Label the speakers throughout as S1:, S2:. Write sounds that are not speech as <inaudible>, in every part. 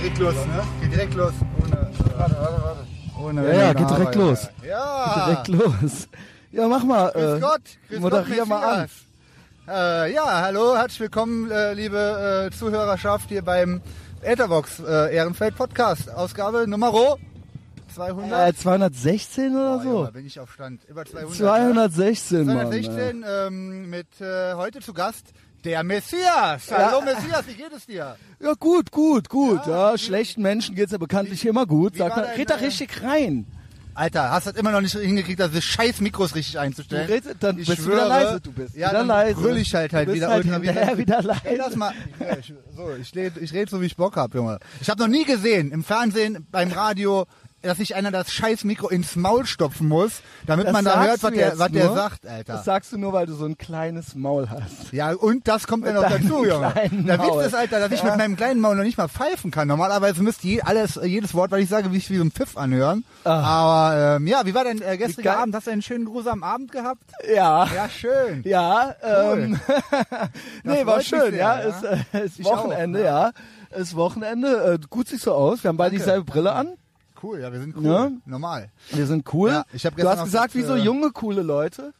S1: direkt los, ne? Geht direkt los. Ohne, äh,
S2: Warte, warte, warte.
S1: ohne
S3: Ja, ja,
S1: ohne
S3: geht direkt
S1: Haare,
S3: los.
S1: Alter. Ja!
S3: Direkt los. Ja, mach mal.
S1: Ah. Grüß
S3: äh,
S1: Gott, grüß
S3: moderier
S1: Gott,
S3: mal an.
S1: Messias. Äh, ja, hallo, herzlich willkommen, äh, liebe äh, Zuhörerschaft, hier beim Etherbox äh, Ehrenfeld Podcast. Ausgabe Nummer 200.
S3: Äh, 216
S1: Oh,
S3: oder so.
S1: Junge, bin ich auf Stand. Über 200. ne?
S3: 216, Mann. äh.
S1: 216 ähm, mit äh, heute zu Gast der Messias. Hallo Messias, wie geht es dir?
S3: Ja, gut, gut, gut.
S1: Ja,
S3: Ja,
S1: wie-
S3: schlechten Menschen geht's ja bekanntlich immer gut.
S1: wie
S3: Sag
S1: war
S3: mal,
S1: dein,
S3: red da
S1: äh,
S3: richtig rein.
S1: Alter, hast das immer noch nicht hingekriegt, diese scheiß Mikros richtig
S3: Du
S1: einzustellen.
S3: redest, dann
S1: Ich
S3: bist du
S1: schwöre,
S3: wieder leise. Du bist
S1: ja,
S3: wieder
S1: dann
S3: leise.
S1: brüll ich halt halt
S3: du bist
S1: wieder
S3: halt
S1: ultra wieder-
S3: hinterher wieder
S1: Ey, lass
S3: leise.
S1: mal. Ja, ich, so, ich rede ich red so, wie ich Bock hab, Junge. Ich habe noch nie gesehen, im Fernsehen, beim Radio, dass sich einer das scheiß Mikro ins Maul stopfen muss, damit
S3: Das
S1: man da
S3: sagst
S1: hört, was
S3: du
S1: der,
S3: jetzt
S1: was der
S3: nur.
S1: sagt,
S3: Das
S1: Alter.
S3: sagst du nur, weil du so ein kleines Maul
S1: <laughs>
S3: hast.
S1: Ja, und das kommt mir
S3: Mit
S1: noch
S3: deinem
S1: dazu, Junge.
S3: kleinen
S1: Der
S3: Maul.
S1: Witz ist, Alter, dass ich mit meinem kleinen Maul noch nicht mal pfeifen kann. Normalerweise müsste je, alles, jedes Wort, was ich sage, wie, wie so ein Pfiff anhören. Aber ähm, ja, wie war dein äh, gestriger
S3: Ah. geil.
S1: Abend? Hast du einen schönen grusamen Abend gehabt?
S3: Ja.
S1: Ja, schön.
S3: Ja, ähm, <laughs> nee,
S1: freut
S3: war
S1: mich
S3: schön,
S1: sehr,
S3: ja.
S1: ja.
S3: Es äh, ist
S1: Ich
S3: Wochenende,
S1: auch,
S3: ja. Es Wochenende, äh, gut siehst du aus. Wir haben beide
S1: Danke,
S3: dieselbe Brille an.
S1: Cool, ja, wir sind cool.
S3: Ja.
S1: Normal.
S3: Wir sind cool.
S1: Ja, ich hab
S3: du
S1: gestern
S3: hast
S1: auch
S3: gesagt,
S1: mit,
S3: wie so
S1: äh,
S3: junge coole Leute.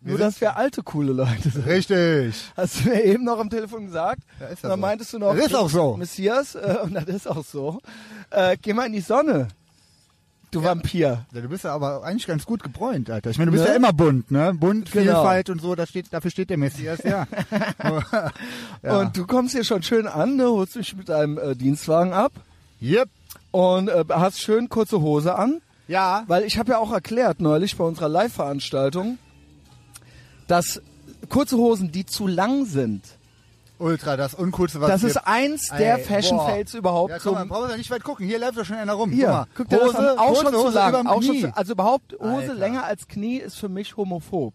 S3: Nur, dass wir alte coole Leute sind. <laughs>
S1: Richtig.
S3: Hast du mir eben noch am Telefon gesagt.
S1: Ja, ist das
S3: und dann
S1: so.
S3: meintest du noch,
S1: Das ist auch so.
S3: Messias, äh, <laughs> und das ist auch so. Äh, geh mal in die Sonne, du Vampir.
S1: Ja, du bist ja aber eigentlich ganz gut gebräunt, Alter. Ich meine, du bist
S3: Ne?
S1: ja immer bunt, ne? Bunt,
S3: Genau.
S1: Vielfalt und so, da steht, dafür steht der Messias,
S3: <laughs>
S1: ja. Ja.
S3: Und du kommst hier schon schön an, ne, holst mich mit deinem äh, Dienstwagen ab
S1: yep.
S3: und äh, hast schön kurze Hose an.
S1: Ja.
S3: Weil ich habe ja auch erklärt neulich bei unserer Live-Veranstaltung, dass kurze Hosen, die zu lang sind,
S1: Ultra, das Uncoolste, was
S3: das
S1: es
S3: ist
S1: gibt.
S3: eins der
S1: Ey,
S3: Fashion
S1: boah.
S3: Fails überhaupt.
S1: Ja, guck
S3: zum-
S1: mal, brauchen wir ja nicht weit gucken. Hier läuft ja schon einer rum.
S3: hier,
S1: guck
S3: guck dir
S1: mal.
S3: das an. Auch
S1: kurze
S3: schon zu
S1: Hose
S3: lang.
S1: überm
S3: Auch schon
S1: Knie.
S3: zu, also überhaupt Hose
S1: Alter.
S3: länger als Knie ist für mich homophob.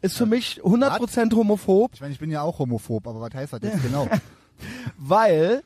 S3: Ist für mich 100% homophob,
S1: ich meine, ich bin ja auch homophob, aber was heißt das
S3: <laughs>
S1: jetzt genau?
S3: weil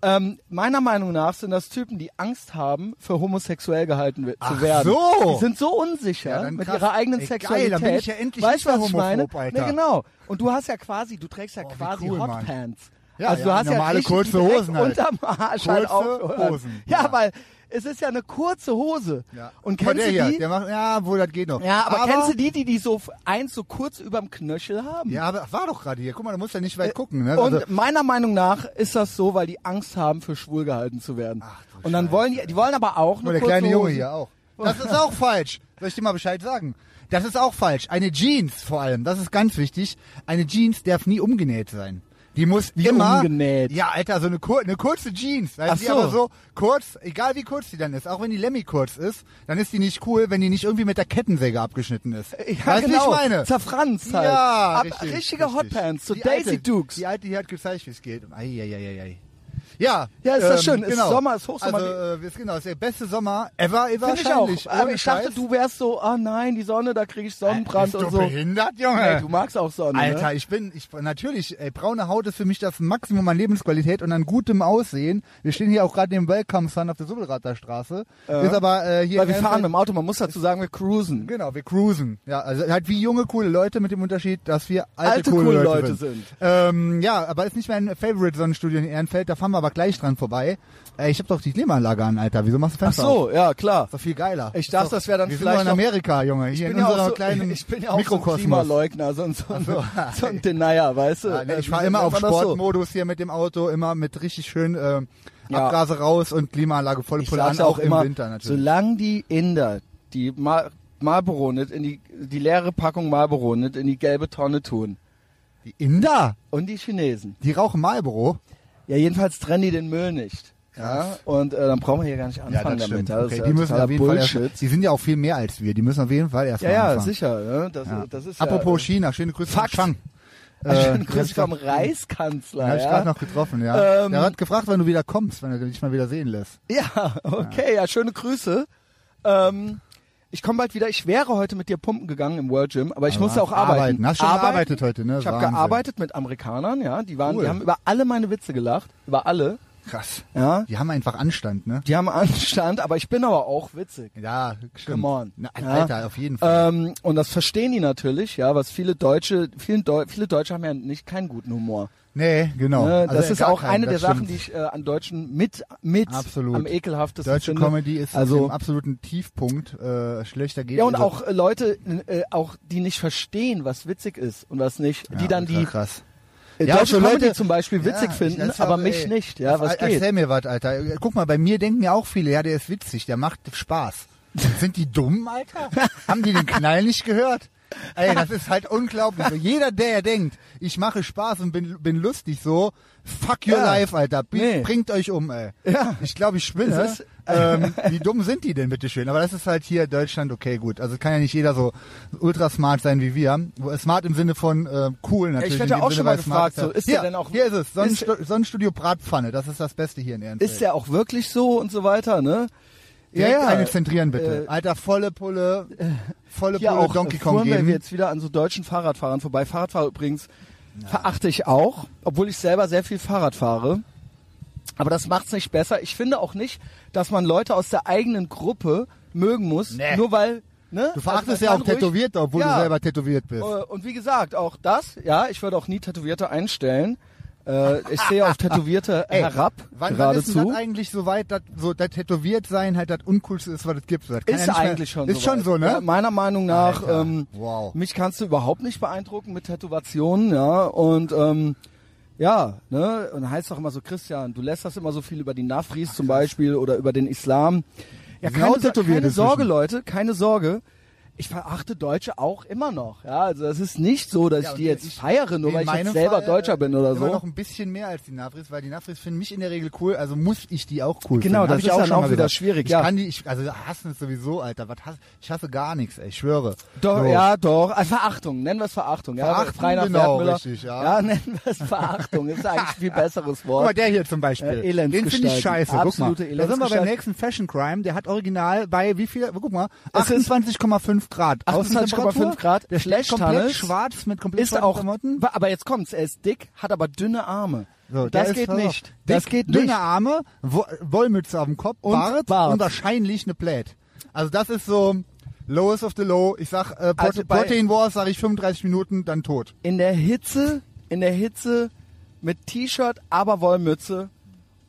S3: ähm, meiner Meinung nach sind das Typen, die Angst haben, für homosexuell gehalten we- zu
S1: Ach
S3: werden.
S1: so.
S3: Die sind so unsicher
S1: Ja, dann
S3: mit
S1: krass.
S3: ihrer eigenen
S1: Ey, geil,
S3: Sexualität.
S1: dann bin ich ja endlich
S3: weißt
S1: nicht
S3: du, was
S1: mehr
S3: ich meine?
S1: homophob, Alter.
S3: Nee, genau. Und du hast ja quasi, du trägst ja
S1: Boah, wie
S3: quasi
S1: cool, Mann.
S3: Hotpants.
S1: Ja,
S3: also du
S1: ja,
S3: hast ja
S1: normale
S3: richtig
S1: kurze
S3: die direkt
S1: Hosen halt.
S3: Unterm Arsch halt
S1: Kurze
S3: aufgehört.
S1: Hosen,
S3: Ja,
S1: ja.
S3: weil es ist ja eine kurze Hose.
S1: Ja.
S3: Und
S1: Aber
S3: kennst
S1: der
S3: du
S1: hier,
S3: die?
S1: Der macht, ja, wohl, das geht noch.
S3: Ja, aber, kennst du die, die die so f- eins so kurz überm Knöchel haben?
S1: Ja, aber war doch gerade hier. Guck mal, du musst ja nicht weit gucken, ne?
S3: Äh, Und
S1: also,
S3: meiner Meinung nach ist das so, weil die Angst haben, für schwul gehalten zu werden.
S1: Ach du
S3: und dann wollen die, die wollen aber auch
S1: nur
S3: nur
S1: der
S3: kurze
S1: kleine Junge
S3: Hosen.
S1: hier auch. Das ist auch falsch. Soll ich dir mal Bescheid sagen? Das ist auch falsch. Eine Jeans vor allem, das ist ganz wichtig. Eine Jeans darf nie umgenäht sein. Die muss
S3: Wie
S1: immer
S3: umgenäht?
S1: Ja, Alter, so eine, kur eine kurze Jeans, weißt
S3: Ach
S1: du, die
S3: so.
S1: aber so kurz, egal wie kurz die dann ist, auch wenn die Lemmy kurz ist, dann ist die nicht cool, wenn die nicht irgendwie mit der Kettensäge abgeschnitten ist.
S3: <laughs> Ja,
S1: weißt du, wie
S3: genau.
S1: ich meine?
S3: Zerfranst halt.
S1: Ja,
S3: Ab,
S1: richtig,
S3: richtige
S1: richtig.
S3: Hotpants, so
S1: Die
S3: Daisy
S1: alte,
S3: Dukes.
S1: Die alte, die hat gezeigt, wie es geht. Eieieiei. Ja,
S3: Ja, ist das schön. Ist
S1: Genau.
S3: Sommer, ist Hochsommer.
S1: Also, äh, ist genau, ist der beste Sommer ever, ever
S3: Finde ich
S1: wahrscheinlich.
S3: auch. Aber
S1: Ohne
S3: ich dachte,
S1: Scheiß. Äh,
S3: du wärst so, ah nein, die Sonne, da kriege ich Sonnenbrand
S1: Bist
S3: und
S1: du
S3: so.
S1: behindert, Junge?
S3: Ey, du magst auch Sonne.
S1: Alter,
S3: ne?
S1: ich bin, ich natürlich, ey, braune Haut ist für mich das Maximum an Lebensqualität und an gutem Aussehen. Wir stehen hier auch gerade im Welcome Sun auf der Subbelrater Straße.
S3: Äh.
S1: Ist aber äh, hier
S3: Weil wir
S1: in
S3: fahren
S1: Elmfeld-
S3: mit dem Auto, man muss dazu sagen, wir cruisen.
S1: Genau, wir cruisen. Ja, also halt wie junge coole Leute mit dem Unterschied, dass wir alte,
S3: Alte,
S1: coole, Leute, sind.
S3: sind.
S1: Ähm, ja, aber ist nicht mein Favorite Sonnenstudio in Ehrenfeld. Da fahren wir aber gleich dran vorbei. Äh, ich habe doch die Klimaanlage an, Alter. Wieso machst du
S3: Ach
S1: Fenster auf?
S3: so, ja, klar.
S1: Ist doch viel geiler.
S3: Ich
S1: Ist
S3: dachte,
S1: doch,
S3: das wäre dann
S1: wir
S3: vielleicht
S1: sind doch in Amerika, Junge. Hier
S3: Ich
S1: in
S3: bin, ja
S1: unserer
S3: auch so,
S1: kleinen
S3: <laughs> ich bin ja auch so ein
S1: Mikrokosmos.
S3: Klimaleugner, so ein, so ein, so, ein Denier, weißt du?
S1: Ja, Ah, nee,
S3: Äh,
S1: ich
S3: wie
S1: fahre
S3: nennt
S1: immer auf
S3: man das
S1: Sportmodus hier mit dem Auto, immer mit richtig schön ähm,
S3: Ja.
S1: Abgase raus und Klimaanlage volle
S3: Ich
S1: Pulle an,
S3: sag's
S1: auch
S3: auch
S1: im
S3: immer,
S1: Winter natürlich.
S3: solange die Inder die Mar Marlboro nicht in die, die leere Packung Marlboro nicht in die gelbe Tonne tun
S1: die Inder,
S3: und die Chinesen,
S1: die rauchen Marlboro.
S3: ja jedenfalls trennen die den Müll nicht. Ja, und äh, dann brauchen wir hier gar nicht anfangen damit. Das
S1: okay,
S3: ist ja
S1: die müssen
S3: totaler
S1: auf jeden Fall
S3: Bullshit.
S1: erst, die sind ja auch viel mehr als wir. Die müssen auf jeden Fall erst
S3: Ja,
S1: mal
S3: ja,
S1: anfangen.
S3: sicher. Ne? Das,
S1: Ja.
S3: das ist
S1: Apropos
S3: <laughs> ja, äh,
S1: China, schöne Grüße
S3: Fakt. <laughs>
S1: von Chang.
S3: äh, schönen
S1: den
S3: Grüß vom
S1: Den hab
S3: Reichskanzler.
S1: ich gerade
S3: Ja?
S1: noch getroffen, ja.
S3: Ähm,
S1: Der hat gefragt, wann du wieder kommst, wenn er dich mal wieder sehen lässt.
S3: ja, okay, ja, schöne Grüße. Ähm, ich komme bald wieder. Ich wäre heute mit dir pumpen gegangen im World Gym, aber ich
S1: Aber
S3: musste auch
S1: hast Also arbeiten.
S3: arbeiten.
S1: Hast schon gearbeitet heute, ne?
S3: Ich habe
S1: Wahnsinn.
S3: gearbeitet mit Amerikanern, ja. Die waren,
S1: Cool.
S3: die haben über alle meine Witze gelacht, über alle.
S1: Krass.
S3: Ja,
S1: Die haben einfach Anstand, ne?
S3: die haben Anstand, aber ich bin aber auch witzig.
S1: Ja, stimmt.
S3: Come on.
S1: Na,
S3: Ja.
S1: Alter, auf jeden Fall.
S3: Ähm, und das verstehen die natürlich, ja, was viele Deutsche, vielen Deu viele Deutsche haben ja nicht keinen guten Humor.
S1: nee, genau.
S3: Ne?
S1: Also
S3: das ist
S1: gar
S3: auch
S1: kein,
S3: eine der
S1: das
S3: Sachen,
S1: stimmt.
S3: die ich äh, an Deutschen mit, mit
S1: Absolut.
S3: am ekelhaftesten
S1: Deutsche
S3: finde.
S1: Comedy ist
S3: Also-
S1: im absoluten Tiefpunkt. Äh, schlechter geht
S3: Ja, und
S1: also-
S3: auch äh, Leute, äh, auch die nicht verstehen, was witzig ist und was nicht,
S1: Ja,
S3: die dann
S1: ultra
S3: die
S1: krass.
S3: äh,
S1: Ja,
S3: deutsche
S1: auch so
S3: Comedy
S1: Leute-
S3: zum Beispiel witzig
S1: Ja, ich-
S3: finden,
S1: das
S3: aber
S1: war-
S3: mich
S1: ey,
S3: nicht. Ja, was
S1: er-
S3: geht?
S1: Erzähl mir was, Alter. Guck mal, bei mir denken ja auch viele, ja, der ist witzig, der macht
S3: <laughs>
S1: Spaß. Sind die dumm, Alter? Haben die den Knall nicht gehört? Ey, das ist halt unglaublich. So, jeder, der denkt, ich mache Spaß und bin, bin lustig so, fuck your
S3: Ja.
S1: life, Alter. B
S3: Nee.
S1: Bringt euch um, ey.
S3: Ja.
S1: Ich glaube, ich spinne.
S3: Es ist-
S1: ähm, wie dumm sind die denn, bitteschön? Aber das ist halt hier Deutschland okay, gut. Also kann ja nicht jeder so ultra smart sein wie wir. Smart im Sinne von äh, cool natürlich.
S3: ich
S1: in
S3: werde
S1: dem
S3: auch
S1: Sinne,
S3: schon mal
S1: weil smart
S3: gefragt, so, ist
S1: hier,
S3: der denn auch-
S1: Hier ist es.
S3: ist-
S1: Sonnenstu Sonnenstudio Bratpfanne. Das ist das Beste hier in Ehrenfeld.
S3: Ist der auch wirklich so und so weiter, ne?
S1: Direkt
S3: ja, ja.
S1: eine zentrieren bitte.
S3: Äh,
S1: Alter, volle Pulle, volle
S3: Hier
S1: Pulle
S3: auch
S1: Donkey
S3: äh,
S1: Kong
S3: fuhren wir
S1: geben.
S3: jetzt wieder an so deutschen Fahrradfahrern vorbei. Fahrradfahrer übrigens verachte ich auch, obwohl ich selber sehr viel Fahrrad fahre. Aber das macht's nicht besser. Ich finde auch nicht, dass man Leute aus der eigenen Gruppe mögen muss,
S1: Nee.
S3: nur weil, ne?
S1: Du verachtest
S3: Also,
S1: ja
S3: man
S1: auch
S3: kann ruhig-
S1: Tätowierte, obwohl
S3: Ja.
S1: du selber tätowiert bist.
S3: Äh, Und wie gesagt, auch das, ja, ich würde auch nie Tätowierte einstellen. Äh, ich sehe
S1: <laughs>
S3: auf Tätowierte
S1: Ey,
S3: herab,
S1: Wann, wann ist denn
S3: geradezu.
S1: das eigentlich so weit, dass so das tätowiert sein halt das Uncoolste ist, was es gibt? Das kann
S3: Ist
S1: ja nicht
S3: eigentlich
S1: mehr,
S3: schon
S1: Ist
S3: so
S1: schon so, ne?
S3: Ja, meiner Meinung nach,
S1: Alter,
S3: ähm,
S1: wow.
S3: mich kannst du überhaupt nicht beeindrucken mit Tätowationen, ja. Und ähm, ja, ne? Und heißt doch immer so, Christian, du lässt das immer so viel über die Nafris zum Beispiel oder über den Islam. Ja,
S1: Die sind auch
S3: keine,
S1: tätowiert
S3: keine
S1: inzwischen.
S3: Sorge, Leute, keine Sorge. Ich verachte Deutsche auch immer noch. Ja, also es ist nicht so, dass
S1: Ja,
S3: ich
S1: und
S3: die jetzt
S1: ich-
S3: feiere, nur
S1: In
S3: weil ich jetzt
S1: meinem
S3: selber
S1: Fall,
S3: Deutscher
S1: äh,
S3: bin oder
S1: Immer
S3: so.
S1: noch ein bisschen mehr als die Nafris, weil die Nafris finden mich in der Regel cool, also muss ich die auch cool
S3: Genau,
S1: finden. Hab
S3: das
S1: ich
S3: ist
S1: auch
S3: dann
S1: schon
S3: auch
S1: mal
S3: wieder
S1: gesagt.
S3: schwierig,
S1: Ich
S3: ja.
S1: kann die, ich, also hassen es sowieso, Alter. Was hasse, ich hasse gar nichts, ey, ich schwöre.
S3: Doch,
S1: So.
S3: ja, doch. Ah, Verachtung, nennen wir es Verachtung. Ja,
S1: Verachtung,
S3: frei nach
S1: genau,
S3: Wertmüller.
S1: richtig, ja.
S3: ja, <laughs> nennen wir es Verachtung. Ist eigentlich ein viel besseres
S1: Guck mal,
S3: Wort.
S1: der hier zum Beispiel. den
S3: Äh,
S1: finde ich
S3: Elendsgestalten.
S1: scheiße. Guck mal.
S3: Absolute
S1: Da sind wir beim
S3: Elendsgestalt.
S1: nächsten Fashion Crime. Der hat original bei wie viel? Guck mal.
S3: Es ist
S1: 28,5 Grad.
S3: 28,5 Grad.
S1: Der schlägt komplett
S3: Schlechthannels.
S1: schwarz mit komplett
S3: Ist
S1: schwarzen
S3: auch,
S1: Klamotten.
S3: wa- aber jetzt kommt's, er ist dick, hat aber dünne Arme.
S1: So, der
S3: das,
S1: ist
S3: geht
S1: verrückt.
S3: nicht.
S1: Dick,
S3: das geht
S1: dünne
S3: nicht.
S1: Arme, Wo Wollmütze auf dem Kopf,
S3: Und
S1: Bart,
S3: Bart.
S1: und wahrscheinlich eine Plät. Also das ist so lowest of the low. Ich sag äh, Prote
S3: Also bei-
S1: Protein Wars, sag ich 35 Minuten, dann tot.
S3: In der Hitze, in der Hitze mit T-Shirt, aber Wollmütze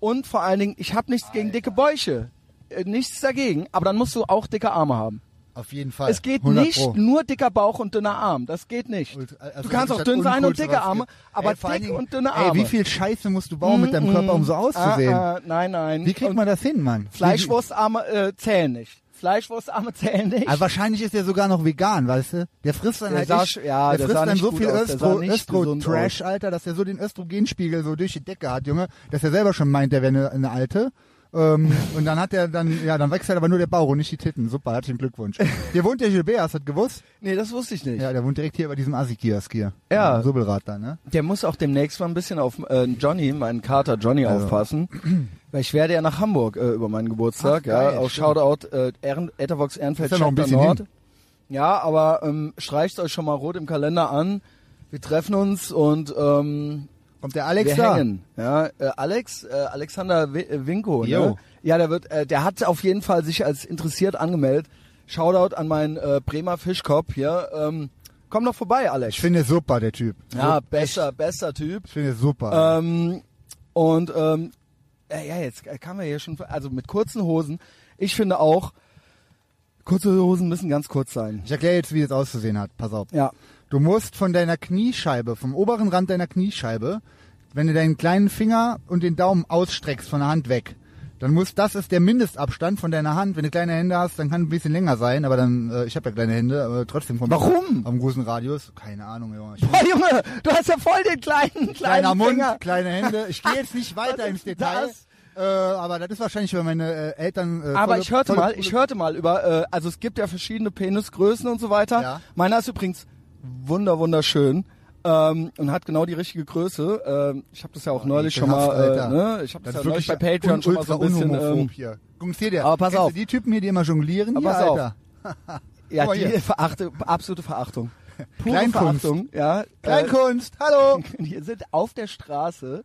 S3: und vor allen Dingen, ich habe nichts gegen dicke Bäuche. Äh, Nichts dagegen, aber dann musst du auch dicke Arme haben.
S1: Auf jeden Fall.
S3: Es geht
S1: 100
S3: nicht
S1: Pro.
S3: nur dicker Bauch und dünner Arm. Das geht nicht.
S1: Ultra- also
S3: du kannst
S1: wirklich
S3: auch
S1: das
S3: dünn sein und
S1: Uncoolste,
S3: dicke
S1: was es
S3: Arme,
S1: gibt.
S3: aber
S1: Ey, vor allen
S3: dick
S1: Dingen,
S3: und dünne
S1: Ey,
S3: Arme. Mm,
S1: wie viel Scheiße musst du bauen mit deinem Körper, um so auszusehen?
S3: Ah, ah, nein, nein.
S1: Wie kriegt man das hin, Mann?
S3: Fleischwurstarme äh, zählen nicht. Fleischwurstarme <laughs> zählen nicht.
S1: Also wahrscheinlich ist der sogar noch vegan, weißt du? Der frisst dann
S3: Der
S1: halt
S3: sah
S1: echt-
S3: sch- ja,
S1: der
S3: der
S1: frisst
S3: sah
S1: dann
S3: nicht
S1: so
S3: gut
S1: viel
S3: aus, der sah
S1: Östro,
S3: nicht gesund
S1: Östro-Trash, Alter, dass der so den Östrogenspiegel so durch die Decke hat, Junge, dass er selber schon meint, der wäre eine, eine alte. Ähm, und dann hat er dann, ja, dann wächst halt aber nur der Bauch und nicht die Titten. Super, herzlichen Glückwunsch. Hier wohnt der Gilbert, hast du das gewusst?
S3: nee, das wusste ich nicht.
S1: Ja, der wohnt direkt hier bei diesem Assi-Kiosk hier.
S3: Ja.
S1: Am Subbelrad da, ne?
S3: Der muss auch demnächst mal ein bisschen auf äh, Johnny, meinen Kater Johnny
S1: Also.
S3: <clears throat> aufpassen. Weil ich werde ja nach Hamburg äh, über meinen
S1: Ach,
S3: Geburtstag.
S1: geil,
S3: ja, auch
S1: stimmt.
S3: Shoutout äh, Ehren, Ethervox Ehrenfeld
S1: Ist ja noch ein
S3: Chapter
S1: bisschen
S3: Nord.
S1: hin.
S3: Ja, aber ähm, streicht euch schon mal rot im Kalender an. Wir treffen uns und ähm,
S1: Kommt der Alex
S3: wir
S1: da?
S3: hängen. Ja, äh, Alex, äh, Alexander Wi- äh, Winko,
S1: Jo.
S3: ne? Ja, der wird, äh, der hat auf jeden Fall sich als interessiert angemeldet. Shoutout an meinen äh, Bremer Fischkopf hier. Ähm, komm doch vorbei, Alex.
S1: Ich finde super, der Typ.
S3: ja,
S1: So-
S3: besser, besser Typ.
S1: Ich finde super.
S3: Ähm, und ähm, äh, ja, jetzt kamen wir hier schon, also mit kurzen Hosen. Ich finde auch, kurze Hosen müssen ganz kurz sein.
S1: Ich erkläre jetzt, wie das auszusehen hat. Pass auf.
S3: Ja,
S1: Du musst von deiner Kniescheibe, vom oberen Rand deiner Kniescheibe, wenn du deinen kleinen Finger und den Daumen ausstreckst von der Hand weg, dann muss das ist der Mindestabstand von deiner Hand. Wenn du kleine Hände hast, dann kann ein bisschen länger sein, aber dann äh, ich habe ja kleine Hände, aber trotzdem vom
S3: Warum?
S1: am großen Radius, keine Ahnung, Junge. Ich
S3: Boah, Oh, Junge, du hast ja voll den
S1: kleiner
S3: kleinen, kleinen
S1: Mund,
S3: Finger.
S1: kleine Hände. Ich gehe jetzt nicht weiter
S3: <laughs> Was
S1: ins
S3: ist
S1: Detail.
S3: das?
S1: Äh, aber das ist wahrscheinlich, weil meine äh, Eltern. Äh,
S3: Aber
S1: volle-
S3: ich hörte
S1: volle
S3: mal,
S1: Pulle-
S3: ich hörte mal über, äh, also es gibt ja verschiedene Penisgrößen und so weiter.
S1: Ja.
S3: Meiner ist übrigens wunder wunderschön ähm, und hat genau die richtige Größe. Ähm, ich habe das ja auch neulich schon mal,
S1: Oh, Ekelhaft,
S3: äh,
S1: Alter.
S3: ne? ich habe das,
S1: Das ist
S3: ja
S1: wirklich
S3: neulich bei Patreon
S1: un-
S3: schon mal so ein
S1: ultra
S3: bisschen.
S1: unhomophob
S3: Ähm,
S1: hier. Guck, hier der.
S3: aber pass
S1: Kennst du
S3: auf.
S1: Die Typen hier, die immer jonglieren,
S3: Aber
S1: hier,
S3: pass auf.
S1: Alter. Guck
S3: ja,
S1: mal
S3: die
S1: hier.
S3: <laughs> verachte, absolute Verachtung. Pure
S1: Oh, Kleinkunst.
S3: Verachtung, Äh, <laughs> ja.
S1: Kleinkunst, hallo.
S3: Äh, die sind auf der Straße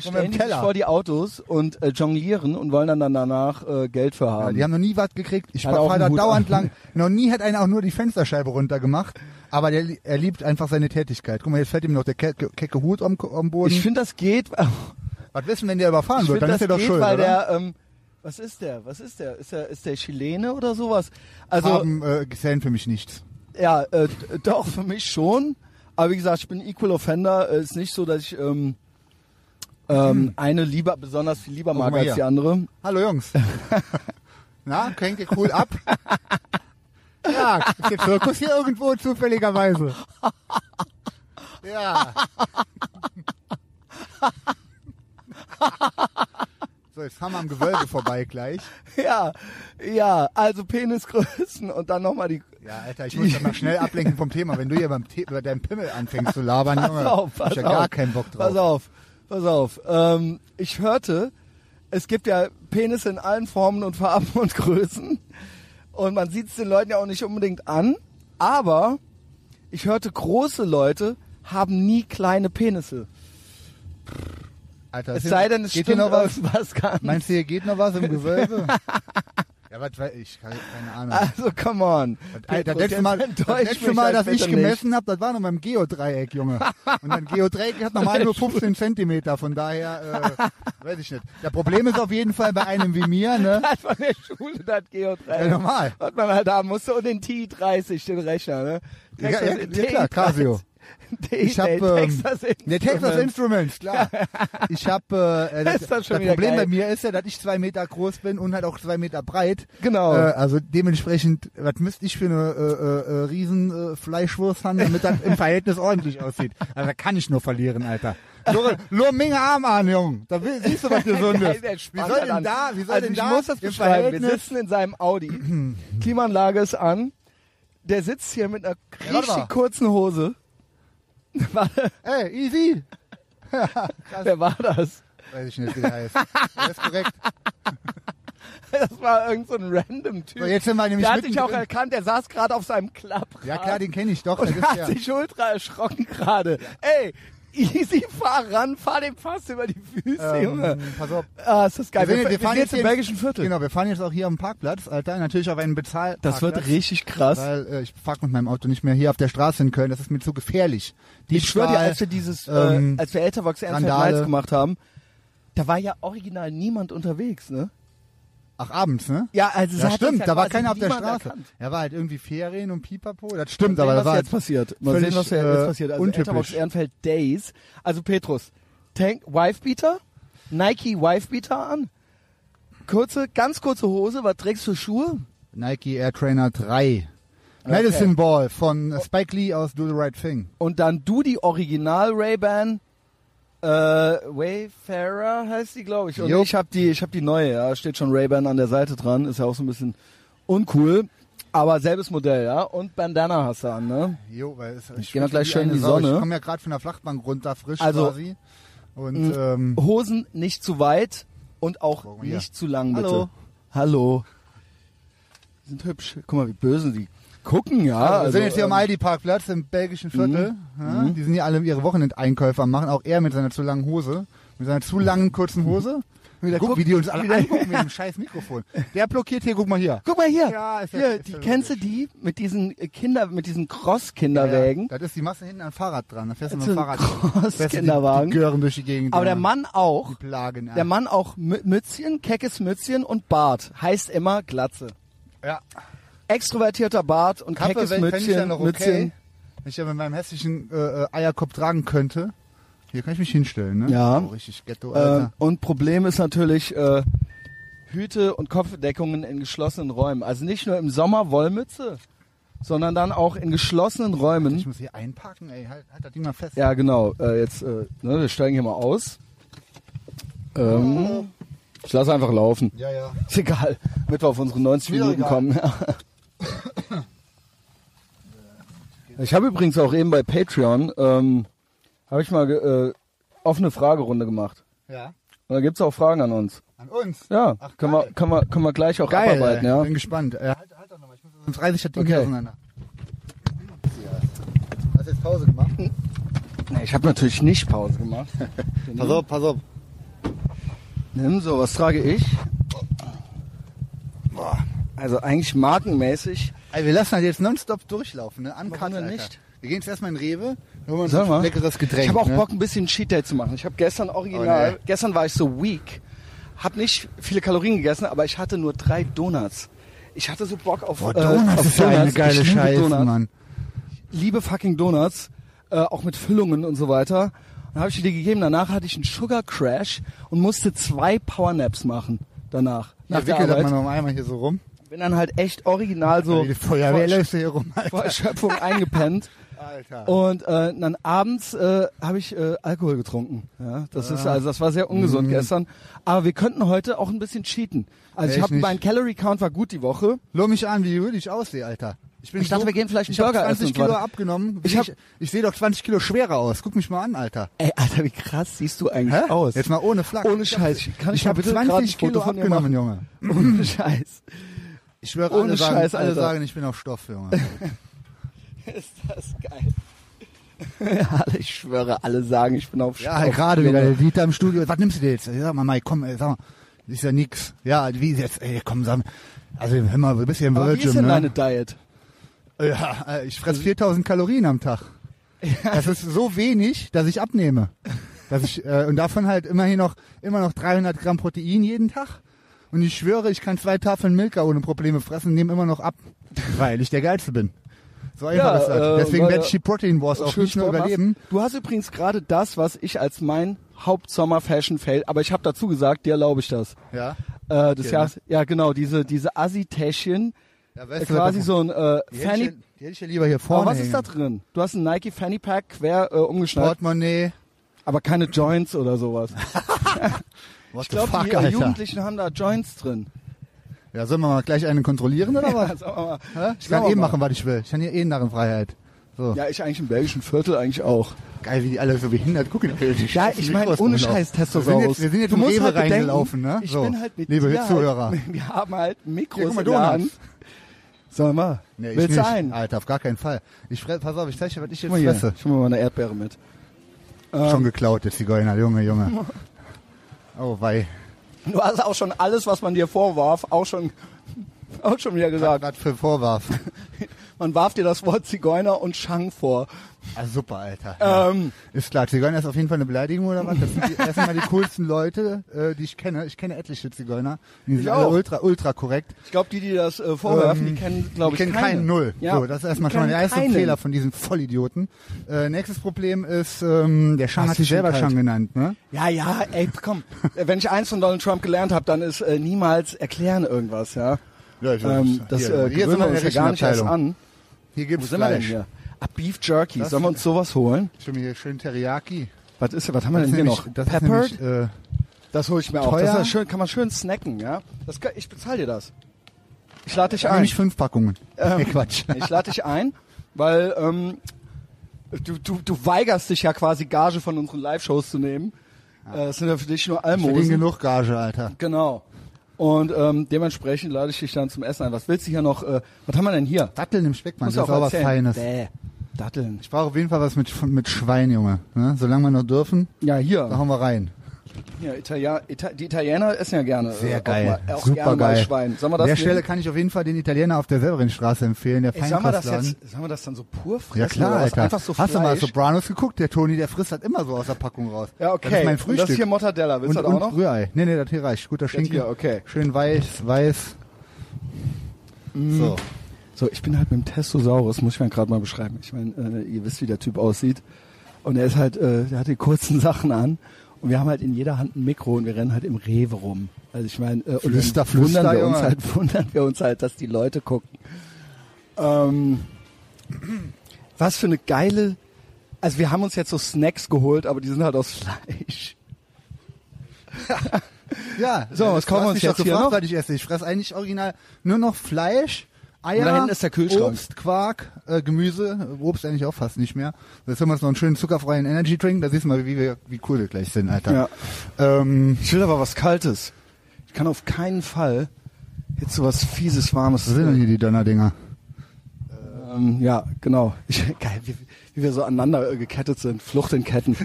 S1: Kommen wir im
S3: stellen die sich
S1: Keller.
S3: vor die Autos und äh, jonglieren und wollen dann danach äh, Geld für
S1: Ja,
S3: haben.
S1: die haben noch nie was gekriegt. Ich
S3: Hat auch
S1: fahre
S3: einen
S1: da
S3: Hut
S1: dauernd
S3: an.
S1: lang. Noch nie hat einer auch nur die Fensterscheibe runtergemacht. Aber der, li- er liebt einfach seine Tätigkeit. Guck mal, jetzt fällt ihm noch der ke ke- kecke Hut am, am Boden.
S3: ich finde, das geht. <laughs>
S1: was wissen, wenn der überfahren
S3: Ich
S1: wird? Dann ist
S3: find,
S1: er
S3: das
S1: doch
S3: geht,
S1: schuld,
S3: weil
S1: oder?
S3: der, ähm, was ist der? Was ist der? Ist der, ist der Chilene oder sowas? Also,
S1: Haben äh, gesehen für mich nichts.
S3: ja, äh, d- doch, für mich schon. Aber wie gesagt, ich bin Equal Offender. Es ist nicht so, dass ich ähm, ähm, eine lieber, besonders viel lieber
S1: Hm. Guck
S3: mag
S1: mal
S3: als
S1: hier.
S3: die andere. <laughs>
S1: Hallo Jungs. Na, hängt ihr cool ab? Ja, ist der Zirkus hier irgendwo zufälligerweise? Ja. So, jetzt haben wir am Gewölbe vorbei gleich.
S3: Ja, ja, also Penisgrößen und dann nochmal die.
S1: Ja, Alter, ich muss ja mal schnell ablenken vom Thema. Wenn du hier beim The über deinen Pimmel anfängst zu labern, Junge,
S3: Pass auf,
S1: hab
S3: pass
S1: ich ja
S3: auf,
S1: gar keinen Bock drauf.
S3: Pass auf, pass auf. Ähm, ich hörte, es gibt ja Penisse in allen Formen und Farben und Größen. Und man sieht es den Leuten ja auch nicht unbedingt an. Aber ich hörte, große Leute haben nie kleine Penisse.
S1: Alter,
S3: Es
S1: ist-
S3: sei denn, es
S1: geht hier
S3: stimmt
S1: noch
S3: <laughs>
S1: was?
S3: irgendwas ganz.
S1: Meinst du, hier geht noch was
S3: <laughs>
S1: im Gewölbe? ja, was weiß ich, keine Ahnung.
S3: Also, come on.
S1: Alter,
S3: Petrus,
S1: das letzte
S3: jetzt
S1: Mal,
S3: enttäusch
S1: das letzte
S3: mich
S1: Mal
S3: halt
S1: dass ich
S3: bitte
S1: gemessen habe, das war noch beim Geodreieck, Junge. Und
S3: <laughs>
S1: ein Geodreieck hat normal nur 15 Zentimeter, von daher, äh, weiß ich nicht. Das Problem ist auf jeden Fall bei einem wie mir, ne?
S3: Nicht. <laughs> Von der Schule, das Geodreieck.
S1: Ja, normal.
S3: Was man halt haben musste. Und den T30, den Rechner, ne?
S1: Ja,
S3: Texas-
S1: ja, ja, klar,
S3: T30.
S1: Casio.
S3: Den-
S1: Ich hab,
S3: den
S1: ähm,
S3: Texas
S1: der Texas Instruments,
S3: Instruments.
S1: klar. Ich habe, äh, das,
S3: <laughs> Ist das
S1: das
S3: schon
S1: Problem
S3: wieder geil.
S1: bei mir ist ja, dass ich zwei Meter groß bin und halt auch zwei Meter breit.
S3: Genau.
S1: Äh, also dementsprechend, was müsste ich für eine äh, äh, äh, riesen äh, Fleischwurst haben, damit das im Verhältnis ordentlich aussieht. Also da kann ich nur verlieren, Alter. Nur, nur Menge Arm an, Junge. Da will- siehst du, was
S3: <laughs>
S1: gesund
S3: Geil,
S1: ist.
S3: der
S1: Wie
S3: Spanner
S1: soll denn
S3: dann.
S1: da, wie soll
S3: also
S1: denn
S3: ich
S1: da
S3: muss das
S1: im
S3: beschreiben. Wir
S1: Verhältnis
S3: sitzen in seinem Audi.
S1: <clears throat>
S3: Klimaanlage ist an. Der sitzt hier mit einer
S1: Ja, warte
S3: richtig
S1: mal. <laughs>
S3: kurzen Hose. Warte,
S1: Ey, easy.
S3: wer war das?
S1: Weiß ich nicht, wie der heißt. Das ist korrekt.
S3: Das war irgend so ein random Typ.
S1: So, jetzt sind wir nämlich
S3: der hat dich auch
S1: mittendrin.
S3: erkannt, der saß gerade auf seinem Klapprad.
S1: Ja klar, den kenne ich doch. <laughs>
S3: Und
S1: das ist
S3: hat
S1: ja.
S3: sich ultra erschrocken gerade. Ey, easy, fahr ran, fahr dem fast über die Füße, Junge.
S1: Ähm, pass auf.
S3: Ah, ist das geil.
S1: sind-
S3: wir sind jetzt im
S1: hier-
S3: belgischen Viertel.
S1: Genau, wir fahren jetzt auch hier am Parkplatz, Alter. Natürlich auf einen Bezahl.
S3: Das wird richtig krass.
S1: Weil äh, ich fahr mit meinem Auto nicht mehr hier auf der Straße in Köln. Das ist mir zu gefährlich. Die
S3: Ich schwöre dir, als wir dieses,
S1: ähm,
S3: äh, als wir Älterwachs Ernst
S1: Randale.
S3: Lights gemacht haben, da war ja original niemand unterwegs, ne?
S1: Ach, abends, ne?
S3: Ja, also
S1: Ja, stimmt, da war keiner auf der Straße. Er war halt irgendwie Ferien und Pipapo. Das stimmt, aber
S3: was
S1: das war
S3: jetzt
S1: halt,
S3: passiert. Mal
S1: völlig,
S3: sehen, was ja jetzt
S1: äh,
S3: passiert. Also
S1: untypisch.
S3: Älterwachs Ehrenfeld Days. Also Petrus, Tank Wifebeater, Nike Wifebeater an. Kurze, ganz kurze Hose, was trägst du für Schuhe?
S1: Nike Air Trainer 3. Medicine Ball von äh, Spike Lee aus Do the Right Thing.
S3: Und dann du die Original Ray-Ban äh, Wayfarer heißt die, glaube ich. Und
S1: Jo.
S3: ich habe die, ich habe die neue. Ja, steht schon Ray-Ban an der Seite dran. Ist ja auch so ein bisschen uncool. Aber selbes Modell, ja. Und Bandana hast du an, ne?
S1: Jo, weil es, ich
S3: geh mal
S1: bin
S3: gleich
S1: wie
S3: schön in
S1: eine
S3: die
S1: Sau.
S3: Sonne.
S1: Ich komme ja gerade von der Flachbank runter, frisch
S3: Also- mm. Oh,
S1: quasi. Und ähm,
S3: Hosen nicht zu weit und auch
S1: Warum hier?
S3: nicht zu lang, bitte.
S1: Hallo.
S3: Hallo. Die sind hübsch. Guck mal, wie böse die gucken, ja.
S1: Also, wir
S3: Also,
S1: sind jetzt hier
S3: ähm, mm.
S1: am Aldi-Parkplatz im belgischen Viertel. Ja, Die sind hier alle ihre Wochenendeinkäufe am machen, auch er mit seiner zu langen Hose, mit seiner zu langen kurzen Hose. Und
S3: ähm,
S1: wieder, guck, wie die uns alle angucken mit dem scheiß Mikrofon. Der blockiert hier, guck mal hier.
S3: Guck mal hier.
S1: Ja, ist ja-
S3: hier
S1: ist
S3: die,
S1: ja
S3: kennst du die mit diesen äh, Kinder, mit diesen Cross-Kinderwägen?
S1: Ja, das ist die Masse hinten an Fahrrad dran. Da fährst du
S3: Das
S1: mit dem
S3: ist ein
S1: Fahrrad.
S3: großes
S1: Fährst du
S3: Kinderwagen.
S1: Die, die Gören durch die Gegend.
S3: Aber der
S1: ja.
S3: Mann auch.
S1: Die Plagen. Ja.
S3: Der Mann auch M- Mützchen, keckes Mützchen und Bart. Heißt immer Glatze.
S1: Ja.
S3: Extrovertierter Bart und
S1: Kappe
S3: keckes
S1: fände ich ja
S3: Mützchen.
S1: noch okay.
S3: Mützchen.
S1: Wenn ich ja mit meinem hässlichen äh, äh, Eierkopf tragen könnte. Hier kann ich mich hinstellen, ne?
S3: Ja.
S1: So richtig Ghetto,
S3: Ähm,
S1: Alter.
S3: und Problem ist natürlich äh, Hüte und Kopfbedeckungen in geschlossenen Räumen. Also nicht nur im Sommer Wollmütze, sondern dann auch in geschlossenen
S1: ich
S3: Räumen.
S1: muss hier einparken, ey. Halt, halt das Ding mal fest.
S3: Ja, genau. Äh, jetzt, äh, ne, wir steigen hier mal aus. Ähm, ich lasse einfach laufen.
S1: Ja, ja.
S3: Ist egal, damit wir auf unsere 90
S1: Mir doch
S3: Minuten
S1: egal.
S3: kommen. ich habe übrigens auch eben bei Patreon, ähm, habe ich mal ge- äh, offene Fragerunde gemacht.
S1: Ja.
S3: Und da gibt's auch Fragen an uns.
S1: An uns?
S3: Ja,
S1: Ach,
S3: können, wir,
S1: geil.
S3: können, wir, können wir gleich auch
S1: Geil,
S3: abarbeiten,
S1: ey.
S3: ja.
S1: Bin gespannt. Äh, halt, halt doch nochmal. Ich muss sonst reiße ich das Ding
S3: Okay. <laughs>
S1: auseinander. Hast du jetzt Pause gemacht?
S3: Nee, ich habe natürlich nicht Pause gemacht.
S2: Pass auf, pass auf.
S3: Nimm so, was trage ich? Boah. Also eigentlich markenmäßig.
S1: Ey, wir lassen das jetzt nonstop durchlaufen, ne? An
S3: Warum
S1: Karte,
S3: denn
S1: Alter.
S3: nicht?
S1: Wir gehen jetzt erstmal in Rewe, holen uns
S3: Sag mal.
S1: ein leckeres Getränk.
S3: Ich habe auch
S1: ne?
S3: Bock, ein bisschen Cheat Day zu machen. Ich habe gestern original,
S1: Oh, nee.
S3: gestern war ich so weak, habe nicht viele Kalorien gegessen, aber ich hatte nur drei Donuts. Ich hatte so Bock auf,
S1: Boah,
S3: äh,
S1: Donuts
S3: auf
S1: ist ja eine
S3: Donuts.
S1: geile
S3: ich liebe
S1: Scheiße,
S3: Donuts.
S1: Mann.
S3: Liebe fucking Donuts, äh, auch mit Füllungen und so weiter. Dann habe ich die dir gegeben. Danach hatte ich einen Sugar Crash und musste zwei Power Naps machen danach. Nach
S1: Ja,
S3: der
S1: wickelt das mal
S3: Arbeit.
S1: noch einmal hier so rum.
S3: Bin dann halt echt original so
S1: Die Feuerwehr
S3: vor,
S1: läuft hier rum,
S3: vor
S1: Alter.
S3: Erschöpfung eingepennt.
S1: Alter.
S3: Und äh, dann abends äh, habe ich äh, Alkohol getrunken. Ja, das
S1: Ah.
S3: ist also das war sehr
S1: Mhm.
S3: ungesund gestern. Aber wir könnten heute auch ein bisschen cheaten. Also ich
S1: Echt
S3: habe
S1: nicht.
S3: mein Calorie Count war gut die Woche.
S1: Loh mich an, wie gut ich aussehe, Alter. Ich, bin
S3: Ich dachte,
S1: so,
S3: wir gehen vielleicht einen
S1: ich hab
S3: Burger
S1: 20
S3: essen und
S1: Kilo
S3: warte.
S1: abgenommen.
S3: Ich
S1: Ich,
S3: hab-
S1: ich, sehe doch 20 Kilo schwerer aus. Guck mich mal an, Alter.
S3: Ey, Alter, wie krass siehst du eigentlich
S1: Hä?
S3: aus?
S1: Jetzt mal ohne Flak.
S3: Ohne Scheiß. Kann ich
S1: ich
S3: mal
S1: habe
S3: bitte grad ein
S1: 20
S3: Foto
S1: Kilo
S3: von dir
S1: abgenommen, Junge. <laughs>
S3: Ohne Scheiß.
S1: Ich schwöre,
S3: Ohne
S1: alle, sagen,
S3: Scheiß,
S1: alle
S3: Alter.
S1: sagen, ich bin auf Stoff, Junge.
S3: Ist das
S1: <laughs>
S3: geil. <laughs> alle, ich schwöre, alle sagen, <laughs> ich bin auf
S1: Ja,
S3: Stoff,
S1: gerade wieder
S3: Junge.
S1: der Dieter im Studio. Was nimmst du dir jetzt? Sag mal, Mike, komm, ey, sag mal. Ist ja nix. Ja, wie ist jetzt? Ey, komm, sag mal. Also, hör mal, du bist hier im
S3: Aber wie
S1: Virgin,
S3: ist denn
S1: ne?
S3: deine Diet?
S1: Ja, äh, ich
S3: Also-
S1: fress 4000 Kalorien am Tag. Das ist so wenig, dass ich abnehme. Dass ich, äh, und davon halt immerhin noch, immer noch 300 Gramm Protein jeden Tag. Und ich schwöre, ich kann zwei Tafeln Milka ohne Probleme fressen und nehme immer noch ab, weil ich der Geilste bin. So einfach
S3: Ja,
S1: ist das.
S3: äh,
S1: Deswegen
S3: weil-
S1: werde ich die Protein Wars auch
S3: Schön
S1: nicht nur
S3: Sport machst.
S1: überleben.
S3: Du hast übrigens gerade das, was ich als mein Hauptsommer-Fashion-Fail, aber ich habe dazu gesagt, dir erlaube ich das.
S1: Ja.
S3: Äh, des
S1: ne?
S3: Jahres, ja genau, diese, diese Assi-Täschchen,
S1: ja
S3: äh,
S1: weißt du, was
S3: quasi
S1: das-
S3: so ein äh,
S1: die hätte, ich,
S3: Fanny...
S1: ja- die hätte ich ja lieber hier vorne.
S3: Aber was
S1: hängen.
S3: ist da drin? Du hast ein Nike Fanny Pack quer äh, umgeschnallt,
S1: Portemonnaie.
S3: aber keine Joints oder sowas.
S1: What
S3: Ich glaube,
S1: the fuck,
S3: die äh,
S1: Alter.
S3: Jugendlichen haben da Joints drin.
S1: Ja, sollen wir mal gleich einen kontrollieren oder was?
S3: <laughs> Sagen wir mal.
S1: Ich
S3: Sagen
S1: kann
S3: wir
S1: eh
S3: mal.
S1: machen, was ich will. Ich kann hier eh Narrenfreiheit. So.
S3: Ja, ich eigentlich im belgischen Viertel eigentlich auch.
S1: Geil, wie die alle so behindert gucken.
S3: Ja, ich meine, ohne Scheiß
S1: Wir
S3: Testosaurus.
S1: sind jetzt, wir sind jetzt
S3: du
S1: in
S3: musst
S1: Rewe
S3: halt bedenken,
S1: reingelaufen, ne?
S3: Ich
S1: so,
S3: bin halt mit
S1: liebe
S3: dir
S1: Zuhörer.
S3: Halt, <laughs> wir haben halt Mikros
S1: Ja, guck mal,
S3: in der
S1: Donuts.
S3: Hand. Sag mal,
S1: <laughs> Nee, ich
S3: willst
S1: nicht.
S3: du einen?
S1: Alter, auf gar keinen Fall. Ich fress, pass auf, ich zeig dir, was ich jetzt
S3: Guck mal hier, Ähm.
S1: fresse.
S3: ich hol mir mal eine Erdbeere mit.
S1: Schon geklaut, der Zigeuner, Junge, Junge.
S3: <laughs>
S1: Oh, wei.
S3: Du hast auch schon alles, was man dir vorwarf, auch schon, <laughs> auch schon wieder gesagt.
S1: Was für ein Vorwurf.
S3: Man warf dir das Wort Zigeuner und Schang vor.
S1: Ah, super, Alter. Ja.
S3: Ähm.
S1: Ist klar, Zigeuner ist auf jeden Fall eine Beleidigung oder was? Das sind die, erstmal
S3: <laughs>
S1: die coolsten Leute, äh, die ich kenne. Ich kenne etliche Zigeuner. Die sind
S3: Ich
S1: alle
S3: auch.
S1: ultra, ultra korrekt.
S3: Ich glaube, die, die das äh, vorwerfen, die kennen, glaube ich,
S1: Ähm, kennen
S3: keine.
S1: keinen Null.
S3: Ja,
S1: so, das ist
S3: die
S1: erstmal schon mal
S3: kennen
S1: der erste
S3: keinen.
S1: Fehler von diesen Vollidioten. Äh, nächstes Problem ist, ähm, der Schang
S3: Hast
S1: hat
S3: du
S1: sich
S3: schon
S1: selber
S3: kalt?
S1: Schang genannt, ne?
S3: Ja, ja, ey, komm. Äh, Wenn ich eins von Donald Trump gelernt habe, dann ist äh, niemals erklären irgendwas, ja.
S1: Ja,
S3: Ähm, das
S1: hier,
S3: äh,
S1: hier sind wir
S3: gewöhnen wir
S1: in
S3: uns
S1: der
S3: ja
S1: richtigen
S3: gar nicht erst
S1: Abteilung.
S3: an.
S1: Hier
S3: Wo
S1: gibt's
S3: sind wir denn
S1: Fleisch.
S3: hier? Ah, Beef Jerky.
S1: Das-
S3: Sollen wir uns sowas holen?
S1: Ich will mir hier schön Teriyaki.
S3: Was ist was haben wir
S1: Das
S3: denn
S1: ist
S3: hier
S1: nämlich-
S3: noch?
S1: Das ist
S3: Peppered?
S1: nämlich, äh,
S3: das hole ich mir auch.
S1: teuer.
S3: Das ist ja schön, kann man schön snacken, ja? Das, kann- ich bezahle dir das. Ich lade dich ein.
S1: nämlich fünf Packungen.
S3: <laughs> Ähm,
S1: nee, Quatsch.
S3: Ich lade dich ein, weil ähm, du, du, du weigerst dich ja quasi Gage von unseren Live-Shows zu nehmen. Äh, das sind ja für dich nur
S1: Ich verdiene
S3: Almosen.
S1: genug Gage, Alter.
S3: Genau. Und ähm, dementsprechend lade ich dich dann zum Essen ein. Was willst du hier noch? Äh, was haben wir denn hier?
S1: Datteln im Speckmann,
S3: Muss
S1: das
S3: auch
S1: ist auch was
S3: erzählen.
S1: Feines.
S3: Bäh. Datteln.
S1: Ich brauche auf jeden Fall was mit, mit Schwein, Junge. Ne? Solange wir noch dürfen,
S3: Ja, hier.
S1: da hauen wir rein.
S3: Ja, Italia Ita die Italiener essen ja gerne.
S1: Sehr
S3: äh,
S1: geil.
S3: Auch mal, auch
S1: Super
S3: gerne
S1: geil.
S3: Mal Schwein. Sollen wir
S1: An
S3: das
S1: der
S3: nehmen?
S1: Stelle kann ich auf jeden Fall den Italiener auf der Severinstraße empfehlen, der
S3: Ey, sollen wir das
S1: Feinkostladen.
S3: jetzt, sollen wir das dann so pur fressen?
S1: Ja klar,
S3: oder was?
S1: Alter.
S3: Einfach so
S1: Hast du mal
S3: Fleisch?
S1: Sopranos geguckt? Der Toni, der frisst halt immer so aus der Packung raus.
S3: Ja, okay.
S1: Das ist mein
S3: Und
S1: Frühstück.
S3: das hier Mortadella. Willst
S1: und,
S3: du das auch
S1: und
S3: noch?
S1: Rührei. Nee, nee, das hier reicht. Guter Schinken.
S3: hier, okay.
S1: Schön weiß, weiß.
S3: Mm.
S1: So.
S3: So, ich bin halt mit dem Testosaurus, muss ich mir gerade mal beschreiben. Ich meine, äh, ihr wisst, wie der Typ aussieht. Und er ist halt, äh, der hat die kurzen <laughs> Sachen an. Und wir haben halt in jeder Hand ein Mikro und wir rennen halt im Rewe rum. Also ich meine, äh, und dann
S1: Flüster, Flüster,
S3: wundern, wir
S1: Junge.
S3: uns halt, <laughs> wundern wir uns halt, dass die Leute gucken. Ähm, was für eine geile... Also wir haben uns jetzt so Snacks geholt, aber die sind halt aus <laughs> Fleisch.
S1: Ja.
S3: So, was kaufen
S1: du hast
S3: wir uns
S1: mich
S3: jetzt
S1: doch
S3: hier
S1: gefragt,
S3: noch?
S1: was ich esse. Ich fresse eigentlich original nur noch Fleisch, Eier,
S3: Und da hinten ist der Kühlschrank.
S1: Obst, Quark, äh, Gemüse. Obst eigentlich auch fast nicht mehr. Jetzt haben wir uns noch einen schönen zuckerfreien Energy Drink. Da siehst du mal, wie, wir, wie cool wir gleich sind, Alter. Ja. Ähm,
S3: Ich will aber was Kaltes. Ich kann auf keinen Fall jetzt so was Fieses, Warmes...
S1: was sind denn hier die Donnerdinger?
S3: Ähm, ähm, ja, genau. <laughs> Ich, geil, wie, wie wir so aneinander äh, gekettet sind. Flucht in <laughs> Ketten.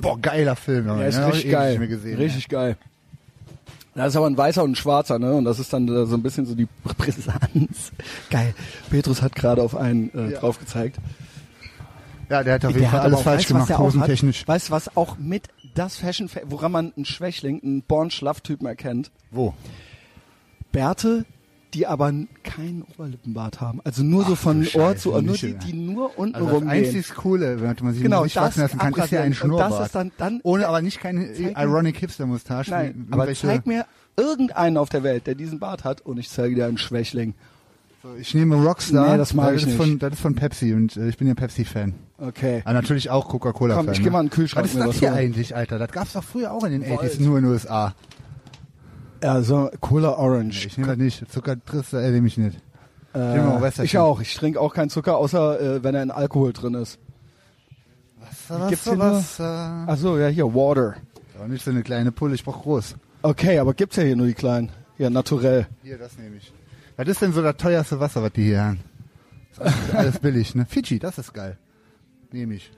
S1: Boah, geiler Film.
S3: Ja, ist
S1: ne? Hab ich
S3: richtig
S1: ewig
S3: geil.
S1: nicht Mehr gesehen,
S3: richtig geil. Da ist aber ein weißer und ein schwarzer, ne? Und das ist dann äh, so ein bisschen so die <laughs> Brisanz. Geil. Petrus hat gerade auf einen äh,
S1: Ja.
S3: drauf gezeigt.
S1: Ja, Ja, der hat auf jeden
S3: Der
S1: Fall
S3: hat aber
S1: alles
S3: auch-
S1: falsch
S3: weißt du, was
S1: gemacht,
S3: der auch hat?
S1: hosentechnisch.
S3: Weißt du, was auch mit das Fashion, woran man einen Schwächling, einen Born-Schlaff-Typen erkennt?
S1: Wo?
S3: Bärte, die aber n- keinen Oberlippenbart haben. Also nur so
S1: Ach,
S3: von
S1: du
S3: Ohr zu Ohr,
S1: Scheiße,
S3: nur
S1: Nische,
S3: die,
S1: ja.
S3: die nur unten
S1: Also das
S3: rumgehen.
S1: einzig Coole, wenn man sich
S3: Genau,
S1: nicht
S3: das
S1: wachsen lassen kann, ist ja ein
S3: abrasieren. Und das
S1: Schnurrbart.
S3: ist dann- dann-
S1: Ohne, aber nicht keine
S3: Zeig mir-
S1: Ironic Hipster-Mustache.
S3: Nein,
S1: wie-
S3: aber
S1: irgendwelche-
S3: zeig mir irgendeinen auf der Welt, der diesen Bart hat und ich zeige dir einen Schwächling.
S1: Ich nehme Rockstar.
S3: Nee, das mag ich
S1: ist
S3: nicht.
S1: Von, das ist von Pepsi und äh, ich bin ja Pepsi-Fan.
S3: Okay.
S1: Aber Ah, natürlich auch Coca-Cola-Fan.
S3: Komm, ich geh mal in
S1: ne?
S3: den Kühlschrank
S1: Was
S3: mir
S1: ist das
S3: was
S1: hier
S3: holen.
S1: eigentlich, Alter? Das gab's doch früher auch in den
S3: Volt.
S1: 80s, nur in den USA.
S3: Also Cola Orange.
S1: Ich nehme das nicht. Zucker Trister äh, nehme ich nicht.
S3: Äh,
S1: nehme auch Wasser.
S3: ich auch. Ich trinke auch keinen Zucker, außer äh, wenn er in Alkohol drin ist.
S1: Wasser,
S3: Gibt's hier nur-
S1: Wasser.
S3: Ach so, ja, hier, Water.
S1: Auch nicht so eine kleine Pulle, ich brauch groß.
S3: Okay, aber gibt's ja hier nur die kleinen. Ja, naturell.
S1: Hier, das nehme ich. Was ist denn so das teuerste Wasser, was die hier haben? Das <laughs> ist alles billig, ne? Fidschi, das ist geil. Nehme <coughs> ich.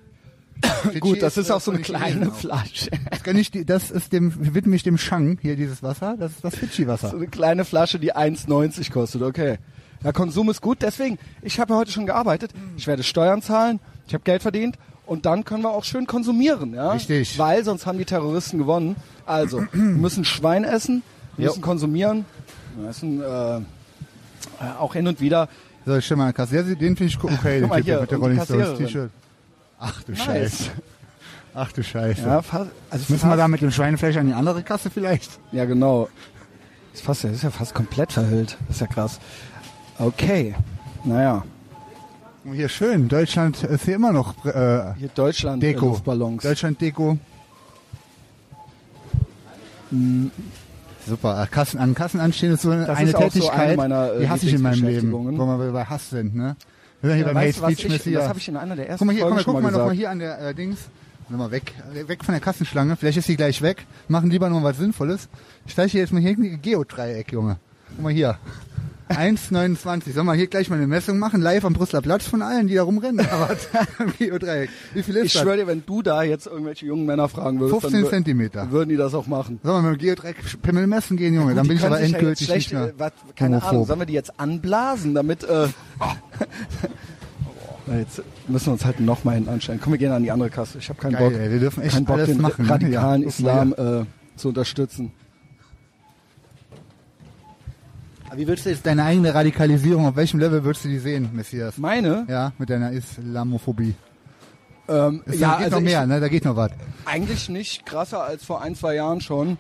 S1: Fidschi
S3: Gut, das ist,
S1: äh,
S3: auch so eine
S1: von
S3: kleine
S1: Chinesen auch.
S3: Flasche.
S1: Das, kann ich, die- das ist dem, widme ich dem Shang hier dieses Wasser. Das ist das
S3: So
S1: Fidschi-Wasser.
S3: eine kleine Flasche, die 1,90 kostet, okay. Ja, Konsum ist gut, deswegen, ich habe ja heute schon gearbeitet,
S1: Mhm.
S3: ich werde Steuern zahlen, ich habe Geld verdient und dann können wir auch schön konsumieren, ja?
S1: Richtig.
S3: Weil sonst haben die Terroristen gewonnen. Also, wir müssen Schwein essen, wir
S1: Jo.
S3: müssen konsumieren, wir müssen äh, äh, auch hin und wieder.
S1: So, ich stell mal eine Kasse. Ja, sie- Den finde ich gu- okay, den
S3: Guck mal
S1: Typ mit der
S3: hier, und die
S1: Rolling Stones
S3: Kassiererin.
S1: T-Shirt. Ach du Scheiße. Ach du Scheiße.
S3: Ja, fa- also
S1: Müssen wir
S3: fast-
S1: da mit dem Schweinefleisch an die andere Kasse vielleicht?
S3: Ja, genau. Ist, fast, ist ja fast komplett verhüllt. Ist ja krass. Okay. Naja,
S1: Und Oh, Hier schön. Deutschland ist hier immer noch äh,
S3: hier Deutschland äh,
S1: Deko.
S3: Luftballons.
S1: Deutschland Deko. Hm. Super. Äh, Kassen, an Kassen anstehen ist so eine,
S3: Das
S1: eine
S3: ist auch so
S1: Tätigkeit,
S3: eine meiner, äh,
S1: die hasse ich in meinem Leben.
S3: Lieblingsbeschäftigungen.
S1: Wo wir bei Hass sind, ne? Wenn wir hier beim Hate
S3: Äh, weißt du, was
S1: Speech
S3: ich,
S1: Messiah-
S3: das habe ich in einer der ersten
S1: Guck mal hier,
S3: Folgen
S1: komm,
S3: schon
S1: guck
S3: mal
S1: mal noch mal
S3: gesagt.
S1: hier an der äh, Dings. Nimm mal weg, äh, weg von der Kassenschlange. Vielleicht ist sie gleich weg. Machen lieber noch mal was Sinnvolles. Ich steige hier jetzt mal hier in die Geodreieck, Junge. Guck mal hier. 1,29. Sollen wir hier gleich mal eine Messung machen? Live am Brüsseler Platz von allen, die da rumrennen. Aber <laughs> am Geodreieck. Wie viel ist
S3: Ich
S1: das?
S3: schwöre dir, wenn du da jetzt irgendwelche jungen Männer fragen würdest,
S1: 15
S3: dann wür-
S1: Zentimeter.
S3: würden die das auch machen.
S1: Sollen wir mit dem Geodreieck Pimmel messen gehen, Junge? Dann
S3: Die
S1: bin ich
S3: können
S1: aber
S3: sich ja jetzt
S1: endgültig
S3: schlecht,
S1: nicht mehr.
S3: äh, was- keine Ahnung,
S1: homophob.
S3: sollen wir die jetzt anblasen, damit... Äh, <laughs> Na, Jetzt müssen wir uns halt nochmal hinten anstellen. Komm, wir gehen an die andere Kasse. Ich habe keinen
S1: Geil,
S3: Bock,
S1: ey, wir dürfen echt
S3: keinen Bock
S1: alles
S3: den
S1: machen, ne?
S3: radikalen
S1: Ja.
S3: Islam äh, zu unterstützen.
S1: Aber wie würdest du jetzt deine eigene Radikalisierung, auf welchem Level würdest du die sehen, Messias?
S3: Meine?
S1: Ja, mit deiner Islamophobie.
S3: Ähm,
S1: Es
S3: ja,
S1: da geht
S3: also
S1: noch mehr,
S3: ich,
S1: ne? Da geht noch was.
S3: eigentlich nicht krasser als vor ein, zwei Jahren schon.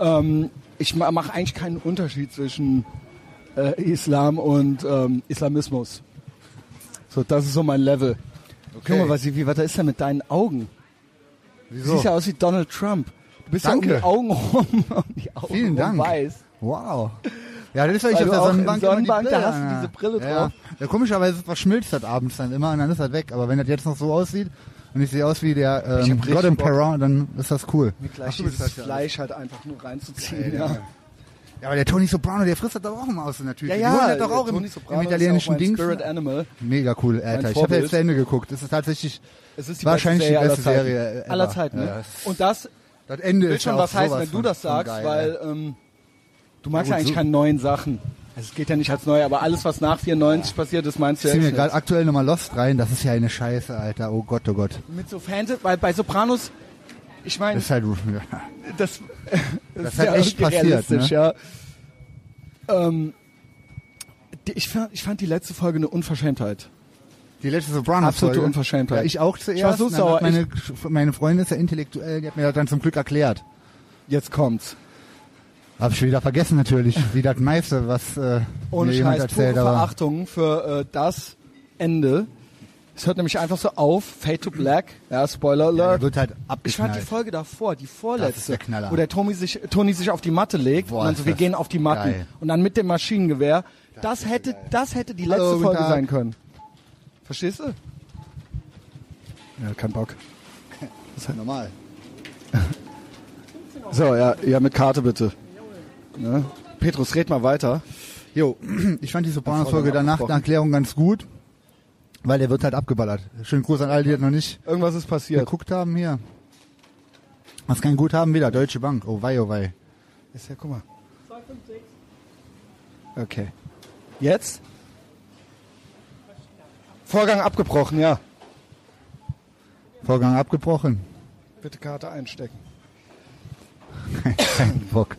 S3: Ähm, ich mache eigentlich keinen Unterschied zwischen äh, Islam und ähm, Islamismus. So, das ist so mein Level. Guck mal, was, wie, was da ist denn mit deinen Augen? Du
S1: Wieso?
S3: siehst ja aus wie Donald Trump. Du bist ja um
S1: Danke.
S3: die Augen rum. <laughs> Um die Augen
S1: Vielen
S3: rum
S1: Dank.
S3: weiß.
S1: Wow. Ja, das ist, weil ich auf
S3: Weil
S1: der
S3: du Also auch
S1: Sonnenbank,
S3: im
S1: immer die
S3: Sonnenbank, da
S1: Brille
S3: hast du
S1: an-
S3: diese Brille
S1: ja.
S3: drauf.
S1: Ja, komischerweise verschmilzt das abends dann immer und dann ist das weg. Aber wenn das jetzt noch so aussieht und ich sehe aus wie der
S3: Ich
S1: ähm,
S3: hab richtig
S1: Gordon
S3: Bock.
S1: Perron, dann ist das cool.
S3: Mir gleich
S1: Ach, du bist
S3: dieses
S1: das ja
S3: Fleisch halt einfach nur reinzuziehen.
S1: Ja,
S3: Ja,
S1: ja. Ja, aber der Tony Soprano, der frisst das doch auch immer aus in der Tüte.
S3: ja,
S1: Die holen das
S3: der
S1: doch auch im,
S3: Tony Soprano
S1: im
S3: ist
S1: italienischen
S3: auch mein
S1: Dings.
S3: Spirit Animal.
S1: Mega cool, Alter. Ich habe
S3: Vorbild.
S1: jetzt zu Ende geguckt. Das ist tatsächlich
S3: Es ist die
S1: wahrscheinlich
S3: beste
S1: die
S3: Serie
S1: beste
S3: aller Zeiten.
S1: Serie äh, ever. Ja,
S3: aller Zeiten. Ne?
S1: das-
S3: Und das
S1: das Ende
S3: will
S1: ist
S3: schon
S1: ja
S3: was
S1: auch
S3: heißen,
S1: sowas
S3: wenn du
S1: von-
S3: das
S1: von
S3: sagst,
S1: geil, ey.
S3: weil ähm, du magst
S1: Ja, gut,
S3: ja, eigentlich
S1: so-
S3: keine neuen Sachen. Also es geht ja nicht als neu, aber alles, was nach 94 passiert ist, meinst du
S1: Ich
S3: ja
S1: zieh mir
S3: jetzt
S1: gerade
S3: nicht.
S1: aktuell nochmal Lost rein. Das ist ja eine Scheiße, Alter. Oh Gott, oh Gott.
S3: Mit so Fans, weil bei Sopranos, ich meine,
S1: Das ist halt...
S3: <laughs>
S1: <laughs>
S3: das, das
S1: hat echt
S3: irgendwie
S1: passiert, ne?
S3: realistisch, ja. Ähm, die, ich, fand, ich fand die letzte Folge eine Unverschämtheit.
S1: Die letzte Sopranos
S3: Absolute
S1: Folge.
S3: Unverschämtheit.
S1: Ja, ich auch zuerst.
S3: Ich war so
S1: Und dann hat
S3: sauer.
S1: Meine, meine Freundin ist ja intellektuell, die hat mir das dann zum Glück erklärt.
S3: Jetzt kommt's.
S1: Hab ich wieder vergessen natürlich, wie das meiste, was äh,
S3: Ohne
S1: mir jemand
S3: Scheiß, pure
S1: erzählt aber
S3: Verachtung für äh, das Ende. Es hört nämlich einfach so auf, Fade to Black, ja, Spoiler
S1: ja,
S3: Alert.
S1: der wird halt
S3: ich fand die
S1: abgeknallt.
S3: Folge davor, die
S1: Das
S3: vorletzte,
S1: ist der Knaller.
S3: wo der Tommy sich, Tony sich auf die Matte legt
S1: Boah,
S3: und dann so,
S1: ist
S3: wir
S1: das
S3: gehen auf die Matten
S1: geil.
S3: und dann mit dem Maschinengewehr. Das, hätte, das hätte die letzte
S1: Hallo, guten
S3: Folge
S1: Tag.
S3: sein können. Verstehst du? Ja, kein Bock.
S1: Das ist halt normal.
S3: So, ja, ja mit Karte bitte. Ne? Petrus, red mal weiter.
S1: Jo, <clears throat> ich fand die
S3: Davor dann
S1: Sopranos-Folge danach
S3: abgebrochen.
S1: eine Erklärung ganz gut. Weil der wird halt abgeballert. Schönen Gruß an alle, die das noch nicht
S3: Irgendwas ist passiert.
S1: geguckt haben hier. Was kein Guthaben wieder? Deutsche Bank. Oh wei, oh wei.
S3: Ist ja, guck mal. Okay. Jetzt? Vorgang abgebrochen, ja.
S1: Vorgang abgebrochen.
S3: Bitte Karte einstecken.
S1: Kein Bock.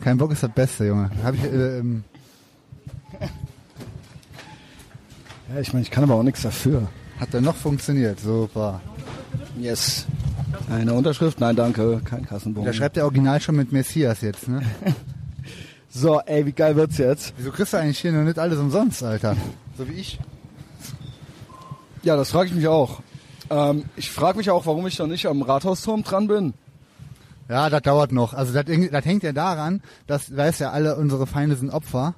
S1: Kein Bock ist das Beste, Junge. Hab ich, äh, ähm,
S3: Ja, ich meine, ich kann aber auch nichts dafür.
S1: hat dann noch funktioniert. Super.
S3: Yes. Eine Unterschrift? Nein, danke. Kein Kassenbon.
S1: Da schreibt der Original schon mit Messias jetzt, ne?
S3: So, ey, wie geil wird's jetzt?
S1: Wieso kriegst du eigentlich hier noch nicht alles umsonst, Alter? So wie ich.
S3: Ja, das frage ich mich auch. Ähm, ich frage mich auch, warum ich noch nicht am Rathausturm dran bin.
S1: Ja, das dauert noch. Also das, irgendwie- das hängt ja daran, dass, weiß ja, alle unsere Feinde sind Opfer.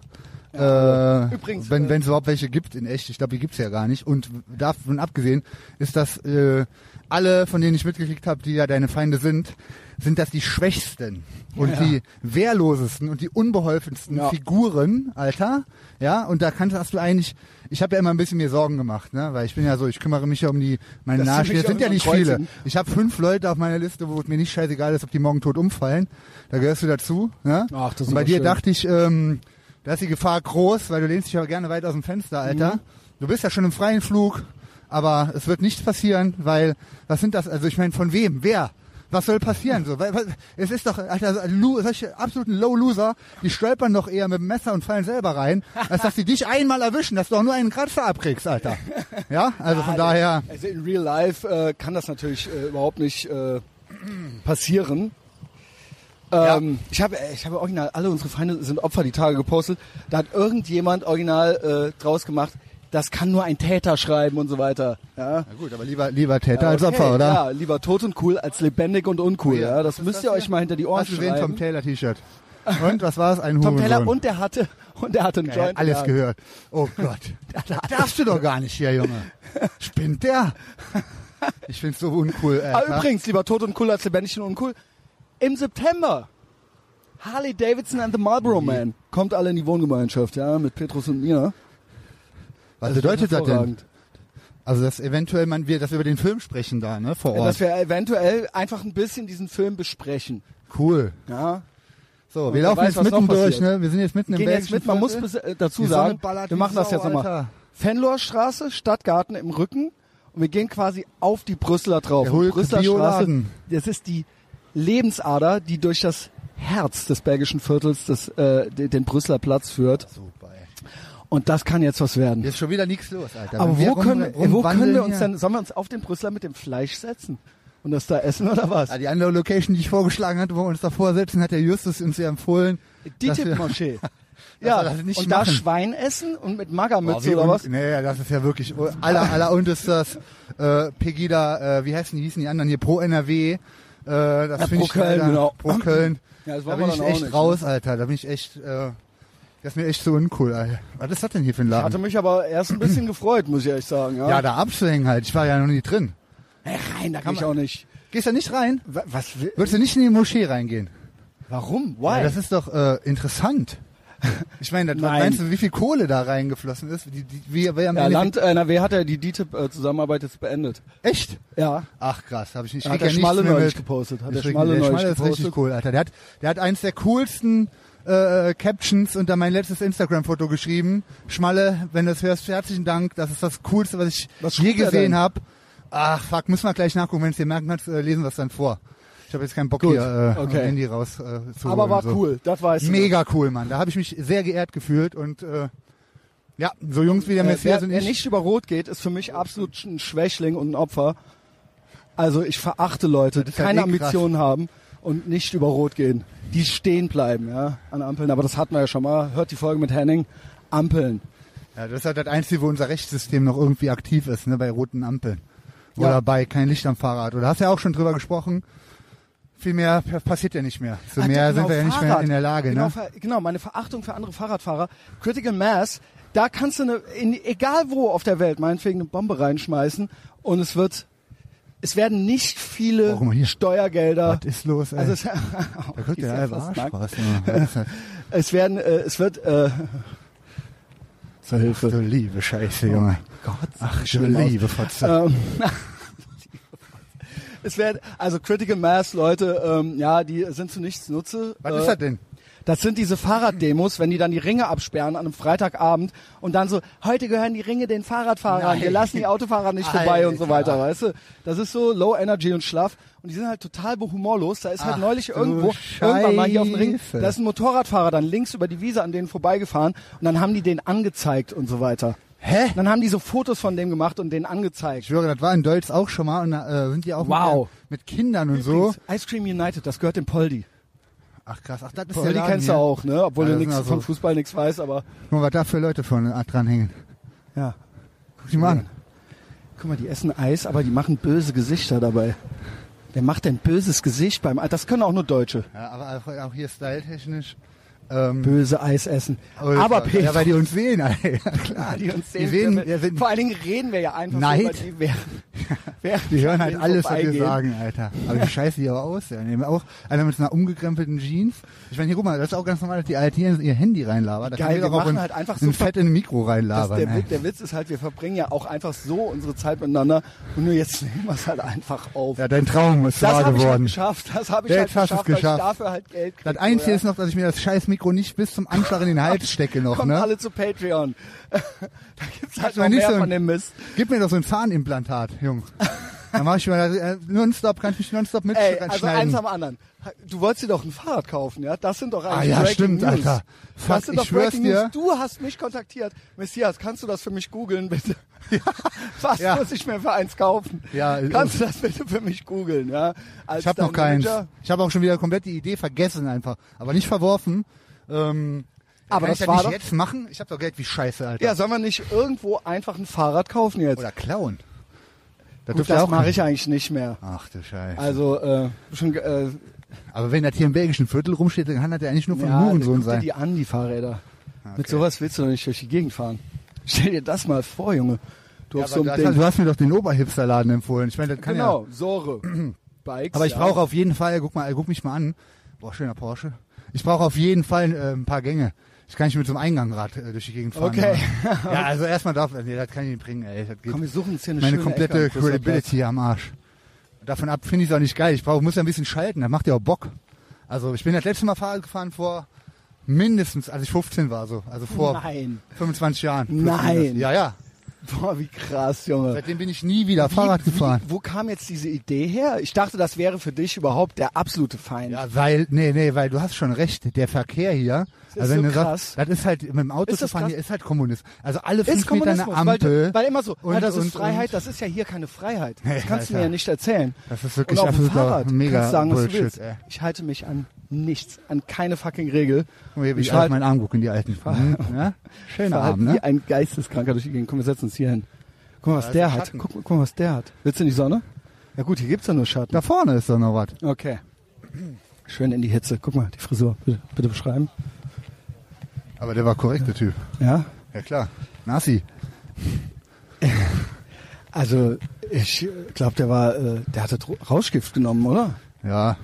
S1: äh,
S3: Übrigens,
S1: wenn
S3: äh,
S1: wenn es überhaupt welche gibt in echt, ich glaube, die gibt's ja gar nicht. Und davon abgesehen ist das äh, alle, von denen ich mitgekriegt habe, die ja deine Feinde sind, sind das die schwächsten und
S3: Ja.
S1: die wehrlosesten und die unbeholfensten
S3: Ja.
S1: Figuren, Alter. Ja, und da kannst hast du eigentlich, ich habe ja immer ein bisschen mir Sorgen gemacht, ne, weil ich bin ja so, ich kümmere mich ja um die meine
S3: Dass du
S1: Nahestehenden.
S3: mich
S1: Das sind ja
S3: irgendwann
S1: nicht
S3: kreuzen.
S1: viele. Ich habe fünf Leute auf meiner Liste, wo es mir nicht scheißegal ist, ob die morgen tot umfallen. Da gehörst du dazu. Ne?
S3: Ach, Ah, das ist
S1: Und bei
S3: aber
S1: dir
S3: schön.
S1: dachte ich, ähm, da ist die Gefahr groß, weil du lehnst dich aber gerne weit aus dem Fenster, Alter.
S3: Mhm.
S1: Du bist ja schon im freien Flug, aber es wird nichts passieren, weil was sind das? Also ich meine, von wem? Wer? Was soll passieren? So, weil, weil, es ist doch, Alter, so- lo- solche absoluten Low-Loser, die stolpern doch eher mit dem Messer und fallen selber rein, als dass sie dich einmal erwischen, dass du doch nur einen Kratzer abkriegst, Alter. Ja, also von daher.
S3: Also in real life äh, kann das natürlich äh, überhaupt nicht äh, passieren. Ähm, Ich habe äh, ich habe original, alle unsere Feinde sind Opfer, die Tage gepostet. Da hat irgendjemand original äh, draus gemacht, das kann nur ein Täter schreiben und so weiter. Ja?
S1: Na gut, aber lieber, lieber Täter als
S3: Äh, Okay,
S1: Opfer, oder?
S3: Ja, lieber tot und cool als lebendig und uncool.
S1: Ja,
S3: Ja, das
S1: was ist
S3: müsst
S1: das
S3: ihr
S1: hier?
S3: euch mal hinter die Ohren
S1: Hast du gesehen, Tom
S3: schreiben.
S1: Taylor T-Shirt. Und was war es? Ein
S3: <laughs> Tom Taylor
S1: Hurensohn.
S3: und der hatte und der hatte einen
S1: er
S3: Joint.
S1: hat alles
S3: ja.
S1: gehört. Oh Gott.
S3: <laughs>
S1: Darfst du doch gar nicht hier, Junge. Spinnt der? Ich find's so uncool,
S3: Ah,
S1: Alter.
S3: übrigens, lieber tot und cool als lebendig und uncool. Im September Harley Davidson and the Marlboro Man kommt alle in die Wohngemeinschaft, ja, mit Petrus und mir.
S1: Was
S3: wird
S1: bedeutet das denn?
S3: hervorragend.
S1: Also, dass eventuell man, wir, dass wir über den Film sprechen da, ne, vor
S3: Dass
S1: Ort.
S3: wir eventuell einfach ein bisschen diesen Film besprechen.
S1: Cool.
S3: Ja,
S1: So,
S3: wer
S1: wir laufen
S3: weiß,
S1: jetzt
S3: was noch
S1: mitten durch,
S3: passiert.
S1: ne? Wir sind jetzt mitten im
S3: gehen jetzt
S1: belgischen
S3: mit. Man muss
S1: Viertel.
S3: bis, äh, dazu
S1: Die Sonne
S3: sagen,
S1: ballert
S3: wir
S1: wie
S3: machen das
S1: Sau,
S3: jetzt nochmal.
S1: Alter.
S3: Fenlohrstraße, Stadtgarten im Rücken und wir gehen quasi auf die Brüsseler drauf.
S1: Der Hulk
S3: Brüsseler Straße,
S1: Bioladen.
S3: das ist die Lebensader, die durch das Herz des belgischen Viertels, des, äh, de- den Brüsseler Platz führt.
S1: Super, ey.
S3: Und das kann jetzt was werden.
S1: Hier ist schon wieder nichts los, Alter.
S3: Aber
S1: Wenn wir
S3: wo
S1: rum-
S3: können, wo
S1: rumwandeln
S3: können wir uns
S1: hier-
S3: dann, sollen wir uns auf den Brüsseler mit dem Fleisch setzen und das da essen oder was?
S1: Ah, die andere Location, die ich vorgeschlagen hatte, wo wir uns davor setzen, hat der Justus uns ja empfohlen.
S3: Die
S1: dass wir-
S3: Tippmoschee.
S1: wir <laughs>
S3: Ja,
S1: das nicht
S3: und da
S1: machen.
S3: Schwein essen und mit
S1: Boah,
S3: Magermütze
S1: wie
S3: oder
S1: un-
S3: was?
S1: Nee, das ist ja wirklich aller aller und ist das äh, Pegida, äh, wie heißen die hießen die anderen hier Pro NRW. Äh, das
S3: Ja,
S1: finde
S3: Pro
S1: ich
S3: Köln,
S1: leider-
S3: genau.
S1: Pro Köln.
S3: Ja, das
S1: da
S3: wollen
S1: bin
S3: wir
S1: ich
S3: dann auch
S1: echt
S3: nicht, ne?
S1: raus, Alter. Da bin ich echt äh, das ist mir echt zu uncool, Alter. Was ist das denn hier für ein
S3: Ich hatte
S1: Laden?
S3: mich aber erst ein bisschen gefreut, muss ich ehrlich sagen. Ja,
S1: Ja, da abzuhängen halt. Ich war ja noch nie drin.
S3: Hey, rein, da kann ich
S1: man-
S3: auch nicht.
S1: Gehst du nicht rein?
S3: Wa- Was? will-
S1: Würdest du nicht in die Moschee reingehen?
S3: Warum?
S1: Ja,
S3: Why?
S1: das ist doch äh,
S3: <laughs>
S1: interessant. Ich meine, das- was
S3: Nein.
S1: meinst du, wie viel Kohle da reingeflossen ist? Die, die, wie, wie am
S3: ja,
S1: Ende-
S3: Land äh, NRW hat ja die DTIP-Zusammenarbeit äh, jetzt beendet.
S1: Echt?
S3: Ja.
S1: Ach krass, habe ich nicht. Ich
S3: Hat
S1: krieg
S3: der
S1: ja nichts
S3: Schmalle
S1: mehr
S3: neulich
S1: mit.
S3: gepostet, hat
S1: Ist
S3: der
S1: richtig-
S3: Schmalle neulich
S1: ist richtig
S3: gepostet.
S1: cool, Alter. Der hat, der hat eins der coolsten äh, Captions unter mein letztes Instagram-Foto geschrieben. Schmalle, wenn du es hörst, herzlichen Dank. Das ist das Coolste, was ich
S3: Was
S1: je
S3: schrieb er
S1: gesehen
S3: denn?
S1: habe. Ach fuck, müssen wir gleich nachgucken. Wenn es dir merken kannst, äh, lesen wir es dann vor. Ich habe jetzt keinen Bock
S3: Gut,
S1: hier äh,
S3: okay.
S1: am Handy raus äh, zu
S3: Aber
S1: holen,
S3: war
S1: so.
S3: cool, das weißt du.
S1: Mega cool, Mann. Da habe ich mich sehr geehrt gefühlt und äh, ja, so Jungs wie der
S3: Äh,
S1: Messias
S3: wer,
S1: und
S3: wer
S1: ich.
S3: nicht über Rot geht, ist für mich absolut ein Schwächling und ein Opfer. Also ich verachte Leute, die
S1: ist halt
S3: keine
S1: eh krass.
S3: Ambitionen haben und nicht über Rot gehen. Die stehen bleiben, ja, an Ampeln. Aber das hatten wir ja schon mal. Hört die Folge mit Henning. Ampeln.
S1: Ja, das ist halt das Einzige, wo unser Rechtssystem noch irgendwie aktiv ist, ne, bei roten Ampeln.
S3: Ja.
S1: Oder bei kein Licht am Fahrrad. Oder hast ja auch schon drüber gesprochen. Viel mehr p- passiert ja nicht mehr. Zu
S3: Ah,
S1: mehr
S3: genau,
S1: sind wir ja nicht mehr
S3: Fahrrad.
S1: in der Lage,
S3: genau,
S1: ne?
S3: Ver- Genau, meine Verachtung für andere Fahrradfahrer. Critical Mass, da kannst du, eine, in, egal wo auf der Welt, meinetwegen eine Bombe reinschmeißen und es wird, es werden nicht viele
S1: Oh, guck mal hier.
S3: Steuergelder.
S1: Was ist los, ey?
S3: Also es, <laughs>
S1: da kommt
S3: ist
S1: der
S3: ja
S1: halbe
S3: fast
S1: Arsch
S3: nackt.
S1: raus. ne? Was ist das?
S3: es werden, äh, es wird, äh, zur Hilfe.
S1: Du liebe Scheiße, Junge.
S3: Gott,
S1: Ach, du
S3: schön aus.
S1: liebe Fotze.
S3: Ähm, es wäre also Critical Mass, Leute, ähm, ja, die sind zu nichts Nutze.
S1: Was
S3: Äh,
S1: ist das denn?
S3: Das sind diese Fahrraddemos, wenn die dann die Ringe absperren an einem Freitagabend und dann so, heute gehören die Ringe den Fahrradfahrern,
S1: Nein.
S3: wir lassen die Autofahrer nicht
S1: Alter.
S3: vorbei und so weiter, weißt du? Das ist so Low Energy und Schlaf und die sind halt total humorlos. Da ist
S1: Ach,
S3: halt neulich
S1: du
S3: irgendwo, irgendwann mal hier auf dem Ring,
S1: Scheiße.
S3: da ist ein Motorradfahrer dann links über die Wiese an denen vorbeigefahren und dann haben die den angezeigt und so weiter.
S1: Hä?
S3: Und dann haben die so Fotos von dem gemacht und den angezeigt.
S1: Ich schwöre, das war in Deutsch auch schon mal und da äh, sind die auch
S3: Wow.
S1: mit, mit Kindern und so.
S3: Übrigens, Ice Cream United, das gehört dem Poldi.
S1: Ach krass, ach, das ist der
S3: Poldi
S1: Laden
S3: kennst du
S1: hier.
S3: auch, ne? Obwohl
S1: Ja, das
S3: du
S1: sind
S3: nichts
S1: also-
S3: von Fußball nichts weißt, aber
S1: Guck mal, was da für Leute vorne dran hängen.
S3: ja.
S1: Guck die mal an.
S3: Guck mal, die essen Eis, aber die machen böse Gesichter dabei. Wer macht denn böses Gesicht beim Eis? Das können auch nur Deutsche.
S1: Ja, aber auch, auch hier styletechnisch. Ähm,
S3: Böse Eis essen.
S1: aber-
S3: aber Peter, Ah,
S1: Ja, weil die uns sehen, Alter.
S3: <laughs>
S1: Klar,
S3: die uns
S1: die
S3: sehen,
S1: sehen,
S3: wir-
S1: wir sind,
S3: vor allen Dingen reden wir ja einfach
S1: Neid.
S3: so über die,
S1: <laughs>
S3: wer, wer
S1: die hören halt
S3: denen
S1: alles, was wir
S3: vorbeigehen.
S1: sagen, Alter. Aber die scheißen die aber aus. Ja. Nehmen Auch einer mit einer umgekrempelten Jeans. Ich meine, hier, guck mal, das ist auch ganz normal, dass die Alten hier ihr Handy reinlabern. Da
S3: Geil,
S1: können
S3: wir
S1: doch auch
S3: machen
S1: ein,
S3: halt einfach so
S1: ein Fett in ein Mikro
S3: Das,
S1: reinlabern.
S3: der,
S1: ey.
S3: Witz, der Witz ist halt, wir verbringen ja auch einfach so unsere Zeit miteinander und nur jetzt <laughs> nehmen wir es halt einfach auf.
S1: ja, dein Traum ist wahr
S3: das habe ich halt
S1: geworden.
S3: geschafft. Das habe ich
S1: Ja,
S3: halt
S1: jetzt hast du's
S3: geschafft, weil ich
S1: geschafft.
S3: dafür halt Geld kriege.
S1: Das Einzige
S3: ja.
S1: ist noch, dass ich mir das scheiß Mikro nicht bis zum Anschlag
S3: <laughs>
S1: in den Hals stecke noch,
S3: Kommt
S1: ne?
S3: alle zu Patreon. <laughs> da gibt's halt
S1: Hat man
S3: noch
S1: nicht
S3: mehr
S1: so ein-
S3: von dem Mist.
S1: Gib mir doch so ein Zahnimplantat,
S3: <laughs>
S1: Jung. Dann mach ich mal äh, nonstop, kann ich mich nonstop
S3: Ey,
S1: mitschneiden.
S3: also eins am anderen. Du wolltest dir doch ein Fahrrad kaufen, ja? Das sind doch eigentlich
S1: Ah ja,
S3: Breaking
S1: stimmt,
S3: News.
S1: Alter. Fuck,
S3: das sind
S1: ich
S3: doch Breaking
S1: schwör's dir.
S3: News. Du hast mich kontaktiert. Messias, kannst du das für mich googeln, bitte?
S1: <laughs>
S3: <laughs> Was
S1: Ja.
S3: muss ich mir für eins kaufen?
S1: Ja, äh,
S3: kannst du das bitte für mich googeln, ja? Als
S1: Ich habe
S3: dein
S1: noch keins.
S3: Manager?
S1: Ich habe auch schon wieder komplett die Idee vergessen einfach, aber nicht verworfen. Ähm,
S3: Aber
S1: kann
S3: das
S1: ich
S3: war
S1: nicht
S3: doch-
S1: jetzt machen. Ich habe doch Geld wie Scheiße, Alter.
S3: Ja, sollen wir nicht irgendwo einfach ein Fahrrad kaufen jetzt?
S1: Oder klauen. Da
S3: Gut,
S1: dürfte
S3: das
S1: auch
S3: mache
S1: keiner.
S3: ich eigentlich nicht mehr.
S1: Ach du Scheiße.
S3: Also, äh, schon, äh,
S1: aber wenn das hier im belgischen Viertel rumsteht, dann kann das ja eigentlich nur von
S3: ja, guck
S1: Hurensohn
S3: dir
S1: sein.
S3: die an, die Fahrräder. Mit sowas willst du doch nicht durch die Gegend fahren. <laughs> Stell dir das mal vor, Junge. Du
S1: Ja,
S3: auf
S1: aber
S3: so einem
S1: das-
S3: Ding.
S1: du hast mir doch den Oberhipsterladen empfohlen. Ich meine, das kann ja.
S3: genau, Sore. <clears throat> Bikes.
S1: Aber ich
S3: ja.
S1: brauche auf jeden Fall, guck mal, guck mich mal an. Boah, schöner Porsche. Ich brauche auf jeden Fall äh, ein paar Gänge. Ich kann nicht mit so einem Eingangrad äh, durch die Gegend fahren.
S3: Okay.
S1: Aber- Ja, also erstmal darf, nee, das kann ich nicht bringen, ey. Das geht.
S3: Komm, wir suchen uns hier eine
S1: Meine
S3: schöne
S1: komplette
S3: Ecke am Flusser Platz.
S1: Credibility am Arsch. Davon ab finde ich es auch nicht geil. Ich brauch, muss ja ein bisschen schalten, das macht ja auch Bock. Also ich bin das letzte Mal Fahrrad gefahren vor mindestens, als ich 15 war so. Also vor
S3: Nein.
S1: 25 Jahren. Plus
S3: Nein.
S1: minus. Ja, ja.
S3: Boah, wie krass, Junge.
S1: Seitdem bin ich nie wieder Fahrrad gefahren.
S3: Wie, wo kam jetzt diese Idee her? Ich dachte, das wäre für dich überhaupt der absolute Feind.
S1: Ja, weil, nee, nee, weil du hast schon recht, der Verkehr hier.
S3: ist
S1: also wenn
S3: so
S1: du sagst,
S3: krass.
S1: Das ist halt, mit dem Auto
S3: Ist
S1: zu
S3: das
S1: fahren
S3: krass?
S1: hier ist halt Kommunist. Also alle fünf
S3: ist
S1: Meter
S3: Kommunismus,
S1: eine
S3: weil,
S1: Ampel.
S3: weil immer so, ja,
S1: und-
S3: das
S1: und-
S3: ist Freiheit,
S1: und-
S3: das ist ja hier keine Freiheit.
S1: Hey,
S3: Das kannst du mir
S1: Alter.
S3: ja nicht erzählen.
S1: Das ist wirklich
S3: und auf dem
S1: absoluter
S3: Fahrrad
S1: mega
S3: kannst du sagen, was du
S1: Bullshit,
S3: willst.
S1: ey.
S3: Ich halte mich an nichts, an keine fucking Regel.
S1: Guck mal, Oh, wie ich
S3: halte-
S1: auf meinen Arm gucke in die alten. Mhm,
S3: <laughs>
S1: ja? Schöner
S3: Verhalten
S1: Arm, ne?
S3: wie ein Geisteskranker durch die Gegend. Komm, wir setzen uns hier hin. Guck mal, was
S1: Da ist
S3: der
S1: ein
S3: hat.
S1: Schatten.
S3: Guck, mal- guck mal, was der hat. Willst du in die Sonne? Ja gut, hier gibt's ja nur Schatten.
S1: Da vorne ist doch noch was.
S3: Okay. Schön in die Hitze. Guck mal, die Frisur. Bitte, bitte beschreiben.
S1: Aber der war korrekt, der Typ.
S3: Ja.
S1: Ja klar. Nasi.
S3: Also, ich glaube, der war, äh, der hatte Dro- Rauschgift genommen, oder?
S1: Ja,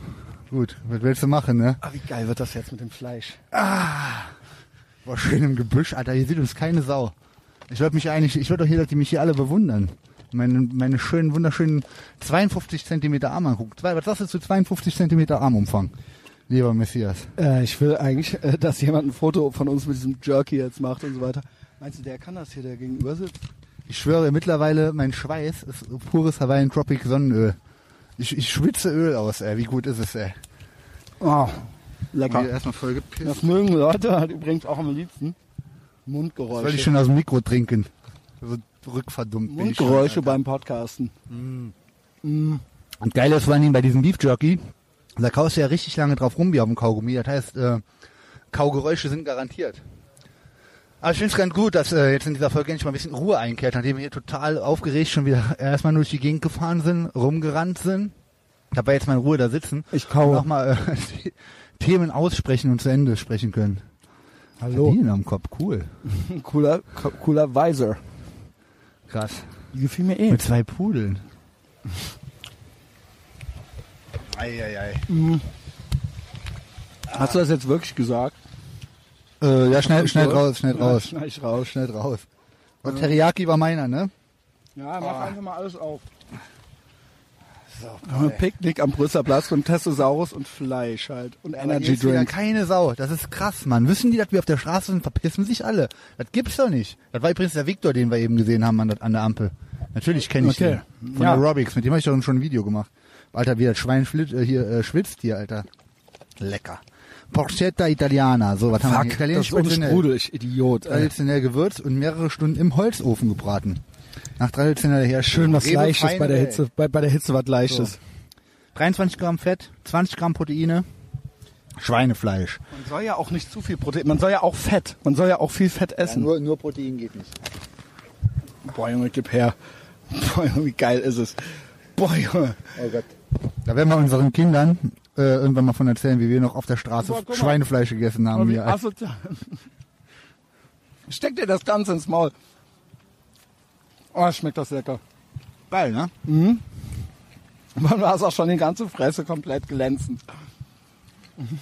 S1: gut. Was willst du machen, ne?
S3: Ah, wie geil wird das jetzt mit dem Fleisch?
S1: Boah, schön im Gebüsch, Alter. Hier sieht uns keine Sau. Ich würde mich eigentlich, ich würde doch hier, dass die mich hier alle bewundern. Meine, meine schönen, wunderschönen 52 Zentimeter Arm angucken. Zwei, was sagst du zu 52 Zentimeter Armumfang? Lieber Messias.
S3: Äh, ich will eigentlich, äh, dass jemand ein Foto von uns mit diesem Jerky jetzt macht und so weiter. Meinst du, der kann das hier, der gegenüber sitzt?
S1: Ich schwöre, mittlerweile, mein Schweiß ist pures Hawaiian Tropic Sonnenöl. Ich, ich schwitze Öl aus, ey. Wie gut ist es, ey.
S3: Oh,
S1: Ich bin
S3: lecker.
S1: erstmal voll gepisst.
S3: Das mögen Leute halt übrigens auch am liebsten. Mundgeräusche.
S1: Soll ich schon aus dem Mikro trinken? So rückverdummt bin ich schon,
S3: Mundgeräusche
S1: Alter.
S3: beim Podcasten.
S1: Und geil ist vor allen Dingen bei diesem Beef Jerky, da kaust du ja richtig lange drauf rum wie auf dem Kaugummi. Das heißt, äh, Kaugeräusche sind garantiert. Aber ich finde es ganz gut, dass äh, jetzt in dieser Folge endlich mal ein bisschen Ruhe einkehrt, nachdem wir hier total aufgeregt schon wieder <laughs> erstmal durch die Gegend gefahren sind, rumgerannt sind. Dabei jetzt mal in Ruhe da sitzen.
S3: Ich kaue.
S1: Nochmal äh, <laughs> die Themen aussprechen und zu Ende sprechen können.
S3: Hallo.
S1: Bienen am Kopf, cool.
S3: Ein cooler, co- cooler Weiser.
S1: Krass.
S3: Die gefiel mir eh.
S1: Mit zwei Pudeln. Eieiei.
S3: Hast du das jetzt wirklich gesagt?
S1: Äh, ja, schnell, schnell
S3: Gut.
S1: raus, schnell
S3: Ja,
S1: raus.
S3: schneid ich
S1: raus, schnell raus. Und Teriyaki war meiner, ne?
S2: Ja, mach
S3: Ah.
S2: einfach mal alles auf.
S3: Picknick am Brüsseler Platz und Testosaurus und Fleisch halt. Und
S1: Aber hier
S3: Energy
S1: ist wieder
S3: Drink.
S1: Keine Sau. Das ist krass, Mann. Wissen die, dass wir auf der Straße sind, verpissen sich alle. Das gibt's doch nicht. Das war übrigens der Viktor, den wir eben gesehen haben an der, an der Ampel. Natürlich kenne ich
S3: Okay.
S1: den. Von
S2: Ja.
S1: Aerobics. Mit dem habe ich doch schon ein Video gemacht. Alter, wie das Schwein schlit, äh, hier, äh, schwitzt hier, Alter. Lecker. Porchetta Italiana. So, was haben wir hier?
S3: Fuck, das
S1: Italienisch
S3: ist ohne
S1: traditionell.
S3: Sprudel, ich Idiot. Ey.
S1: Traditionell gewürzt und mehrere Stunden im Holzofen gebraten. Nach traditioneller Herstellung.
S3: Schön was
S1: Rewe
S3: Leichtes
S1: feine
S3: bei der
S1: Welt.
S3: Hitze, bei, bei der Hitze was Leichtes.
S1: 23 Gramm Fett, 20 Gramm Proteine, Schweinefleisch.
S3: Man soll ja auch nicht zu viel Protein, man soll ja auch Fett, man soll ja auch viel Fett essen.
S1: nur, nur Protein geht nicht.
S3: Boah, Junge, gib her. <laughs> Boah, Junge, wie geil ist es. Boah, Junge.
S1: Oh Gott. Da werden wir unseren Kindern äh, irgendwann mal von erzählen, wie wir noch auf der Straße
S2: Boah, guck mal.
S1: Schweinefleisch gegessen haben.
S3: Aber wie
S1: hier.
S3: asozial. <laughs> Steck dir das Ganze ins Maul. Oh, schmeckt das lecker.
S1: geil, ne?
S3: Man war es auch schon die ganze Fresse komplett glänzend.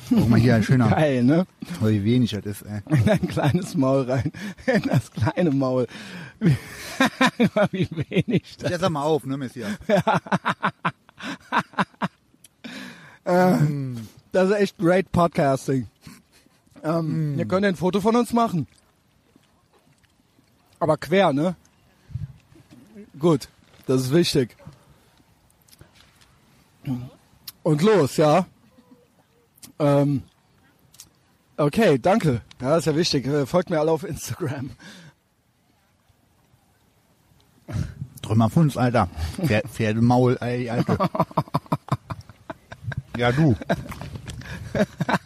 S1: Guck mal hier, ein schöner.
S3: Geil, ne?
S1: Oh, wie wenig das ist, ey.
S3: In ein kleines Maul rein. In das kleine Maul. <laughs> Wie, wie wenig. das-
S1: Jetzt sag mal auf, ne, Messias?
S3: Das ist echt great Podcasting. Ähm, Ihr könnt ein Foto von uns machen. Aber quer, ne? Gut, das ist wichtig. Und los, ja. Ähm, okay, danke. Ja, ist ja wichtig. Äh, Folgt mir alle auf Instagram. <laughs>
S1: Trümmerfunz, Alter. Pfer- Pferdemaul, ey, Alter. Ja, du.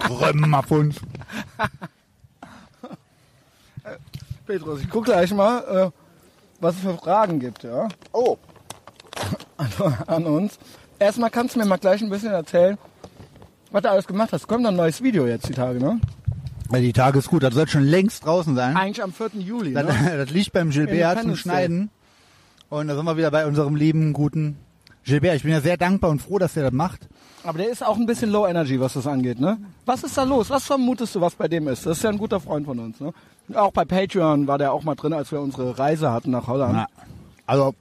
S1: Trümmerfunz.
S3: Petrus, ich guck gleich mal, äh, was es für Fragen gibt, ja?
S1: Oh.
S3: an, an uns. Erstmal kannst du mir mal gleich ein bisschen erzählen, was du alles gemacht hast. Kommt ein neues Video jetzt die Tage, ne?
S1: Die Tage ist gut, das sollte schon längst draußen sein.
S3: Eigentlich am 4. Juli,
S1: Das,
S3: ne?
S1: das <laughs> liegt beim Gilbert zum
S3: Independence
S1: Schneiden. Und da sind wir wieder bei unserem lieben, guten Gilbert. Ich bin ja sehr dankbar und froh, dass er das macht.
S3: Aber der ist auch ein bisschen low energy, was das angeht, ne? Was ist da los? Was vermutest du, was bei dem ist? Das ist ja ein guter Freund von uns, ne? Auch bei Patreon war der auch mal drin, als wir unsere Reise hatten nach Holland.
S1: Ja. Also,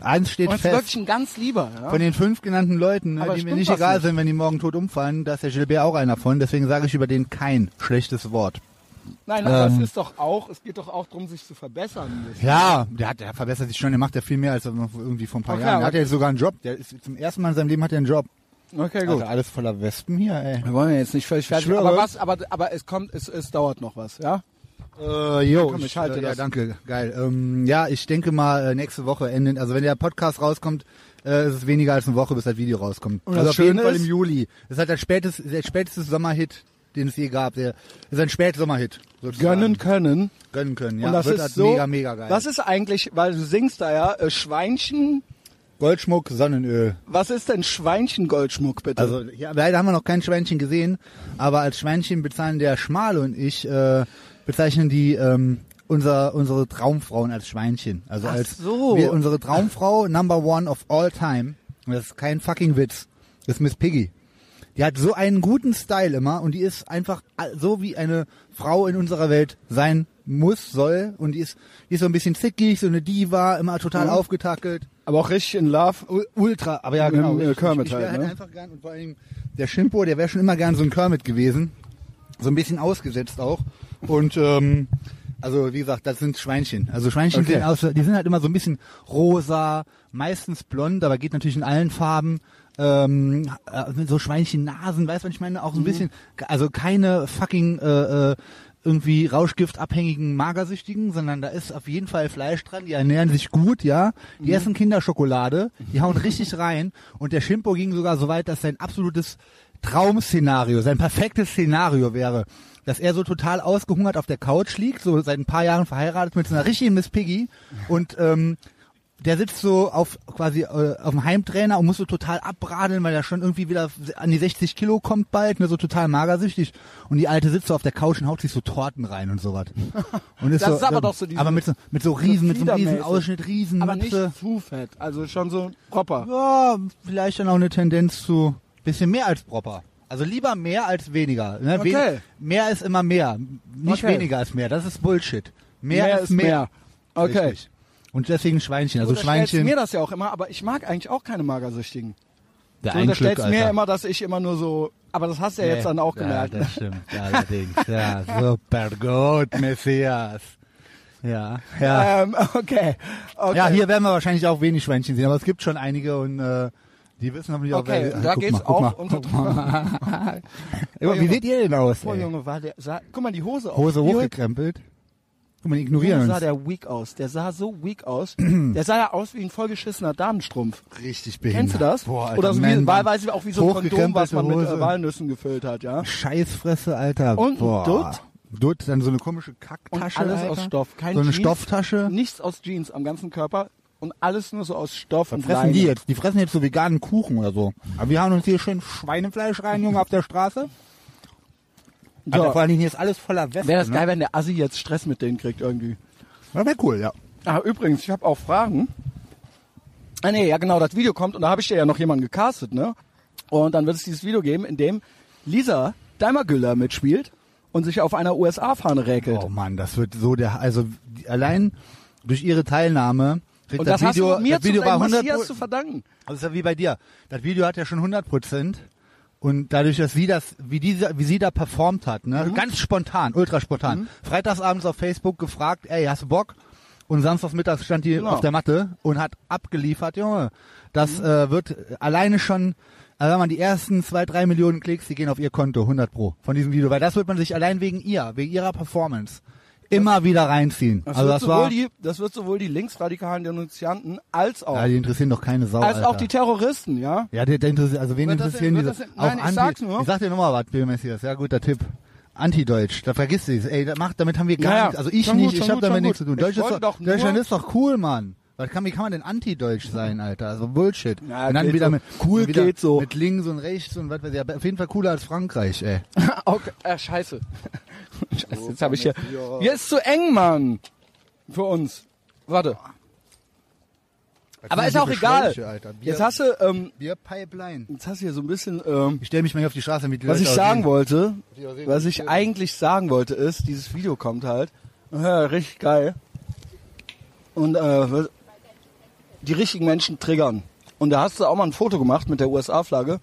S1: eins steht
S3: Und ist wirklich
S1: fest.
S3: ein ganz lieber, ja?
S1: Von den fünf genannten Leuten, ne,
S3: ne? Aber
S1: die mir
S3: stimmt
S1: nicht
S3: was
S1: egal
S3: nicht.
S1: sind, wenn die morgen tot umfallen, da ist der Gilbert auch einer von. Deswegen sage ich über den kein schlechtes Wort.
S3: Nein, aber
S1: Ähm.
S3: es ist doch auch, es geht doch auch darum, sich zu verbessern. ein bisschen.
S1: Ja, der, hat, der verbessert sich schon, der macht ja viel mehr als er noch irgendwie vor ein paar
S3: Ach,
S1: Jahren. Der hat
S3: ja, okay.
S1: ja jetzt sogar einen Job. Der ist zum ersten Mal in seinem Leben hat er einen Job.
S3: Okay,
S1: Also
S3: gut.
S1: alles voller Wespen hier, ey.
S3: Wir wollen ja jetzt nicht völlig fertig,
S1: schwöre.
S3: aber was, aber, aber es kommt, es, es dauert noch was, ja?
S1: Äh, jo,
S3: Komm,
S1: ich,
S3: ich halte
S1: äh, ja,
S3: das.
S1: danke, geil. Ähm, ja, ich denke mal äh, nächste Woche enden. Also wenn der Podcast rauskommt, äh, ist es weniger als eine Woche, bis das Video rauskommt.
S3: Und
S1: also
S3: das
S1: auf jeden
S3: Schöne
S1: Fall
S3: ist-
S1: im Juli. Das ist halt der späteste, der späteste Sommerhit, den es je gab. Der ist ein Spätsommerhit. sozusagen.
S3: Gönnen können.
S1: gönnen können. Ja,
S3: und das
S1: wird
S3: ist
S1: halt
S3: so,
S1: mega, mega geil.
S3: Das ist eigentlich, weil du singst da ja, äh, Schweinchen.
S1: Goldschmuck, Sonnenöl.
S3: Was ist denn Schweinchen-Goldschmuck bitte?
S1: Also ja, leider haben wir noch kein Schweinchen gesehen, aber als Schweinchen bezeichnen der Schmale und ich äh, bezeichnen die ähm, unser, unsere Traumfrauen als Schweinchen. Also
S3: Ach
S1: als
S3: so.
S1: wir, unsere Traumfrau Number One of all time. Und das ist kein fucking Witz. Das ist Miss Piggy. Die hat so einen guten Style immer und die ist einfach all- so wie eine Frau in unserer Welt sein muss, soll und die ist, die ist so ein bisschen zickig, so eine Diva, immer
S3: Mhm.
S1: total aufgetackelt.
S3: aber auch richtig in Love.
S1: U- Ultra, aber ja, genau.
S3: Mit, äh,
S1: Ich- ich-
S3: Kermit
S1: ich wär
S3: halt, ne?
S1: einfach gern, und vor allem der Schimpo, der wäre schon immer gern so ein Kermit gewesen. So ein bisschen ausgesetzt auch. Und, ähm, also wie gesagt, das sind Schweinchen. Also Schweinchen
S3: Okay.
S1: sehen aus, die sind halt immer so ein bisschen rosa, meistens blond, aber geht natürlich in allen Farben. Ähm, äh, so Schweinchen-Nasen, weißt du, was ich meine? Auch so ein bisschen, also keine fucking äh, äh, irgendwie rauschgiftabhängigen Magersüchtigen, sondern da ist auf jeden Fall Fleisch dran, die ernähren sich gut, ja. Die essen Kinderschokolade, die hauen richtig rein und der Schimpo ging sogar so weit, dass sein absolutes Traumszenario, sein perfektes Szenario wäre, dass er so total ausgehungert auf der Couch liegt, so seit ein paar Jahren verheiratet mit so einer richtigen Miss Piggy und ähm, der sitzt so auf quasi äh, auf dem Heimtrainer und muss so total abradeln, weil er schon irgendwie wieder an die 60 Kilo kommt bald, ne, so total magersüchtig. Und die alte sitzt so auf der Couch und haut sich so Torten rein und sowas. Und ähm,
S3: Das ist aber doch so diese-
S1: aber mit so mit so riesen, mit so einem riesen
S3: Fliedermäßig.
S1: Ausschnitt, riesen
S3: Aber nicht
S1: Matze.
S3: zu fett. Also schon so proper.
S1: Ja, vielleicht dann auch eine Tendenz zu bisschen mehr als proper. Also lieber mehr als weniger. Ne?
S3: Okay.
S1: Wen- Mehr ist immer mehr. Nicht
S3: Okay.
S1: weniger ist mehr. Das ist Bullshit. Mehr, ist mehr.
S3: Okay.
S1: Richtig. Und deswegen Schweinchen.
S3: Du
S1: Also
S3: unterstellst
S1: Schweinchen.
S3: mir das ja auch immer, aber ich mag eigentlich auch keine Magersüchtigen.
S1: Der
S3: Du unterstellst mir immer, dass ich immer nur so, aber das hast du ja jetzt dann auch gemerkt.
S1: Ja, das stimmt. Allerdings. Ja, super gut, Messias. Ja, ja.
S3: ähm, okay. okay.
S1: Ja, hier werden wir wahrscheinlich auch wenig Schweinchen sehen, aber es gibt schon einige und äh, die wissen hoffentlich auch,
S3: Okay,
S1: wer-
S3: da
S1: guck
S3: geht's
S1: mal, guck
S3: auch
S1: mal.
S3: unter <laughs> Druck.
S1: Aber wie seht ihr denn aus?
S3: Boah,
S1: ey?
S3: Junge, war der, sah, guck mal, die Hose auf.
S1: Hose
S3: Jürgen,
S1: hochgekrempelt. Guck mal, die
S3: Junge,
S1: ignorieren
S3: sah
S1: uns.
S3: der weak aus. Der sah so weak
S1: <clears throat>
S3: aus. der sah ja aus wie ein vollgeschissener Damenstrumpf.
S1: Richtig
S3: Kennst du das?
S1: Boah, Alter,
S3: Oder so
S1: Man,
S3: wie,
S1: Mann.
S3: wahlweise auch wie so ein Kondom, was
S1: Hochgekrempelte
S3: man mit äh,
S1: Hose.
S3: Walnüssen gefüllt hat, ja?
S1: Scheißfresse, Alter.
S3: Und ein
S1: Boah.
S3: Dutt?
S1: Dutt, dann so eine komische
S3: Und
S1: Kacktasche.
S3: alles
S1: Alter.
S3: aus Stoff. Kein
S1: so eine
S3: Jeans,
S1: Stofftasche.
S3: Nichts aus Jeans am ganzen Körper und alles nur so aus Stoff
S1: Was
S3: und
S1: fressen
S3: Leinen.
S1: die jetzt? Die fressen jetzt so veganen Kuchen oder so. Aber wir haben uns hier schön Schweinefleisch rein, Junge, auf der Straße.
S3: Ja.
S1: Alter, vor allen Dingen hier ist alles voller Wespen.
S3: Wäre das
S1: ne?
S3: geil, wenn der Assi jetzt Stress mit denen kriegt irgendwie.
S1: Das wäre cool, ja.
S3: Ah, übrigens, ich habe auch Fragen. Ah, nee, ja genau, das Video kommt und da habe ich dir ja noch jemanden gecastet, ne? Und dann wird es dieses Video geben, in dem Lisa Daimergüller mitspielt und sich auf einer USA-Fahne räkelt.
S1: Oh Mann, das wird so der, also die, allein durch ihre Teilnahme kriegt
S3: und
S1: das,
S3: das,
S1: Video,
S3: hast du um mir
S1: das Video
S3: zu, deinem
S1: war 100
S3: Messias zu verdanken.
S1: Also ist ja wie bei dir. Das Video hat ja schon 100 Prozent. Und dadurch, dass sie das, wie diese, wie sie da performt hat, ne,
S3: Mhm.
S1: ganz spontan, ultra spontan. Freitagsabends auf Facebook gefragt, ey, hast du Bock? Und samstagsmittags stand die
S3: Genau. Mhm.
S1: auf der Matte und hat abgeliefert, Junge. Das äh, wird alleine schon, also wenn man die ersten zwei, drei Millionen Klicks, die gehen auf ihr Konto, 100 pro von diesem Video, weil das wird man sich allein wegen ihr, wegen ihrer Performance immer wieder reinziehen.
S3: Das,
S1: also
S3: wird
S1: das
S3: sowohl
S1: war,
S3: die, das wird sowohl die linksradikalen Denunzianten als auch,
S1: ja, die interessieren doch keine Sau.
S3: als
S1: Alter.
S3: auch die Terroristen, ja?
S1: Ja, der, der interessiert, also wen
S3: Wird das
S1: interessieren
S3: denn-
S1: diese?
S3: wird das denn- nein, ich sag's nur.
S1: Ich sag dir nochmal was, Bill Messias. Ja, guter Tipp. Antideutsch, da vergisst du es. Ey, das macht, damit haben wir gar
S3: Naja,
S1: nichts. Also ich
S3: schon
S1: nicht,
S3: gut,
S1: ich
S3: schon
S1: hab
S3: gut,
S1: damit
S3: schon
S1: nichts zu tun.
S3: gut. Ich
S1: Deutschland,
S3: wollte
S1: ist doch,
S3: doch nur-
S1: Deutschland ist doch cool, Mann. Was kann, wie kann man denn antideutsch sein, Alter? Also Bullshit.
S3: Ja,
S1: und dann
S3: geht
S1: wieder
S3: so.
S1: mit
S3: Cool
S1: wieder
S3: geht so.
S1: mit links und rechts und was weiß ich. Aber Auf jeden Fall cooler als Frankreich, ey.
S3: okay. Äh, scheiße. scheiße. Jetzt habe ich hier. Hier ist zu eng, Mann. Für uns. Warte. Aber
S1: sind
S3: ist
S1: hier
S3: auch
S1: für
S3: egal.
S1: Schläuche, Alter? Bier-
S3: Jetzt hast du, ähm,
S1: Bier Pipeline.
S3: jetzt hast du hier so ein bisschen, ähm,
S1: Ich stell mich mal hier auf die Straße mit die
S3: was
S1: Leute
S3: ich sagen
S1: aussehen.
S3: wollte,
S1: Die aussehen
S3: was
S1: wie
S3: ich
S1: Schläuche.
S3: eigentlich sagen wollte, ist, dieses Video kommt halt, äh, richtig geil. Und äh, wird die richtigen Menschen triggern. Und da hast du auch mal ein Foto gemacht mit der USA-Flagge.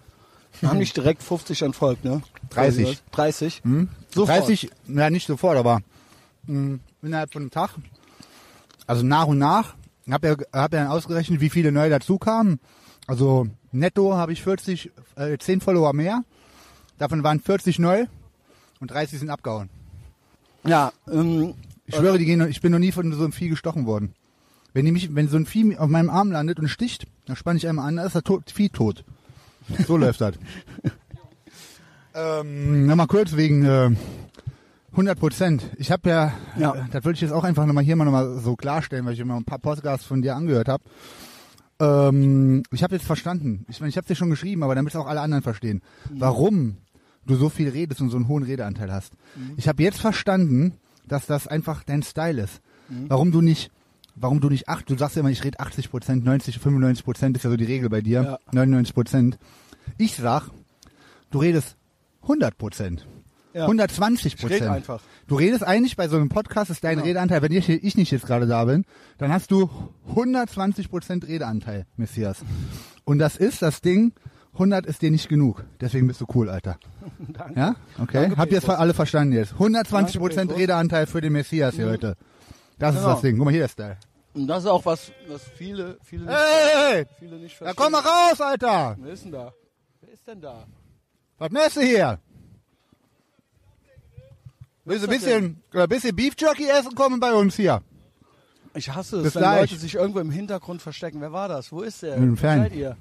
S3: Da haben dich direkt 50 entfolgt, ne?
S1: 30.
S3: 30.
S1: Hm?
S3: Sofort.
S1: 30, na nicht sofort, aber mh, innerhalb von einem Tag, also nach und nach, habe ja, hab ja dann ausgerechnet, wie viele neue dazu kamen. Also netto habe ich 40, äh, 10 Follower mehr. Davon waren 40 neu und 30 sind abgehauen.
S3: Ja, ähm,
S1: Ich schwöre, die gehen, noch- ich bin noch nie von so einem Vieh gestochen worden. Wenn, die mich, wenn so ein Vieh auf meinem Arm landet und sticht, dann spanne ich einmal an, dann ist das tot, Vieh tot. So läuft das. Ähm, nochmal kurz wegen äh, 100 Prozent. Ich habe ja,
S3: Ja.
S1: Äh, das würde ich jetzt auch einfach nochmal hier mal, noch mal so klarstellen, weil ich immer ein paar Podcasts von dir angehört habe. Ähm, ich habe jetzt verstanden. Ich meine, ich habe dir schon geschrieben, aber damit es auch alle anderen verstehen. Warum du so viel redest und so einen hohen Redeanteil hast.
S3: Mhm.
S1: Ich habe jetzt verstanden, dass das einfach dein Style ist.
S3: Mhm.
S1: Warum du nicht, warum du nicht acht, du sagst ja immer, ich rede 80 Prozent, 90, 95 Prozent ist ja so die Regel bei dir,
S3: Ja.
S1: 99 Prozent. Ich sag, du redest 100 Prozent.
S3: Ja.
S1: 120 Prozent.
S3: red einfach.
S1: Du redest eigentlich bei so einem Podcast, ist dein
S3: Genau.
S1: Redeanteil, wenn ich, ich nicht jetzt gerade da bin, dann hast du 120 Prozent Redeanteil, Messias. Und das ist das Ding, 100 ist dir nicht genug. Deswegen bist du cool, Alter.
S3: <laughs>
S1: Ja? Okay. Habt ihr es alle verstanden jetzt? 120 Prozent
S3: Petrus. Mhm.
S1: Redeanteil für den Messias hier heute. Das ist
S3: Genau.
S1: das Ding. Guck mal, hier ist der.
S3: und das ist auch was, was viele, viele nicht,
S1: Hey!
S3: viele nicht
S1: Da
S3: verstehen.
S1: komm mal raus, Alter!
S3: Wer ist denn da? Wer ist denn da?
S1: Was machst du hier? Willst du ein
S3: Was ist
S1: bisschen, äh, bisschen Beef Jerky essen kommen bei uns hier?
S3: Ich hasse es,
S1: Bis
S3: wenn
S1: gleich.
S3: Leute sich irgendwo im Hintergrund verstecken. Wer war das? Wo ist der?
S1: Mit dem
S3: Wo
S1: Fan.
S3: seid ihr?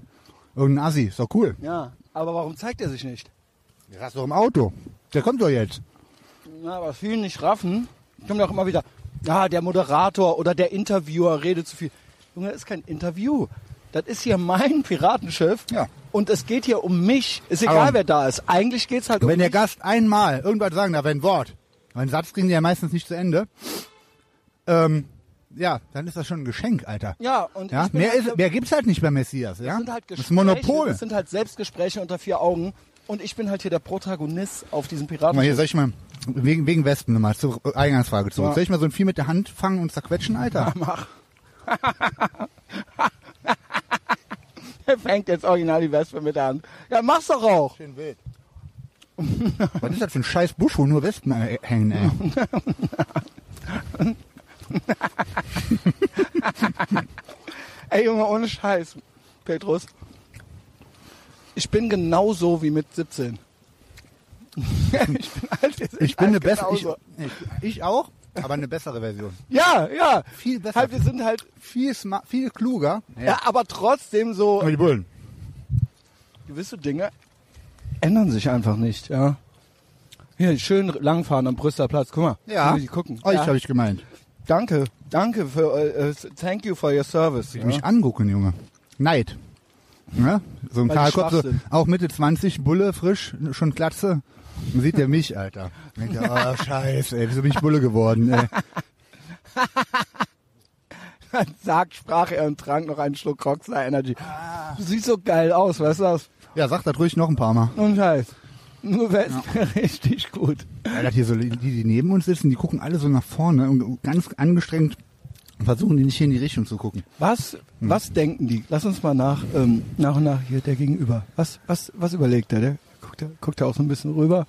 S1: Irgendein Assi, ist doch cool.
S3: Ja, aber warum zeigt er sich nicht?
S1: Der saß doch im Auto. Der kommt doch jetzt.
S3: Na, was vielen nicht raffen, kommt auch immer wieder, ah, der Moderator oder der Interviewer redet zu viel. Junge, das ist kein Interview. Das ist hier mein <laughs> Piratenschiff
S1: Ja.
S3: und es geht hier um mich. Ist egal,
S1: Aber-
S3: wer da ist. Eigentlich geht's halt um
S1: Wenn der
S3: mich.
S1: Gast einmal irgendwas sagen darf, ein Wort, einen Satz kriegen die ja meistens nicht zu Ende, ähm, ja, dann ist das schon ein Geschenk, Alter.
S3: Ja, und
S1: Ja,
S3: ich bin
S1: mehr,
S3: halt
S1: ist, mehr gibt's halt nicht bei Messias, ja?
S3: Das sind halt
S1: das
S3: Gespräche,
S1: Monopol.
S3: das sind halt Selbstgespräche unter vier Augen. Und ich bin halt hier der Protagonist auf diesem
S1: Guck mal
S3: Piraten.
S1: hier, soll ich mal, wegen, wegen Wespen nochmal, zur Eingangsfrage zurück. Soll ich mal so ein Vieh mit der Hand fangen und zerquetschen, Alter?
S3: <laughs> Der fängt jetzt original die Wespe mit der Hand. Ja, mach's doch auch.
S1: Was ist das für ein scheiß Busch, wo nur Wespen äh, hängen, ey?
S3: Ey Junge, ohne Scheiß, Petrus. Ich bin genauso wie mit 17. <laughs> ich bin halt, alt.
S1: Ich bin eine
S3: alt
S1: bessere, ich,
S3: genauso.
S1: ich, ich auch, aber eine bessere Version.
S3: Ja, ja.
S1: Viel besser.
S3: Halt, wir sind halt.
S1: Viel, sma- viel kluger.
S3: Ja. aber trotzdem so
S1: die Bullen.
S3: gewisse Dinge ändern sich einfach nicht, ja. Hier, schön langfahren am Brüsseler Platz. Guck mal.
S1: Ja,
S3: Können wir die gucken.
S1: euch
S3: ja.
S1: habe ich gemeint.
S3: Danke, danke für, äh, thank you for your service.
S1: Die
S3: Ja. <laughs>
S1: mich angucken, Junge. Neid. Ne? So ein
S3: Weil die
S1: Karl
S3: schwach
S1: Kopf, so,
S3: sind.
S1: auch Mitte 20, Bulle, frisch, schon Glatze. Dann sieht der mich, Alter. Denkt er,
S3: <laughs>
S1: oh, scheiße, ey, wieso bin ich Bulle geworden, ey?
S3: Sagt, sprach er und trank noch einen Schluck Rockstar Energy.
S1: Ah.
S3: Sieht so geil aus, weißt du das?
S1: Ja, sag das ruhig noch ein paar Mal.
S3: Nun Scheiß. Nur Wespe, <laughs> richtig gut.
S1: Alter, hier so, die, die neben uns sitzen, die gucken alle so nach vorne und ganz angestrengt versuchen die nicht hier in die Richtung zu gucken.
S3: Was, was denken die? Lass uns mal nach, ähm, nach und nach hier der Gegenüber. Was, was, was überlegt er? Der guckt, er- guckt er auch so ein bisschen rüber.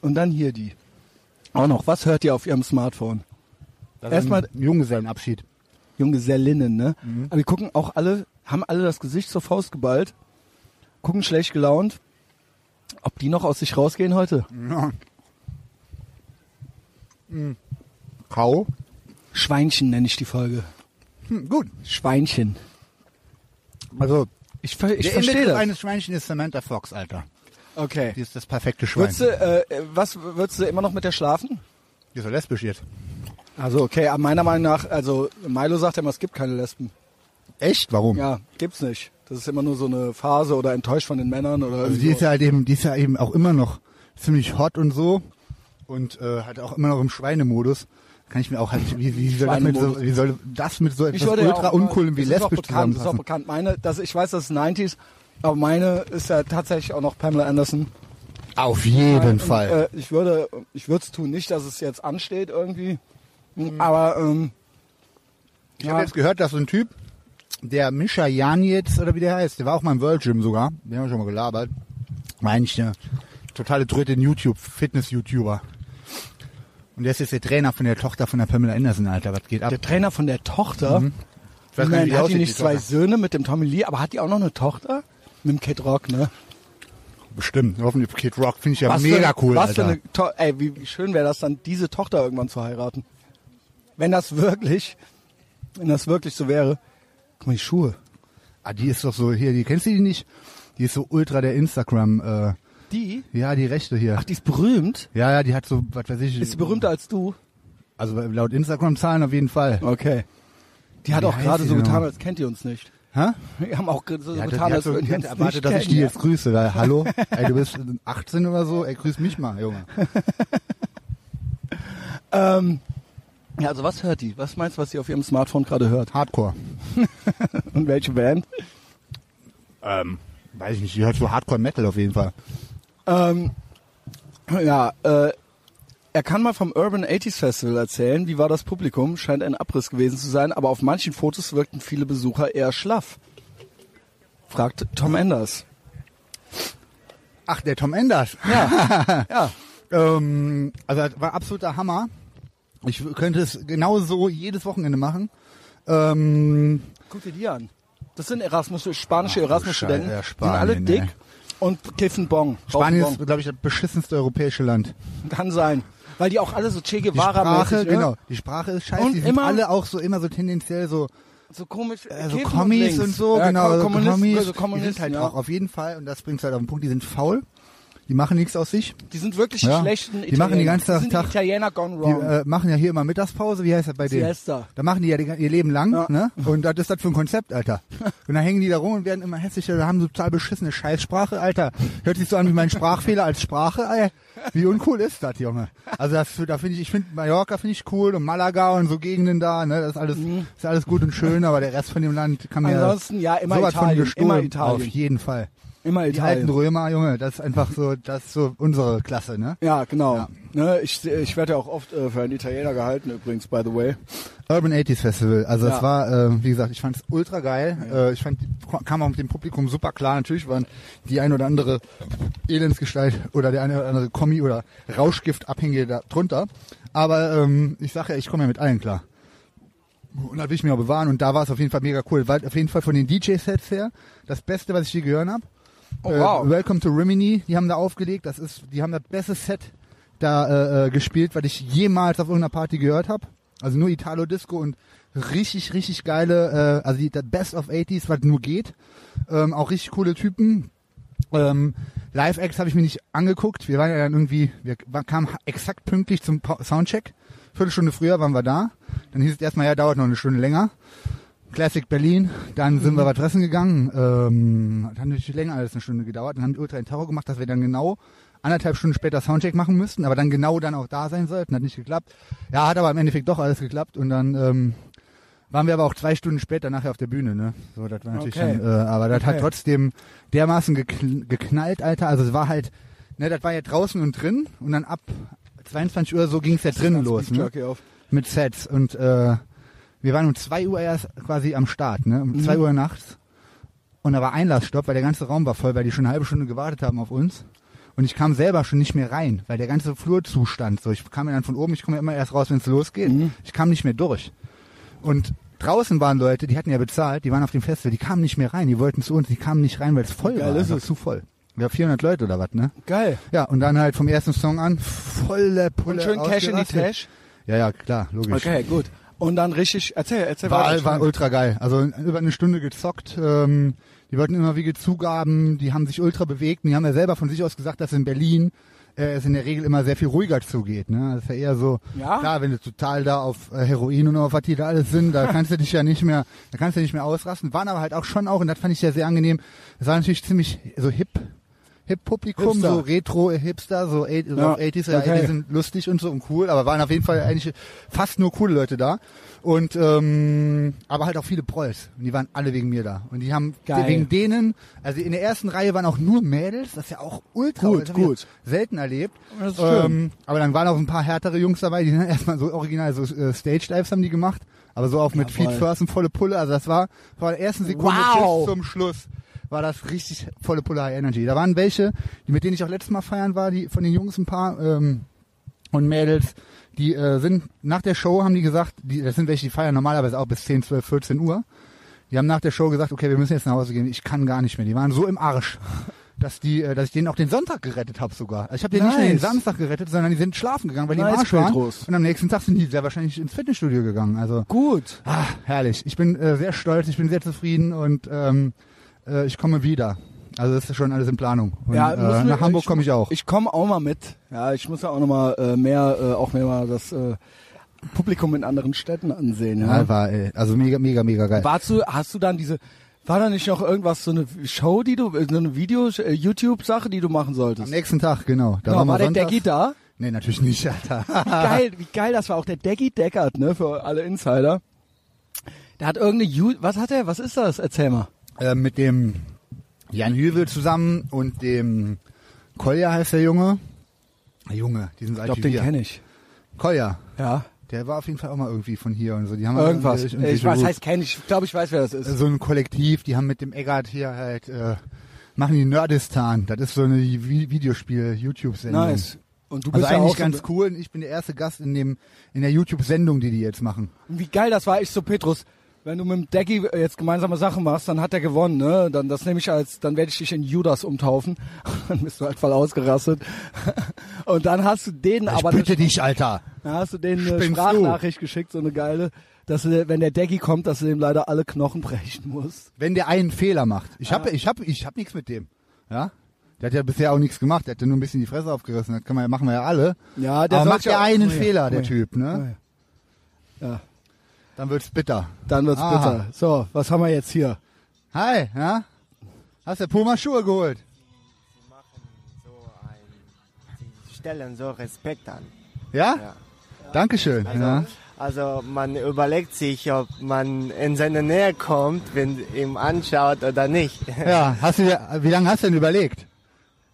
S3: Und dann hier die. Auch noch, was hört ihr auf ihrem Smartphone? Erstmal
S1: Junggesellenabschied.
S3: Junggesellinnen, ne? Aber die gucken auch alle, haben alle das Gesicht zur Faust geballt, gucken schlecht gelaunt. Ob die noch aus sich rausgehen heute?
S1: Ja. Hm. Kau.
S3: Schweinchen nenne ich die Folge.
S1: Hm, gut.
S3: Schweinchen.
S1: Also,
S3: Ich, ver- ich
S1: der
S3: verstehe
S1: Index
S3: das.
S1: eines Schweinchen ist Samantha Fox, Alter.
S3: Okay.
S1: Die ist das perfekte Schwein.
S3: Würdest du, äh, was, würdest du immer noch mit der schlafen?
S1: Die ist ja lesbisch jetzt.
S3: Also okay, aber meiner Meinung nach, also Milo sagt ja immer, es gibt keine Lesben.
S1: Echt? Warum?
S3: Ja, gibt's nicht. Das ist immer nur so eine Phase oder enttäuscht von den Männern oder
S1: Also
S3: irgendwie
S1: die ist
S3: so.
S1: ja halt eben, die ist ja eben auch immer noch ziemlich hot und so und äh, halt auch immer noch im Schweinemodus. Kann ich mir auch halt, wie, wie, soll, das mit so,
S3: Schweinemodus.
S1: wie soll das mit so etwas
S3: Ich würde ja
S1: ultra
S3: auch-
S1: uncoolem wie
S3: das ist auch
S1: lesbisch
S3: bekannt, Das ist auch
S1: zusammenpassen?
S3: bekannt. Meine, das, ich weiß, das ist 90s, aber meine ist ja tatsächlich auch noch Pamela Anderson.
S1: Auf jeden
S3: Und,
S1: Fall.
S3: Äh, ich würde, ich würde es tun, nicht, dass es jetzt ansteht irgendwie, aber ähm,
S1: Ich habe jetzt gehört, dass so ein Typ, der Mischa Janitz oder wie der heißt, der war auch mal im World Gym sogar, den haben wir schon mal gelabert, war eigentlich eine totale Dritte in YouTube, Fitness-YouTuber. Und der ist jetzt der Trainer von der Tochter von der Pamela Anderson, Alter, was geht ab?
S3: der Trainer von der Tochter,
S1: Mhm. Ich weiß gar
S3: Nein,
S1: wie die
S3: hat die
S1: aussieht,
S3: nicht
S1: die
S3: zwei
S1: Tochter.
S3: Söhne mit dem Tommy Lee, aber hat die auch noch eine Tochter? Mit dem Kid Rock, ne?
S1: Bestimmt, hoffentlich Kid Rock, finde ich ja
S3: Was
S1: mega
S3: für,
S1: cool,
S3: was
S1: Alter.
S3: Für eine, to- ey, wie, wie schön wäre das dann, diese Tochter irgendwann zu heiraten. Wenn das wirklich, wenn das wirklich so wäre. Guck mal, die Schuhe.
S1: ah, die ist doch so, hier, die kennst du die nicht? Die ist so ultra der Instagram, äh,
S3: Die?
S1: ja, die Rechte hier.
S3: Ach, die ist berühmt.
S1: ja, ja, die hat so, was weiß ich.
S3: Ist sie berühmter als du?
S1: Also laut Instagram-Zahlen auf jeden Fall.
S3: Okay. Die hat
S1: Wie
S3: auch
S1: heißt
S3: gerade
S1: die
S3: so
S1: denn
S3: getan,
S1: noch?
S3: als kennt ihr uns nicht.
S1: Hä?
S3: Wir haben auch so
S1: Ja,
S3: getan,
S1: die
S3: als
S1: hat so-
S3: Also würden
S1: die
S3: wir
S1: hat
S3: uns
S1: erwartet,
S3: nicht
S1: dass ich die
S3: kennen.
S1: jetzt grüße. Weil, hallo, ey, du bist 18 oder so, ey, grüß mich mal, Junge.
S3: Ja, also was hört die? Was meinst du, was sie auf ihrem Smartphone gerade hört?
S1: Hardcore.
S3: Und welche Band?
S1: Ähm, weiß ich nicht, die hört so Hardcore Metal auf jeden Fall.
S3: Ähm, ja, äh, er kann mal vom Urban 80s Festival erzählen. Wie war das Publikum? Scheint ein Abriss gewesen zu sein, aber auf manchen Fotos wirkten viele Besucher eher schlaff. Fragt Tom Enders.
S1: Ach, der Tom Enders. <laughs>
S3: Ja,
S1: Ähm, also das war absoluter Hammer. Ich könnte es genau so jedes Wochenende machen. Ähm,
S3: guck dir die an. Das sind Erasmus, spanische
S1: Ach, du
S3: Erasmus-Studenten.
S1: Scheiße, ja,
S3: Die sind alle
S1: Spanien,
S3: dick
S1: ey.
S3: und kiffen Bong. Rauchen
S1: Spanien ist, glaube ich, das beschissenste europäische Land.
S3: Bong. Kann sein. Weil die auch alle so Che
S1: Die
S3: Guevara
S1: Sprache,
S3: mäßig, ne?
S1: genau. Die Sprache ist scheiße.
S3: Und
S1: die sind
S3: immer-
S1: alle auch so immer so tendenziell so
S3: So komisch.
S1: äh, so
S3: kiffen
S1: Kommis
S3: links.
S1: und so,
S3: Ja,
S1: genau, so
S3: Kommunisten,
S1: Kommis.
S3: also Kommunisten,
S1: die sind halt
S3: ja.
S1: auch auf jeden Fall, und das bringt's halt auf den Punkt, die sind faul, die machen nichts aus sich.
S3: Die sind wirklich
S1: Ja.
S3: die schlechten
S1: Die machen die ganzen
S3: Italiener. sind
S1: Tag-
S3: die Italiener gone
S1: Die
S3: wrong.
S1: äh, machen ja hier immer Mittagspause, wie heißt das bei denen?
S3: Siesta.
S1: Da machen die ja die, ihr Leben lang,
S3: Ja.
S1: ne? Und das ist das für ein Konzept, Alter. Und dann hängen die da rum und werden immer hässlicher, da haben so total beschissene Scheißsprache, Alter. Hört sich so an wie mein Sprachfehler als Sprache, ey. Wie uncool ist das, Junge? Also das, da finde ich, ich finde Mallorca finde ich cool und Malaga und so Gegenden da, ne? Das ist alles, ist alles gut und schön, aber der Rest von dem Land kann mir
S3: Mhm. Ansonsten, ja, immer
S1: sowas von
S3: Italien,
S1: gestohlen.
S3: immer Italien.
S1: Auf jeden Fall.
S3: Immer
S1: Die alten
S3: Italien.
S1: Römer, Junge, das ist einfach so, das ist so unsere Klasse, ne?
S3: Ja, genau. Ne, ich ich werde ja auch oft äh, für einen Italiener gehalten, übrigens, by the way.
S1: Urban 80s Festival. Also
S3: Ja.
S1: es war, äh, wie gesagt, ich fand es ultra geil. Äh, ich fand, kam auch mit dem Publikum super klar. Natürlich waren die ein oder andere Elendsgestalt oder der eine oder andere Kommi oder Rauschgiftabhängige da drunter. Aber ähm, ich sage ja, ich komme ja mit allen klar. Und das will ich mir auch bewahren. Und da war es auf jeden Fall mega cool. War auf jeden Fall von den DJ-Sets her das Beste, was ich je gehört habe.
S3: Oh, wow.
S1: Äh, Welcome to Rimini, die haben da aufgelegt. Das ist, die haben das beste Set da äh, äh, gespielt, was ich jemals auf irgendeiner Party gehört habe. Also nur Italo Disco und richtig, richtig geile, äh, also die, das Best of 80s, was nur geht. Ähm, auch richtig coole Typen. Ähm, Live-Acts habe ich mir nicht angeguckt. Wir waren ja dann irgendwie, wir wa- kamen exakt pünktlich zum Pa- Soundcheck. Viertelstunde früher waren wir da. Dann hieß es erstmal, ja, dauert noch eine Stunde länger. Classic Berlin, dann sind wir was fressen gegangen. Ähm, hat natürlich länger als eine Stunde gedauert. Dann haben die Ultra in Terror gemacht, dass wir dann genau anderthalb Stunden später Soundcheck machen müssten, aber dann genau dann auch da sein sollten. Hat nicht geklappt. Ja, hat aber im Endeffekt doch alles geklappt und dann ähm, waren wir aber auch zwei Stunden später nachher auf der Bühne. Ne? So, das war natürlich
S3: Okay.
S1: schon, äh, aber das hat
S3: Okay.
S1: trotzdem dermaßen gekn geknallt, Alter. Also es war halt, ne, das war ja draußen und drin und dann ab 22 Uhr so ging es ja drinnen los. Ne?
S3: Jockey auf.
S1: mit Sets und äh, wir waren um 2 Uhr erst quasi am Start, ne?
S3: Mhm.
S1: Um 2 Uhr nachts. Und da war Einlassstopp, weil der ganze Raum war voll, weil die schon eine halbe Stunde gewartet haben auf uns. Und ich kam selber schon nicht mehr rein, weil der ganze Flur zustand. So, ich kam ja dann von oben, ich komme ja immer erst raus, wenn es losgeht.
S3: Mhm.
S1: Ich kam nicht mehr durch. Und draußen waren Leute, die hatten ja bezahlt, die waren auf dem Festival, die kamen nicht mehr rein, die wollten zu uns, die kamen nicht rein, weil es voll
S3: geil
S1: war,
S3: ist
S1: einfach
S3: es?
S1: zu voll. Wir haben 400 Leute oder was, ne?
S3: Geil.
S1: Ja, und dann halt vom ersten Song an, volle Pulle.
S3: Und schön Cash in die
S1: ausgerastet.
S3: Tash.
S1: Ja, ja, klar, logisch.
S3: Okay, gut. Und dann richtig, erzähl, erzähl
S1: War,
S3: weiter.
S1: war ultra geil. Also über eine Stunde gezockt. Ähm, die wollten immer wie Zugaben, die haben sich ultra bewegt. Und die haben ja selber von sich aus gesagt, dass in Berlin äh, es in der Regel immer sehr viel ruhiger zugeht. Ne? Das ist ja eher so,
S3: Ja?
S1: klar, wenn du total da auf äh, Heroin und auf was die da alles sind,
S3: <laughs>
S1: da kannst du dich ja nicht mehr, da kannst du nicht mehr ausrasten. Waren aber halt auch schon auch, und das fand ich ja sehr angenehm, es war natürlich ziemlich so hip. Hip-Publikum,
S3: Hipster.
S1: so Retro-Hipster, so, eight- so
S3: Ja,
S1: 80s, ja,
S3: okay.
S1: 80s sind lustig und so und cool, aber waren auf jeden Fall eigentlich fast nur coole Leute da. Und ähm, aber halt auch viele Prolls. Und die waren alle wegen mir da. Und die haben
S3: Geil.
S1: wegen denen, also in der ersten Reihe waren auch nur Mädels, das ist ja auch ultra
S3: Gut,
S1: das hab ich
S3: gut.
S1: selten erlebt. Ähm,
S3: Das ist schön.
S1: aber dann waren auch ein paar härtere Jungs dabei, die dann <laughs> erstmal so original so äh, Stage Dives haben die gemacht, aber so auch mit
S3: Jawohl.
S1: Feet First und volle Pulle, also das war von der ersten Sekunde
S3: Wow.
S1: bis zum Schluss war das richtig volle Pulle High Energy. Da waren welche, die mit denen ich auch letztes Mal feiern war, die von den Jungs ein paar ähm, und Mädels, die äh, sind nach der Show haben die gesagt, die, das sind welche, die feiern normalerweise auch bis 10, 12, 14 Uhr. Die haben nach der Show gesagt, okay, wir müssen jetzt nach Hause gehen. Ich kann gar nicht mehr. Die waren so im
S3: <laughs>
S1: Arsch, dass die, äh, dass ich denen auch den Sonntag gerettet habe sogar. Also ich habe denen nicht nur den
S3: Nice.
S1: Samstag gerettet, sondern die sind schlafen gegangen, weil die im
S3: Nice,
S1: Arsch waren.
S3: Petros.
S1: Und am nächsten Tag sind die sehr wahrscheinlich ins Fitnessstudio gegangen. Also
S3: gut.
S1: ah, herrlich. Ich bin äh, sehr stolz, ich bin sehr zufrieden und ähm, äh, ich komme wieder. Also das ist schon alles in Planung. Und,
S3: Ja, müssen
S1: äh,
S3: wir-
S1: nach Hamburg
S3: ich-
S1: komme ich auch.
S3: Ich komme auch mal mit. Ja, ich muss ja auch noch mal äh, mehr, äh, auch mehr mal das äh, Publikum in anderen Städten ansehen. Ja.
S1: ja, war, ey, also mega, mega, mega geil.
S3: Warst du, hast du dann diese, war da nicht noch irgendwas, so eine Show, die du, äh, so eine Video, äh, YouTube-Sache, die du machen
S1: Am
S3: solltest?
S1: nächsten Tag, genau. Da
S3: Genau,
S1: waren wir Ah.
S3: war der
S1: sonntags.
S3: Deggy da?
S1: Nee, natürlich nicht, <laughs> Alter.
S3: Wie geil, wie geil das war. Auch der Deggy Deckard, ne, für alle Insider. Der hat irgendeine, Ju was hat er, was ist das? Erzähl mal.
S1: äh, mit dem Jan Hüvel zusammen und dem Kolja heißt der Junge. Ah, Junge, die sind so
S3: Ich
S1: alt
S3: glaube,
S1: wie
S3: den
S1: wir.
S3: kenne ich.
S1: Kolja,
S3: Ja.
S1: der war auf jeden Fall auch mal irgendwie von hier und so. Die haben
S3: Irgendwas.
S1: irgendwie-
S3: Ich weiß,
S1: so-
S3: heißt kenne ich. Ich glaube, ich weiß, wer das ist.
S1: so ein Kollektiv, die haben mit dem Eggert hier halt äh, machen die Nerdistan. Das ist so eine Vi- Videospiel-YouTube-Sendung.
S3: Nice. Und du bist
S1: Also
S3: ja
S1: eigentlich
S3: auch
S1: ganz
S3: so,
S1: cool. und Ich bin der erste Gast in dem in der YouTube-Sendung, die die jetzt machen.
S3: Und Wie geil das war. Ich so, Petrus, wenn du mit dem Deggy jetzt gemeinsame Sachen machst, dann hat er gewonnen, ne? Dann das nehme ich als, dann werde ich dich in Judas umtaufen. <laughs> dann bist du halt voll ausgerastet. <laughs> Und dann hast du denen
S1: Ich
S3: aber
S1: bitte dich, Alter.
S3: Dann hast du denen eine
S1: Spinnst du?
S3: Sprachnachricht geschickt, so eine geile, dass du, wenn der Deggy kommt, dass du dem leider alle Knochen brechen musst.
S1: wenn der einen Fehler macht. Ich
S3: Ah.
S1: habe ich hab, ich hab nichts mit dem. Ja? Der hat ja bisher auch nichts gemacht. Der hat ja nur ein bisschen die Fresse aufgerissen. Das kann man, ja- machen wir ja alle.
S3: Ja, der
S1: Aber
S3: soll
S1: macht
S3: ja
S1: ja
S3: auch-
S1: einen
S3: Oh ja,
S1: Fehler,
S3: oh
S1: der
S3: ja, Oh
S1: Typ, ne?
S3: Ja.
S1: Dann wird's bitter.
S3: Dann wird's
S1: Aha.
S3: bitter. So, was haben wir jetzt hier?
S1: Hi, ja? Hast du Puma Schuhe geholt?
S4: Sie machen so ein, sie stellen so Respekt an.
S1: Ja?
S4: Ja.
S1: Dankeschön.
S4: Also,
S1: ja.
S4: Also man überlegt sich, ob man in seine Nähe kommt, wenn ihm anschaut oder nicht. <laughs>
S1: Ja, hast du, dir- wie lange hast du denn überlegt?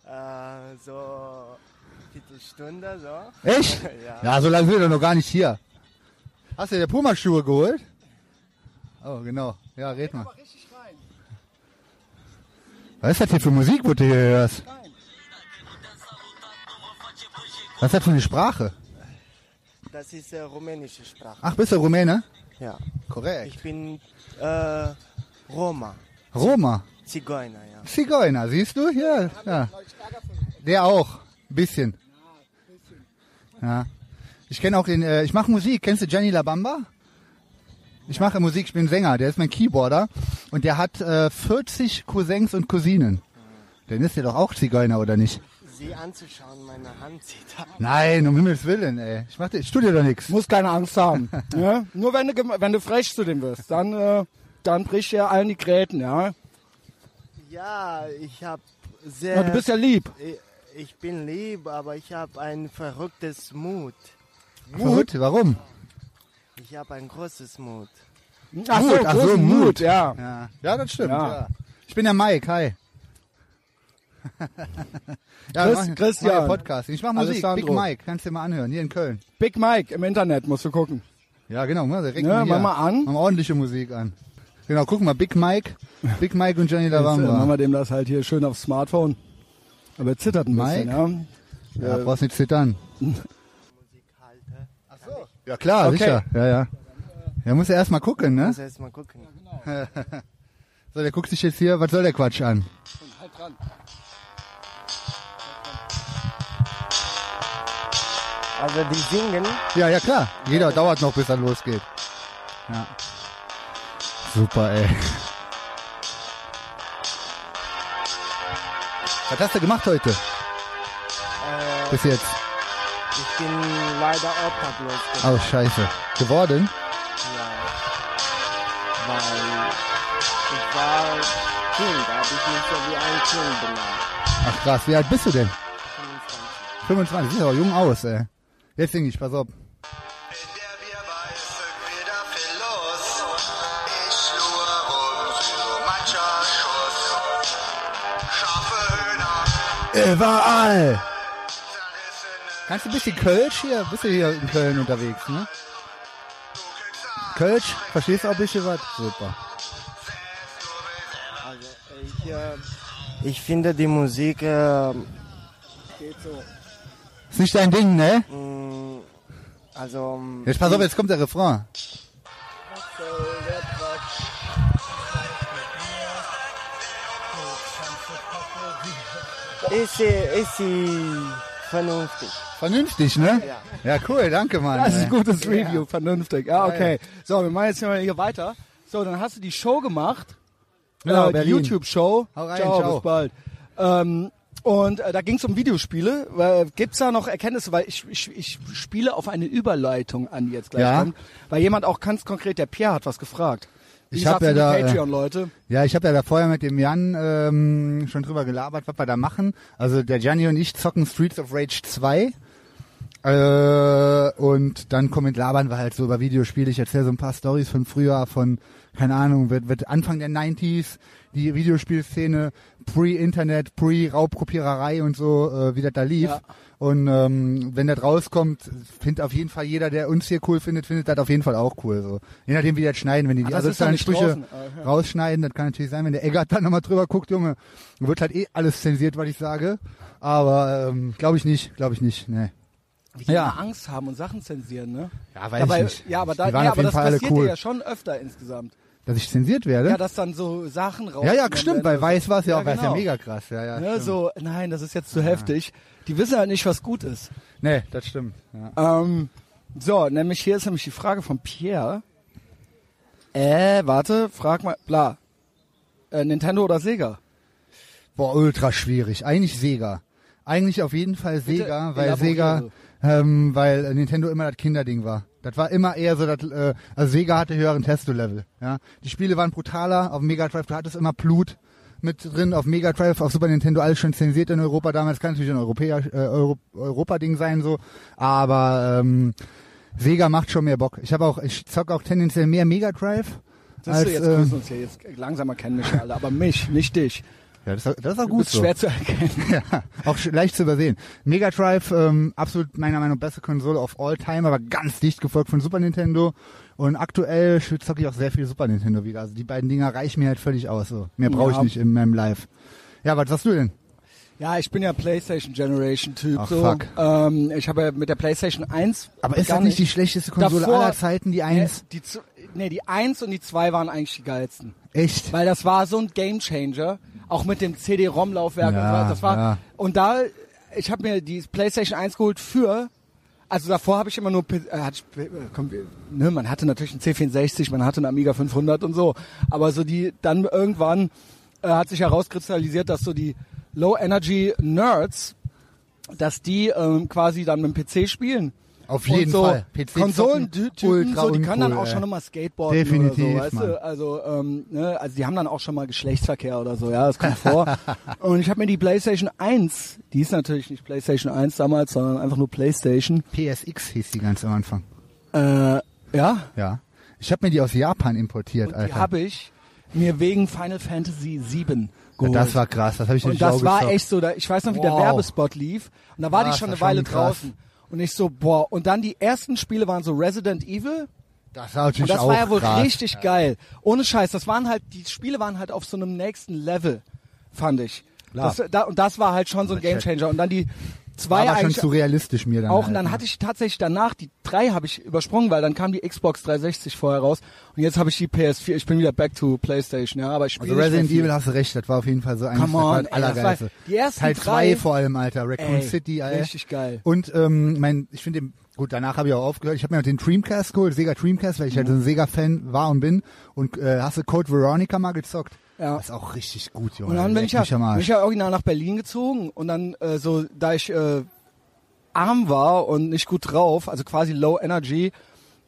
S4: Äh, so Viertelstunde so.
S1: Echt? Ja, so lange sind wir doch noch gar nicht hier. Hast du dir Puma-Schuhe geholt? Oh, genau. Ja, red mal.
S2: Richtig rein.
S1: Was ist das hier für Musik, wo du hier hörst? Was ist das für eine Sprache?
S4: Das ist äh, rumänische Sprache.
S1: Ach, bist du Rumäne?
S4: Ja.
S1: Korrekt.
S4: Ich bin äh, Roma,
S1: Roma.
S4: Zigeuner, ja.
S1: Zigeuner, siehst du? Ja, ja. Der auch. Ein bisschen. Ja. Ich kenne auch den, äh, ich mache Musik. Kennst du Gianni Labamba? Ich mache Musik, ich bin Sänger, der ist mein Keyboarder und der hat äh, 40 Cousins und Cousinen. Dann ist der doch auch Zigeuner, oder nicht?
S4: Sie anzuschauen, meine Hand sieht ab.
S1: Nein, um Himmels Willen, ey. Ich, mach, ich studiere doch nichts.
S3: Muss keine Angst <laughs> haben. ja? Nur wenn du, gem- wenn du frech zu dem wirst, dann, äh, dann bricht er allen die Gräten, ja.
S4: Ja, ich habe
S3: Na,
S4: sehr...
S3: du bist ja lieb.
S4: Ich- ich bin lieb, aber ich habe ein verrücktes Mut.
S1: Gut, warum?
S4: Ich habe ein großes Mut.
S3: Ach so,
S1: Mut, ach so,
S3: großen
S1: Mut.
S3: Mut, ja.
S1: Ja, ja das stimmt.
S3: Ja.
S1: Ja. Ich bin der Mike, hi. <laughs> ja, mach-
S3: Chris-
S1: mach
S3: Christian.
S1: hier Podcast. Ich mache Musik, Big
S3: Alessandro.
S1: Mike, kannst du dir mal anhören, hier in Köln.
S3: Big Mike im Internet musst du gucken.
S1: Ja, genau, ne, direkt
S3: Ja,
S1: hier.
S3: mach mal an.
S1: Mach mal ordentliche Musik an. Genau, guck mal, Big Mike, Big Mike und Johnny
S3: Jetzt, äh, machen
S1: Lavamba.
S3: wir dem das halt hier schön aufs Smartphone. Aber er zittert ein bisschen, ja.
S1: Ja, brauchst nicht zittern.
S4: Musik halte.
S1: Ja, klar,
S3: Okay.
S1: sicher. Ja, ja. Ja, muss er erst mal gucken, ne?
S4: Muss Also erst mal gucken.
S1: So, der guckt sich jetzt hier, was soll der Quatsch an?
S3: Halt dran.
S4: Also die singen.
S1: Ja, ja, klar. Jeder dauert noch, bis er losgeht. Ja. Super, ey. Was hast du gemacht heute?
S4: Äh,
S1: Bis jetzt.
S4: ich bin leider obdachlos geworden,
S1: Oh, scheiße. Geworden?
S4: weil ich war Kind, habe ich mich so wie ein Kind benannt.
S1: Ach krass, wie alt bist du denn?
S4: 25.
S1: 25, siehst aber jung aus, ey. Jetzt sing ich, pass auf.
S5: In der Bierweiße wieder viel los. Ich lure rum für so mancher Schuss. Scharfe Hühner,
S1: Überall!
S5: zerrissene
S1: Kannst du ein bisschen Kölsch hier? Bist du hier in Köln unterwegs, ne?
S5: du kriegst ab.
S1: Kölsch? Verstehst du auch ein bisschen was? Super.
S5: Selbst du willst immer
S4: Also ich, äh, ich finde die Musik, äh,
S1: Ist nicht dein Ding, ne?
S4: mh, also mh,
S1: Jetzt pass auf, jetzt kommt der Refrain.
S4: ist sie, ist sie vernünftig.
S1: Vernünftig, ne? Ja, cool, danke, Mann.
S3: Das ist
S1: ey.
S3: ein gutes Review, vernünftig. Ja, okay. So, wir machen jetzt hier mal hier weiter. So, dann hast du die Show gemacht.
S1: Genau,
S3: äh, die
S1: Berlin.
S3: YouTube-Show.
S1: Hau rein,
S3: ciao,
S1: ciao.
S3: bis bald. Ähm, und äh, da ging es um Videospiele. Äh, Gibt es da noch Erkenntnisse? Weil ich, ich, ich spiele auf eine Überleitung an, die jetzt gleich
S1: Ja.
S3: kommt. Weil jemand auch ganz konkret, der Pierre hat was gefragt. Wie
S1: Ich hab
S3: sagt's
S1: ja
S3: denn
S1: da,
S3: die
S1: äh,
S3: Patreon-Leute.
S1: Ja, ich habe ja da vorher mit dem Jan ähm, schon drüber gelabert, was wir da machen. Also der Gianni und ich zocken Streets of Rage 2. Äh, und dann kommen labern wir halt so über Videospiele. Ich erzähle so ein paar Stories von früher, von, keine Ahnung, wird, wird Anfang der 90s, die Videospielszene, pre-Internet, pre-Raubkopiererei und so, äh, wie das da lief.
S3: Ja.
S1: Und ähm, wenn das rauskommt, findet auf jeden Fall jeder, der uns hier cool findet, findet das auf jeden Fall auch cool. So. Je nachdem, wie die das schneiden, wenn die die
S3: das ist doch
S1: asozialen
S3: nicht
S1: Sprüche
S3: draußen. Ah,
S1: rausschneiden, das kann natürlich sein, wenn der Eggert dann nochmal drüber guckt, Junge, wird halt eh alles zensiert, was ich sage. Aber ähm, glaube ich nicht, glaube ich nicht, ne.
S3: Wie die
S1: ja.
S3: immer Angst haben und Sachen zensieren, ne?
S1: Ja, weiß
S3: Dabei,
S1: ich nicht.
S3: Ja, aber, da,
S1: die waren
S3: ja,
S1: auf
S3: aber
S1: jeden
S3: das
S1: Fall alle
S3: passiert dir
S1: cool.
S3: ja schon öfter insgesamt.
S1: Dass ich zensiert werde?
S3: Ja,
S1: Ja,
S3: dass dann so Sachen raus.
S1: ja, stimmt, bei Weiß war es ja,
S3: Ja,
S1: auch, Weiß ja
S3: genau.
S1: mega krass. Ja, ja,
S3: Ne,
S1: stimmt.
S3: so, nein, das ist jetzt zu heftig. Die wissen halt nicht, was gut ist.
S1: Nee, das stimmt. Ja.
S3: Ähm, so, nämlich hier ist nämlich die Frage von Pierre. Äh, warte, frag mal, bla. Äh, Nintendo oder Sega?
S1: Boah, ultra schwierig. Eigentlich Sega. Eigentlich auf jeden Fall Sega, weil Sega,
S3: elaboriere.
S1: ähm, weil äh, Nintendo immer das Kinderding war. Das war immer eher so, dass, äh, also Sega hatte höheren Testo-Level. Ja? Die Spiele waren brutaler, auf dem Mega Drive, du hattest immer Blut mit drin, auf Mega Drive, auf Super Nintendo, alles schon zensiert in Europa damals, kann natürlich ein Europäer, äh, Euro, Europa-Ding sein, so, aber ähm, Sega macht schon mehr Bock. Ich habe auch, ich zock auch tendenziell mehr Mega Drive.
S3: Siehst
S1: als,
S3: du, jetzt
S1: äh,
S3: grüßen uns hier. Jetzt langsamer kennen mich alle, aber mich, nicht dich.
S1: ja, das, ist- das ist auch
S3: Du
S1: gut
S3: bist
S1: so.
S3: schwer zu erkennen.
S1: <laughs> Ja, auch sch- leicht zu übersehen. Mega Drive, ähm, absolut meiner Meinung nach beste Konsole of all time, aber ganz dicht gefolgt von Super Nintendo. Und aktuell sch- zocke ich auch sehr viel Super Nintendo wieder. Also die beiden Dinger reichen mir halt völlig aus. So. Mehr brauche ich
S3: Ja.
S1: nicht in meinem Live. Ja, was sagst du denn?
S3: Ja, ich bin ja PlayStation Generation Typ.
S1: Ach,
S3: so.
S1: fuck.
S3: Ähm, ich habe ja mit der PlayStation 1
S1: Aber ist das
S3: begann
S1: nicht die
S3: ich-
S1: schlechteste Konsole
S3: Davor-
S1: aller Zeiten, die eins?
S3: Die, z- nee, die 1 und die 2 waren eigentlich die geilsten.
S1: Echt?
S3: Weil das war so ein Gamechanger, auch mit dem CD-ROM-Laufwerk
S1: Ja,
S3: und so. Das war,
S1: ja.
S3: Und da, ich habe mir die PlayStation 1 geholt für, also davor habe ich immer nur, P- äh, hatte ich, äh, komm, äh, ne, man hatte natürlich einen C64, man hatte einen Amiga 500 und so, aber so die, dann irgendwann äh, hat sich herauskristallisiert, dass so die Low-Energy-Nerds, dass die ähm, quasi dann mit dem PC spielen.
S1: Auf
S3: und
S1: jeden
S3: so
S1: Fall. PC zocken,
S3: Konsolentypen,
S1: ultra
S3: so, die können dann
S1: uncool,
S3: auch schon
S1: ey.
S3: immer Skateboarden
S1: Definitiv,
S3: oder so, weißt
S1: Mann.
S3: du? Also, ähm, ne, also die haben dann auch schon mal Geschlechtsverkehr oder so, ja, das kommt
S1: <laughs>
S3: vor. Und ich habe mir die PlayStation 1, die ist natürlich nicht PlayStation 1 damals, sondern einfach nur PlayStation.
S1: PSX hieß die ganz am Anfang.
S3: Äh, ja,
S1: Ja. Ich habe mir die aus Japan importiert,
S3: die
S1: Alter.
S3: habe ich mir wegen Final Fantasy 7
S1: ja,
S3: geholt.
S1: das war krass, das habe ich
S3: und
S1: nicht
S3: das war echt so, da, ich weiß noch, wie der
S1: Wow.
S3: Werbespot lief. Und da war
S1: Ah,
S3: die schon eine
S1: das war
S3: Weile
S1: schon krass.
S3: draußen. Und ich so, boah, und dann die ersten Spiele waren so Resident Evil.
S1: Das war natürlich
S3: Und das
S1: auch
S3: war ja wohl
S1: krass.
S3: richtig geil. Ohne Scheiß, das waren halt, die Spiele waren halt auf so einem nächsten Level, fand ich.
S1: Klar.
S3: Das, da, und das war halt schon so ein
S1: Check.
S3: Gamechanger. Und dann die
S1: war
S3: zwei
S1: aber schon
S3: eigentlich
S1: zu ne? realistisch mir dann. halt,
S3: auch. Und dann
S1: Alter.
S3: hatte ich tatsächlich danach, die drei habe ich übersprungen, weil dann kam die Xbox 360 vorher raus. Und jetzt habe ich die PS4. Ich bin wieder back to Playstation, ja, aber ich spiele
S1: Also Resident
S3: nicht mehr viel.
S1: Evil hast du recht, das war auf jeden Fall so eines
S3: Come
S1: der
S3: on,
S1: halt
S3: ey,
S1: allergeilste.
S3: das war- die ersten
S1: Teil 2
S3: drei-
S1: vor allem, Alter, Raccoon
S3: Ey,
S1: City, Alter.
S3: richtig geil.
S1: Und ähm, mein, ich finde den, gut, danach habe ich auch aufgehört, ich habe mir auch den Dreamcast geholt, Sega Dreamcast, weil ich halt
S3: Mhm.
S1: so ein Sega-Fan war und bin und äh, hast du Code Veronica mal gezockt?
S3: Ja.
S1: Das ist auch richtig gut, Junge.
S3: Und dann bin
S1: Leck
S3: ich ja,
S1: mich am
S3: bin
S1: Arsch.
S3: ich ja original nach Berlin gezogen und dann äh, so, da ich äh, arm war und nicht gut drauf, also quasi low energy,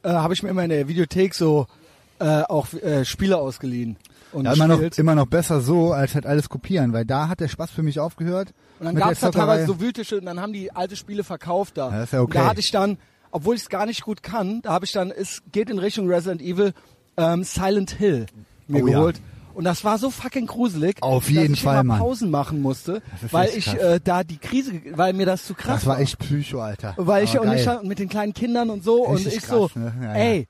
S3: äh, habe ich mir immer in der Videothek so äh, auch äh, Spiele ausgeliehen und
S1: ja, immer noch,
S3: gespielt.
S1: immer noch besser so, als halt alles kopieren, weil da hat der Spaß für mich aufgehört.
S3: Und dann
S1: mit der
S3: gab es da
S1: Zockerei.
S3: teilweise so Wütische und dann haben die alte Spiele verkauft da.
S1: Ja, das ist ja
S3: Und da
S1: okay.
S3: hatte ich dann, obwohl ich es gar nicht gut kann, da habe ich dann, es geht in Richtung Resident Evil, ähm, Silent Hill mir
S1: Oh ja.
S3: geholt. Und das war so fucking gruselig,
S1: Auf jeden
S3: dass ich
S1: Fall,
S3: immer
S1: Mann.
S3: Pausen machen musste,
S1: ist
S3: weil
S1: echt
S3: ich
S1: krass.
S3: äh, da die Krise, ge- weil mir das zu krass
S1: Das war echt Psycho, Alter.
S3: weil ich
S1: Aber
S3: und ich
S1: geil.
S3: stand mit den kleinen Kindern und so und
S1: Richtig
S3: ich
S1: krass,
S3: so,
S1: ne? Ja, ja. <laughs>
S3: ey,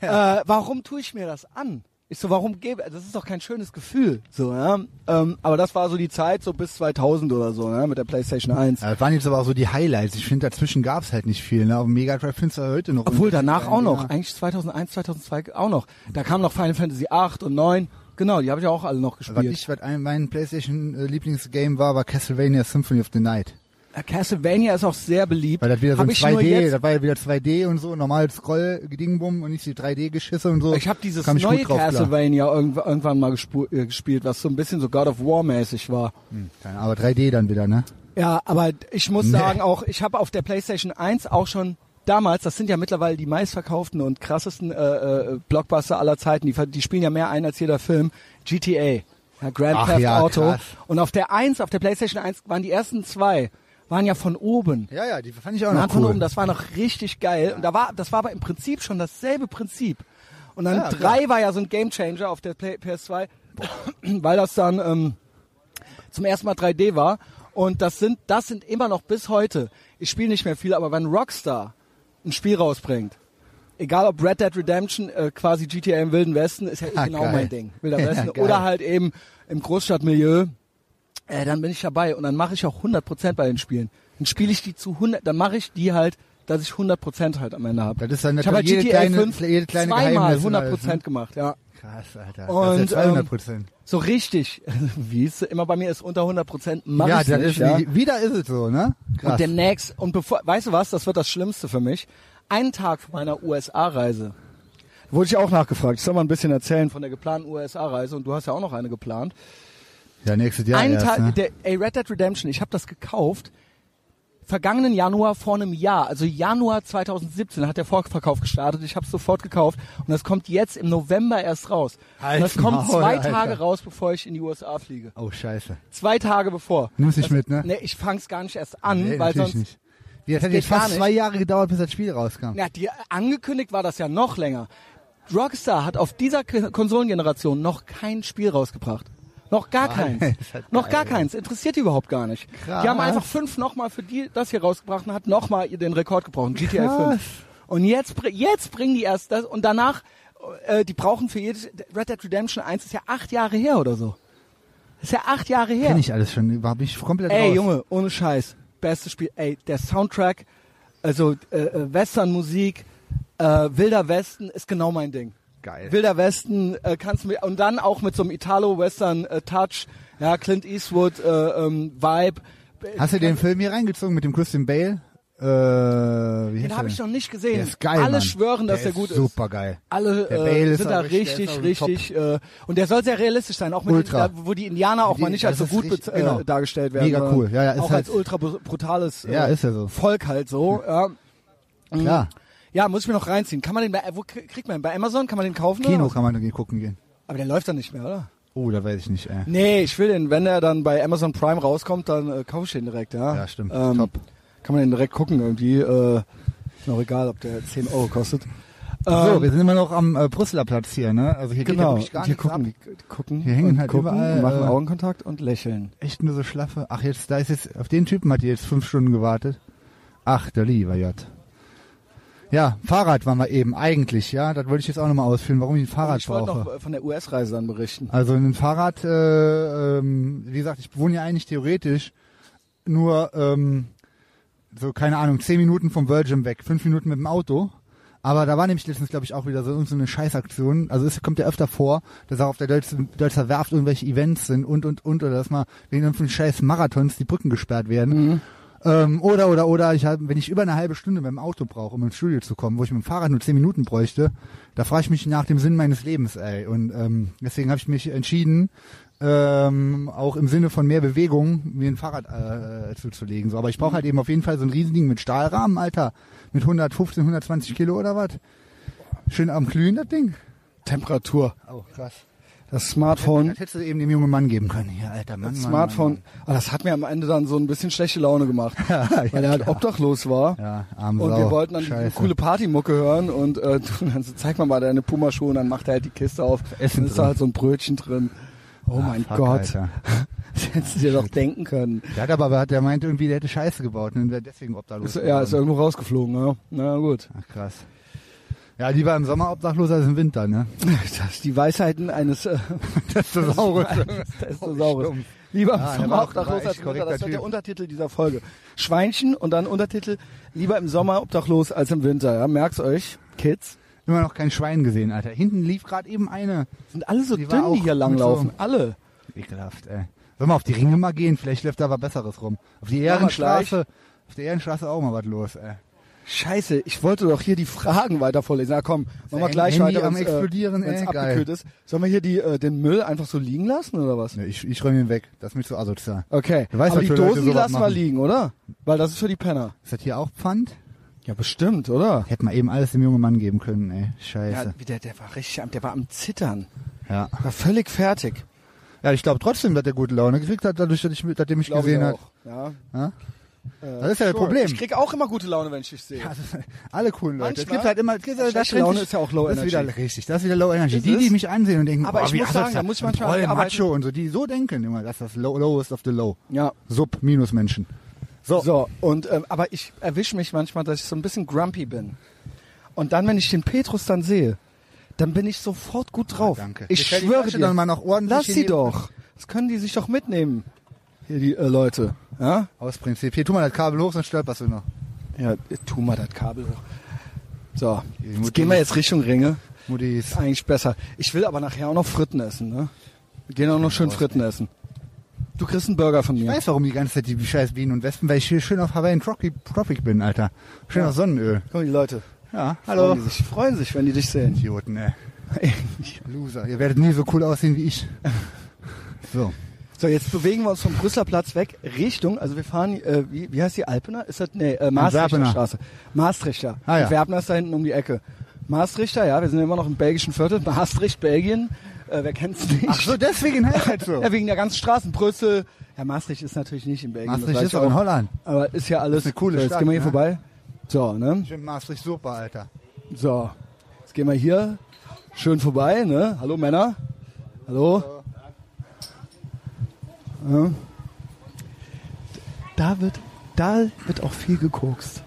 S3: Äh, warum tue ich mir das an? Ich so, warum gebe, das ist doch kein schönes Gefühl, so, ja. Ähm, aber das war so die Zeit, so bis 2000 oder so, ne, mit der Playstation 1.
S1: Ja, Das waren jetzt aber auch so die Highlights. Ich finde, dazwischen gab's halt nicht viel. Ne? Auf dem Mega Drive findest du ja heute noch.
S3: Obwohl danach
S1: Ja,
S3: auch noch, eigentlich 2001, 2002 auch noch. Da kam noch Final Fantasy 8 und 9, genau, die habe ich auch alle noch
S1: Was
S3: gespielt.
S1: ich, was ein, mein PlayStation-Lieblingsgame war, war Castlevania Symphony of the Night.
S3: Äh, Castlevania ist auch sehr beliebt.
S1: Weil das wieder so
S3: Hab
S1: ein
S3: ich nur
S1: 2D,
S3: jetzt-
S1: das war ja wieder 2D und so, normales Scroll-Dingbum und nicht die 3D-Geschisse und so.
S3: Ich habe dieses
S1: Kam ich
S3: neue
S1: gut drauf, klar.
S3: Castlevania irgendw- irgendwann mal gespu- äh, gespielt, was so ein bisschen so God of War mäßig war.
S1: Keine- Aber 3D dann wieder, ne?
S3: Ja, aber ich muss sagen, auch ich habe auf der PlayStation 1 auch schon damals, das sind ja mittlerweile die meistverkauften und krassesten äh, äh, Blockbuster aller Zeiten, die, ver- die spielen ja mehr ein als jeder Film, GTA, ja, Grand
S1: Ach
S3: Theft
S1: ja,
S3: Auto.
S1: krass.
S3: Und auf der 1, auf der PlayStation 1 waren die ersten zwei, waren ja von oben.
S1: Ja, ja, die fand ich auch
S3: Ja,
S1: noch
S3: von
S1: cool.
S3: oben, das war noch richtig geil. Und da war, das war aber im Prinzip schon dasselbe Prinzip. Und dann
S1: Ja,
S3: drei war ja so ein Gamechanger auf der Play PS2, <clears throat> weil das dann ähm, zum ersten Mal 3D war. Und das sind, das sind immer noch bis heute. Ich spiele nicht mehr viel, aber wenn Rockstar ein Spiel rausbringt, egal ob Red Dead Redemption, äh, quasi GTA im Wilden Westen, ist ja eh
S1: Ah,
S3: genau
S1: geil.
S3: mein Ding. Wilder
S1: <laughs> Ja,
S3: Westen.
S1: geil.
S3: Oder halt eben im Großstadtmilieu äh, dann bin ich dabei und dann mache ich auch 100% bei den Spielen. Dann spiele ich die zu 100, dann mache ich die halt, dass ich 100% halt am Ende habe.
S1: Das ist dann
S3: ich habe halt
S1: natürlich
S3: GTA
S1: jede kleine-
S3: 5
S1: jede kleine
S3: zweimal
S1: Geheimnis und
S3: 100%
S1: alles, ne?
S3: gemacht, ja.
S1: Krass, Alter. das
S3: Und, ähm,
S1: ist ja 200 Prozent.
S3: So richtig, <laughs> wie es immer bei mir ist, unter 100% mache
S1: ja,
S3: ich
S1: das
S3: nicht,
S1: ist,
S3: ja.
S1: wie- wieder ist es so, ne?
S3: Und
S1: Krass.
S3: demnächst, und bevor, weißt du was, das wird das Schlimmste für mich. Einen Tag vor meiner USA-Reise wurde ich auch nachgefragt. Ich soll mal ein bisschen erzählen von der geplanten USA-Reise und du hast ja auch noch eine geplant.
S1: Ja, nächstes Jahr
S3: einen
S1: erst,
S3: Tag,
S1: ne?
S3: der, ey, Red Dead Redemption, ich habe das gekauft. Vergangenen Januar vor einem Jahr, also Januar 2017 hat der Vorverkauf gestartet. Ich habe es sofort gekauft und das kommt jetzt im November erst raus.
S1: Halt
S3: und das kommt
S1: Maul,
S3: zwei
S1: Alter.
S3: Tage raus, bevor ich in die USA fliege.
S1: Oh, scheiße.
S3: Zwei Tage bevor.
S1: Nimm's nicht
S3: Also,
S1: mit, ne?
S3: Nee, ich fang's gar nicht erst an,
S1: Nee,
S3: weil
S1: natürlich
S3: sonst
S1: nicht. Wie, das hat
S3: geht
S1: jetzt fast
S3: gar nicht.
S1: zwei Jahre gedauert, bis das Spiel rauskam.
S3: Na, die, angekündigt war das ja noch länger. Rockstar hat auf dieser K- Konsolengeneration noch kein Spiel rausgebracht. Noch gar keins.
S1: <laughs> ist halt
S3: Noch gar keins. Interessiert die überhaupt gar nicht.
S1: Krass.
S3: Die haben einfach fünf nochmal für die das hier rausgebracht und hat nochmal den Rekord gebrochen. GTA
S1: Krass.
S3: 5. Und jetzt, br- jetzt bringen die erst das und danach, äh, die brauchen für jedes, Red Dead Redemption 1 ist ja acht Jahre her oder so. Ist ja acht Jahre her.
S1: Kenn ich alles schon, war ich komplett
S3: Ey,
S1: raus.
S3: Junge, ohne Scheiß. Bestes Spiel. Ey, der Soundtrack, also äh, äh, Westernmusik, äh, Wilder Westen ist genau mein Ding.
S1: Geil.
S3: Wilder Westen äh, kannst du mit, und dann auch mit so einem Italo-Western-Touch, ja, Clint Eastwood, äh, ähm, Vibe.
S1: Hast du den Film hier reingezogen mit dem Christian Bale? Äh, wie heißt
S3: Den
S1: der
S3: habe
S1: denn?
S3: ich noch nicht gesehen.
S1: Der ist geil,
S3: Alle
S1: Mann.
S3: schwören, dass der,
S1: der
S3: gut ist.
S1: Super geil.
S3: Alle
S1: Der Bale
S3: äh,
S1: ist
S3: sind
S1: auch
S3: da
S1: richtig- der
S3: richtig,
S1: ist auch
S3: richtig. Äh, und der soll sehr realistisch sein, auch mit
S1: Ultra.
S3: Den, da, wo die Indianer auch
S1: Die-
S3: mal nicht als so
S1: das ist
S3: gut
S1: richtig-
S3: bez- äh,
S1: genau.
S3: dargestellt werden.
S1: Mega
S3: sondern
S1: cool. Ja, ja, ist
S3: auch
S1: halt-
S3: als ultra br- brutales äh,
S1: Ja, ist ja so. Hm.
S3: Volk halt so. Ja. Mhm.
S1: Klar.
S3: Ja, muss ich mir noch reinziehen. Kann man den bei, wo k- kriegt man den? Bei Amazon? Kann man den kaufen?
S1: Kino
S3: Oder?
S1: kann man dann gucken gehen.
S3: was? Aber der läuft dann nicht mehr, oder?
S1: Oh, da weiß ich nicht, ey.
S3: Nee, ich will den, wenn der dann bei Amazon Prime rauskommt, dann äh, kaufe ich den direkt, ja.
S1: Ja, stimmt.
S3: Ähm,
S1: Top.
S3: Kann man den direkt gucken irgendwie. Äh, ist mir auch egal, ob der 10 Euro kostet. Ähm,
S1: So, wir sind immer noch am äh, Brüsseler Platz hier, ne? Also hier
S3: Genau,
S1: geht ja wirklich gar
S3: und hier
S1: nichts ab.
S3: gucken, die, die gucken,
S1: Hier hängen
S3: und
S1: halt
S3: gucken
S1: überall,
S3: und machen
S1: äh,
S3: Augenkontakt und lächeln.
S1: Echt nur so schlaffe. Ach, jetzt, da ist jetzt, auf den Typen hat die jetzt fünf Stunden gewartet. Ach, der lieber J. Ja, Fahrrad waren wir eben, eigentlich, ja. Das wollte ich jetzt auch nochmal ausführen, warum ich ein Fahrrad
S3: ich wollte
S1: brauche.
S3: noch äh, von der US-Reise dann berichten.
S1: Also ein Fahrrad, äh, ähm, wie gesagt, ich wohne ja eigentlich theoretisch nur, ähm, so keine Ahnung, 10 Minuten vom Virgin weg, 5 Minuten mit dem Auto. Aber da war nämlich letztens, glaube ich, auch wieder so, so eine Scheißaktion. Also es kommt ja öfter vor, dass auch auf der Deutschen- Deutscher Werft irgendwelche Events sind und, und, und. Oder dass mal wegen irgendwelchen scheiß Marathons die Brücken gesperrt werden. Ähm, oder, oder, oder, ich hab, wenn ich über eine halbe Stunde mit dem Auto brauche, um ins Studio zu kommen, wo ich mit dem Fahrrad nur zehn Minuten bräuchte, da frage ich mich nach dem Sinn meines Lebens, ey. Und ähm, deswegen habe ich mich entschieden, ähm, auch im Sinne von mehr Bewegung, mir ein Fahrrad äh, zuzulegen. So, aber ich brauche halt eben auf jeden Fall so ein Riesending mit Stahlrahmen, Alter. Mit 115, 120 Kilo oder was? Schön am Glühen, das Ding.
S3: Temperatur.
S1: Oh, krass.
S3: Das Smartphone.
S1: Das hättest du eben dem jungen Mann geben können. Hier, alter Mann.
S3: Das
S1: Mann,
S3: Smartphone. Ah, das hat mir am Ende dann so ein bisschen schlechte Laune <laughs> gemacht.
S1: Mann, Mann.
S3: weil er halt obdachlos war.
S1: Ja, arme
S3: Und
S1: Sau.
S3: wir wollten dann eine
S1: Scheiße.
S3: coole Partymucke hören und äh, <laughs> du, dann so, zeig mal mal deine Pumaschuhe und dann macht er halt die Kiste auf.
S1: Essen
S3: und ist
S1: drin.
S3: da halt so ein Brötchen drin. Oh mein
S1: fuck,
S3: Gott.
S1: Alter.
S3: <laughs> Das hättest du dir doch denken können.
S1: Der hat aber, der meint irgendwie, der hätte Scheiße gebaut ne? und wäre deswegen obdachlos.
S3: Ist, ja, ist
S1: geworden.
S3: irgendwo rausgeflogen, ja. Na <laughs> gut.
S1: Ach, krass. Ja, lieber im Sommer obdachloser als im Winter, ne? <laughs>
S3: Das, die Weisheiten eines äh, <laughs>
S1: Das ist sauer.
S3: Testosaurus.
S1: Stimmt. Ja,
S3: Lieber im
S1: der
S3: Sommer
S1: war auch- war
S3: obdachlos
S1: echt
S3: als im Winter.
S1: korrekter
S3: Das wird der
S1: Typ.
S3: Untertitel dieser Folge. Schweinchen und dann Untertitel Lieber im Sommer obdachlos als im Winter. Ja, merkt's euch, Kids.
S1: Immer noch kein Schwein gesehen, Alter. Hinten lief gerade eben eine.
S3: Sind alle so
S1: Die war
S3: dünn, die
S1: auch
S3: hier
S1: mit
S3: langlaufen.
S1: so-
S3: alle.
S1: Ekelhaft, ey. Sollen wir auf die Ringe mal gehen? Vielleicht läuft da was Besseres rum. Auf die
S3: Machen wir
S1: Ehrenstraße. Auf der Ehrenstraße auch mal was los, ey.
S3: Scheiße, ich wollte doch hier die Fragen weiter vorlesen. Na komm, machen wir
S1: Handy
S3: gleich weiter,
S1: am
S3: wenn's,
S1: Explodieren,
S3: äh, wenn's
S1: ey, geil.
S3: abgekühlt ist. Sollen wir hier die, äh, den Müll einfach so liegen lassen oder was?
S1: Ne, ich, ich räume ihn weg. Das ist mir zu asozial.
S3: Okay,
S1: Du weißt, was
S3: aber die
S1: für Leute
S3: Dosen die
S1: sowas
S3: lassen wir
S1: machen.
S3: liegen, oder? Weil das ist für die Penner.
S1: Ist das hier auch Pfand?
S3: Ja, bestimmt, oder?
S1: Hätte man eben alles dem jungen Mann geben können, ey.
S3: Ja,
S1: Scheiße.
S3: wie der, der war richtig am, der war am Zittern.
S1: Ja.
S3: War völlig fertig.
S1: Ja, ich glaube trotzdem, dass der gute Laune gekriegt hat, dadurch, dass ich, dass der mich
S3: Glaub
S1: gesehen
S3: ich
S1: hat.
S3: auch. Ja.
S1: Das ist ja das
S3: Sure.
S1: Problem.
S3: Ich krieg auch immer gute Laune, wenn ich dich sehe.
S1: Alle coolen Leute.
S3: Manchmal-
S1: Es gibt halt immer, es gibt halt,
S3: Schlechte
S1: das
S3: Laune
S1: finde ich-
S3: ist ja auch Low
S1: das ist
S3: Energy.
S1: Wieder, richtig, das ist wieder Low Energy.
S3: Ist
S1: die, die
S3: es?
S1: mich ansehen und denken,
S3: Aber
S1: oh,
S3: ich
S1: wie
S3: muss
S1: asozial,
S3: sagen, da muss ich manchmal
S1: voll
S3: arbeiten.
S1: Macho und so, die so denken immer, das ist das low, Lowest of the Low.
S3: Ja.
S1: Sub minus Menschen.
S3: So, und ähm, aber ich erwische mich manchmal, dass ich so ein bisschen grumpy bin. Und dann, wenn ich den Petrus dann sehe, dann bin ich sofort gut drauf.
S1: danke.
S3: Oh, Ich
S1: Dir fällt die
S3: schwöre
S1: Flasche
S3: dir.
S1: dann mal noch ordentlich
S3: Lass
S1: in
S3: sie
S1: die-
S3: doch. Das können die sich doch mitnehmen. Hier die äh, Leute. Ja?
S1: Aus Prinzip. Hier, tu mal das Kabel hoch, sonst stolperst du noch.
S3: Ja, tu mal das Kabel hoch. So,
S1: Die
S3: jetzt
S1: Mutti-
S3: gehen wir jetzt Richtung Ringe.
S1: Muttis.
S3: Ist eigentlich besser. Ich will aber nachher auch noch Fritten essen, ne? Wir gehen auch noch schön Fritten essen. Du kriegst einen Burger von
S1: Ich
S3: mir.
S1: weiß, warum die ganze Zeit die scheiß Bienen und Wespen, weil ich hier schön auf Hawaiian Tropic, Tropic bin, Alter. Schön auf Sonnenöl.
S3: Komm, die Leute.
S1: Ja,
S3: Hallo.
S1: hallo.
S3: Freuen sich, freuen sich, wenn die dich sehen.
S1: Idioten,
S3: <laughs>
S1: ey. Loser. Ihr werdet nie so cool aussehen wie ich. So.
S3: So, jetzt bewegen wir uns vom Brüsseler Platz weg Richtung, also wir fahren, äh, wie, wie heißt die, Alpener? Ist das, nee, äh, Maastrichter
S1: Werpener.
S3: Straße. Maastrichter.
S1: Ah, ja.
S3: Und Werbner ist da hinten um die Ecke. Maastrichter, ja, wir sind immer noch im belgischen Viertel. Maastricht, Belgien, äh, wer kennt's nicht?
S1: Ach so, deswegen heißt halt so. <laughs>
S3: Ja, wegen der ganzen Straßen, Brüssel, Ja, Maastricht ist natürlich nicht in Belgien. das
S1: Maastricht
S3: weiß
S1: ist
S3: ich
S1: auch in Holland.
S3: Aber ist ja alles.
S1: Ist eine coole
S3: so, jetzt
S1: Stadt,
S3: gehen wir hier
S1: ne?
S3: vorbei. So, ne?
S1: Ich bin Maastricht super, Alter.
S3: So, jetzt gehen wir hier schön vorbei, ne? Hallo Männer. Hallo. Ja. Da wird, da wird auch viel gekokst.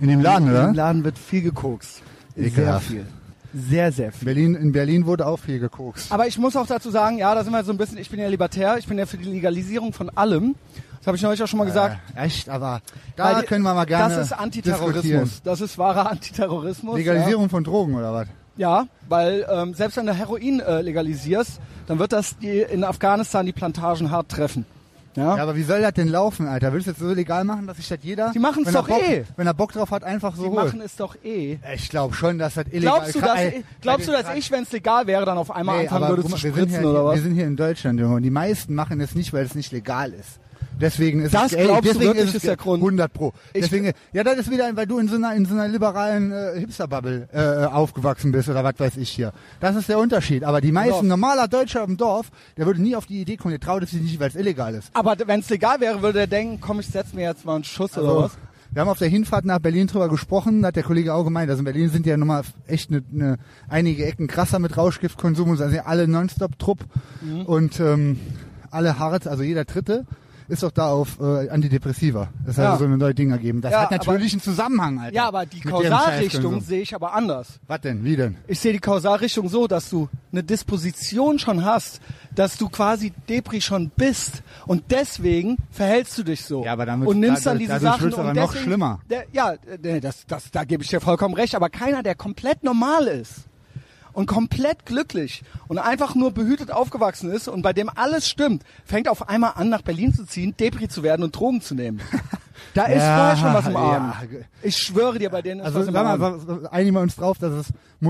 S1: In dem Laden,
S3: Im
S1: oder?
S3: Laden wird viel gekokst.
S1: Ekelhaft.
S3: Sehr viel. Sehr, sehr viel.
S1: Berlin, in Berlin wurde auch viel gekokst.
S3: Aber ich muss auch dazu sagen, ja, da sind wir so ein bisschen, ich bin ja libertär, ich bin ja für die Legalisierung von allem. Das habe ich neulich auch schon mal gesagt.
S1: Äh, echt, aber
S3: Weil
S1: da
S3: die-
S1: können wir mal gerne
S3: Das ist
S1: diskutieren.
S3: Antiterrorismus. Das ist wahrer Antiterrorismus.
S1: Legalisierung von Drogen oder was?
S3: Ja, ja weil ähm, selbst wenn du Heroin äh, legalisierst, dann wird das die, in Afghanistan die Plantagen hart treffen. Ja?
S1: Ja, aber wie soll das denn laufen, Alter? Willst du das so legal machen, dass sich das jeder,
S3: Die machen's
S1: wenn er
S3: doch
S1: Bock,
S3: eh.
S1: wenn er Bock drauf hat, einfach so
S3: Die
S1: holt? Äh,
S3: machen es doch eh.
S1: Ich glaube schon, dass das illegal äh,
S3: Glaubst du, dass,
S1: Ey,
S3: glaubst du,
S1: bei
S3: dass
S1: den
S3: ich, wenn es legal wäre, dann auf einmal
S1: Nee,
S3: anfangen
S1: aber
S3: würde
S1: guck
S3: zu
S1: mal, wir sind
S3: spritzen
S1: hier,
S3: oder was?
S1: Wir sind hier in Deutschland, Junge, und die meisten machen es nicht, weil es nicht legal ist. Deswegen ist es,
S3: Das
S1: ey,
S3: glaubst du
S1: deswegen
S3: wirklich,
S1: ist, es
S3: ist der Grund?
S1: 100 pro.
S3: Ich-
S1: Deswegen, ja, das ist wieder, weil du in so einer, in so einer liberalen äh, Hipster-Bubble äh, aufgewachsen bist oder was weiß ich hier. Das ist der Unterschied. Aber die meisten,
S3: auf.
S1: normaler Deutscher im Dorf, der würde nie auf die Idee kommen, der traut es sich nicht, weil es illegal ist.
S3: Aber wenn es legal wäre, würde der denken, komm, ich setz mir jetzt mal einen Schuss oder
S1: Also,
S3: was?
S1: wir haben auf der Hinfahrt nach Berlin drüber gesprochen, da hat der Kollege auch gemeint, also in Berlin sind ja nochmal echt ne, ne, einige Ecken krasser mit Rauschgiftkonsum und sind alle Nonstop-Trupp
S3: Mhm.
S1: und ähm, alle hart, also jeder Dritte ist doch da auf äh, Antidepressiva. Das hat
S3: Ja.
S1: so ein neues Ding ergeben. Das
S3: Ja,
S1: hat natürlich einen Zusammenhang, Alter.
S3: Ja, aber die
S1: mit deren
S3: Kausalrichtung
S1: Scheißkonsum.
S3: sehe ich aber anders.
S1: Was denn? Wie denn?
S3: Ich sehe die Kausalrichtung so, dass du eine Disposition schon hast, dass du quasi Depri schon bist und deswegen verhältst du dich so.
S1: Ja, aber damit-
S3: und nimmst dann
S1: dadurch-
S3: diese
S1: dadurch
S3: Sachen
S1: wird's
S3: und
S1: aber
S3: deswegen,
S1: noch schlimmer.
S3: Der, ja, äh, nee, das, das, da gebe ich dir vollkommen recht, aber keiner, der komplett normal ist und komplett glücklich und einfach nur behütet aufgewachsen ist und bei dem alles stimmt, fängt auf einmal an, nach Berlin zu ziehen, Depri zu werden und Drogen
S1: <laughs>
S3: zu nehmen. Da ist
S1: Ja,
S3: vorher schon was im
S1: ja.
S3: Argen. Ich schwöre dir, bei denen ist
S1: Also
S3: was
S1: sagen
S3: im
S1: wir
S3: Argen.
S1: mal, einigen wir uns drauf, dass es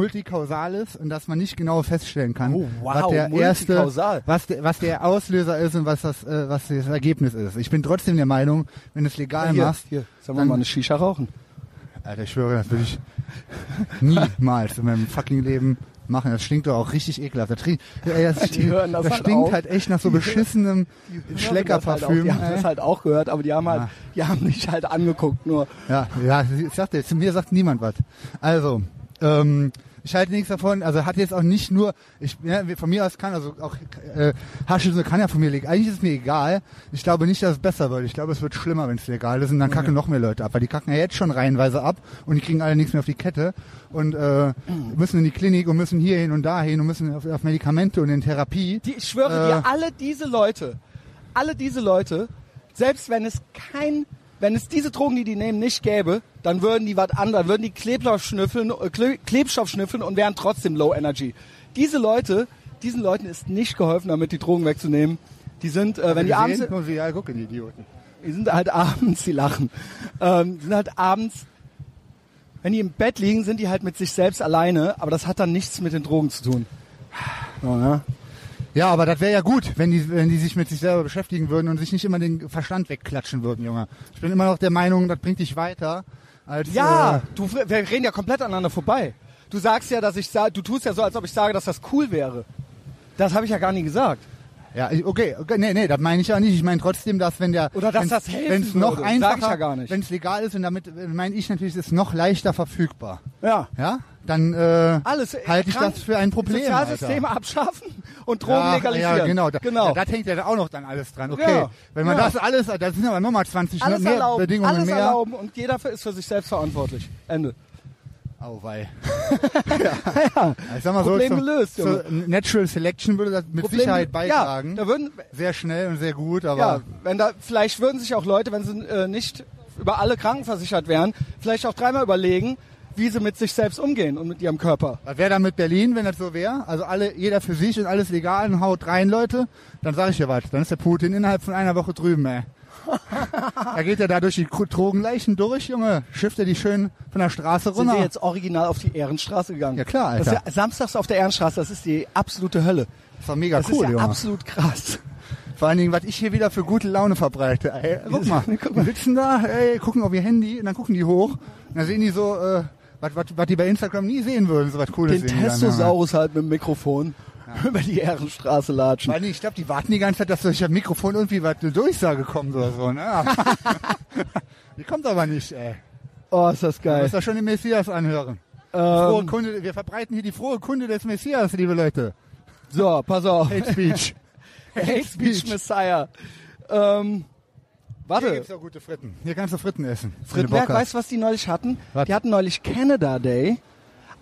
S1: multikausal ist und dass man nicht genau feststellen kann,
S3: Oh, wow,
S1: was der
S3: multikausal.
S1: erste, was der, was der Auslöser ist und was das, äh, was das Ergebnis ist. Ich bin trotzdem der Meinung, wenn du es legal
S3: hier,
S1: machst,
S3: hier, sollen wir
S1: dann-
S3: mal eine Shisha rauchen?
S1: Alter, ich schwöre, das würde ich <laughs> niemals in meinem fucking Leben machen. Das stinkt doch auch richtig ekelhaft. Das, riecht- ey, das,
S3: <laughs> Die hören das halt
S1: stinkt
S3: auf.
S1: halt echt nach so beschissenem Schleckerparfüm. Äh,
S3: Die haben halt das halt auch gehört, aber die haben halt,
S1: Ja.
S3: die haben mich halt angeguckt nur.
S1: Ja, ja, ich sagte, zu mir sagt niemand was. Also, ähm, ich halte nichts davon, also hat jetzt auch nicht nur, ich, ja, von mir aus kann, also auch äh, Hasch ist- kann ja von mir liegen. Eigentlich ist es mir egal. Ich glaube nicht, dass es besser wird. Ich glaube, es wird schlimmer, wenn es legal ist und dann kacken noch mehr Leute ab, weil die kacken ja jetzt schon reihenweise ab und die kriegen alle nichts mehr auf die Kette und äh, müssen in die Klinik und müssen hierhin und dahin und müssen auf, auf Medikamente und in Therapie.
S3: Die, ich schwöre
S1: Äh.
S3: dir, alle diese Leute, alle diese Leute, selbst wenn es kein, wenn es diese Drogen, die die nehmen, nicht gäbe, dann würden die was anderes, würden die Klebstoff schnüffeln, äh, Kle Klebstoff schnüffeln und wären trotzdem Low Energy. Diese Leute, diesen Leuten ist nicht geholfen, damit die Drogen wegzunehmen. Die sind, äh, wenn die abends,
S1: Sehen, sie, ja, gucken die Idioten.
S3: Die sind halt abends, die lachen. Ähm, die sind halt abends, wenn die im Bett liegen, sind die halt mit sich selbst alleine, aber das hat dann nichts mit den Drogen zu tun. So, ne?
S1: Ja, aber das wäre ja gut, wenn die, wenn die sich mit sich selber beschäftigen würden und sich nicht immer den Verstand wegklatschen würden, Junge. Ich bin immer noch der Meinung, das bringt dich weiter als
S3: Ja,
S1: äh,
S3: du, wir reden ja komplett aneinander vorbei. Du sagst ja, dass ich sage, du tust ja so, als ob ich sage, dass das cool wäre. Das habe ich ja gar nie gesagt.
S1: äh, Ja, ich- okay, okay, nee, nee, das meine ich ja nicht. Ich meine trotzdem, dass wenn der
S3: Oder dass
S1: wenn's-
S3: das helfen
S1: wenn's noch
S3: würde, sag ich
S1: einfacher,
S3: ja gar nicht.
S1: wenn es legal ist und damit äh, meine ich natürlich, es ist noch leichter verfügbar.
S3: Ja.
S1: Ja, dann äh,
S3: Alles
S1: halte ich
S3: krank-
S1: das für ein Problem.
S3: Sozialsystem
S1: Alter.
S3: abschaffen und Drogen
S1: ja,
S3: legalisieren.
S1: Ja, genau. Da,
S3: genau.
S1: Ja, das hängt ja auch noch dann alles dran. Okay,
S3: Ja,
S1: wenn man
S3: ja.
S1: das alles, das sind aber nochmal 20
S3: alles
S1: mehr
S3: erlauben,
S1: Bedingungen
S3: alles
S1: mehr.
S3: erlauben und jeder für- ist für sich selbst verantwortlich. Ende.
S1: Oh, wei. ja. Ich sag mal
S3: Problem
S1: so,
S3: gelöst,
S1: so,
S3: Junge.
S1: so Natural Selection würde das mit
S3: Problem-
S1: Sicherheit beitragen.
S3: Ja, da würden,
S1: sehr schnell und sehr gut,
S3: Ja,
S1: aber
S3: wenn da, vielleicht würden sich auch Leute, wenn sie äh, nicht über alle krankenversichert wären, vielleicht auch dreimal überlegen, wie sie mit sich selbst umgehen und mit ihrem Körper.
S1: was wäre dann mit Berlin, wenn das so wäre? Also alle, jeder für sich und alles legal und haut rein, Leute. Dann sage ich dir was, dann ist der Putin innerhalb von einer Woche drüben,
S3: <laughs>
S1: ey. da geht er da durch die Kru- Drogenleichen durch, Junge. Schifft er die schön von der Straße
S3: Sind wir
S1: runter.
S3: jetzt original auf die Ehrenstraße gegangen?
S1: Ja, klar, Alter.
S3: Das ist ja, samstags auf der Ehrenstraße, das ist die absolute Hölle.
S1: Das war mega
S3: Das
S1: cool,
S3: ist ja
S1: Junge.
S3: absolut krass.
S1: Vor allen Dingen, was ich hier wieder für gute Laune verbreite. Ey, <laughs> guck mal, die sitzen da, ey, gucken auf ihr Handy und dann gucken die hoch. Und dann sehen die so, äh, was was- was die bei Instagram nie sehen würden, so was Cooles
S3: Den
S1: sehen die dann, ja.
S3: Testosaurus halt mit dem Mikrofon. über die Ehrenstraße latschen.
S1: Weil ich glaube, die warten die ganze Zeit, dass durch das Mikrofon irgendwie was eine Durchsage kommt oder so. Ne? <laughs> die kommt aber nicht, ey.
S3: Oh, ist das
S1: Du
S3: geil. Ähm,
S1: musst doch schon den Messias anhören. Frohe Kunde, wir verbreiten hier die frohe Kunde des Messias, liebe Leute.
S3: So, pass auf.
S1: Hate <laughs> Speech.
S3: Hate Speech Messiah.
S1: Hier
S3: Ähm, warte.
S1: gibt's auch gute Fritten. Hier kannst du Fritten essen. wenn du
S3: Frittenberg,
S1: Bock hast.
S3: weißt du, was die neulich hatten?
S1: Was?
S3: Die hatten neulich Canada Day,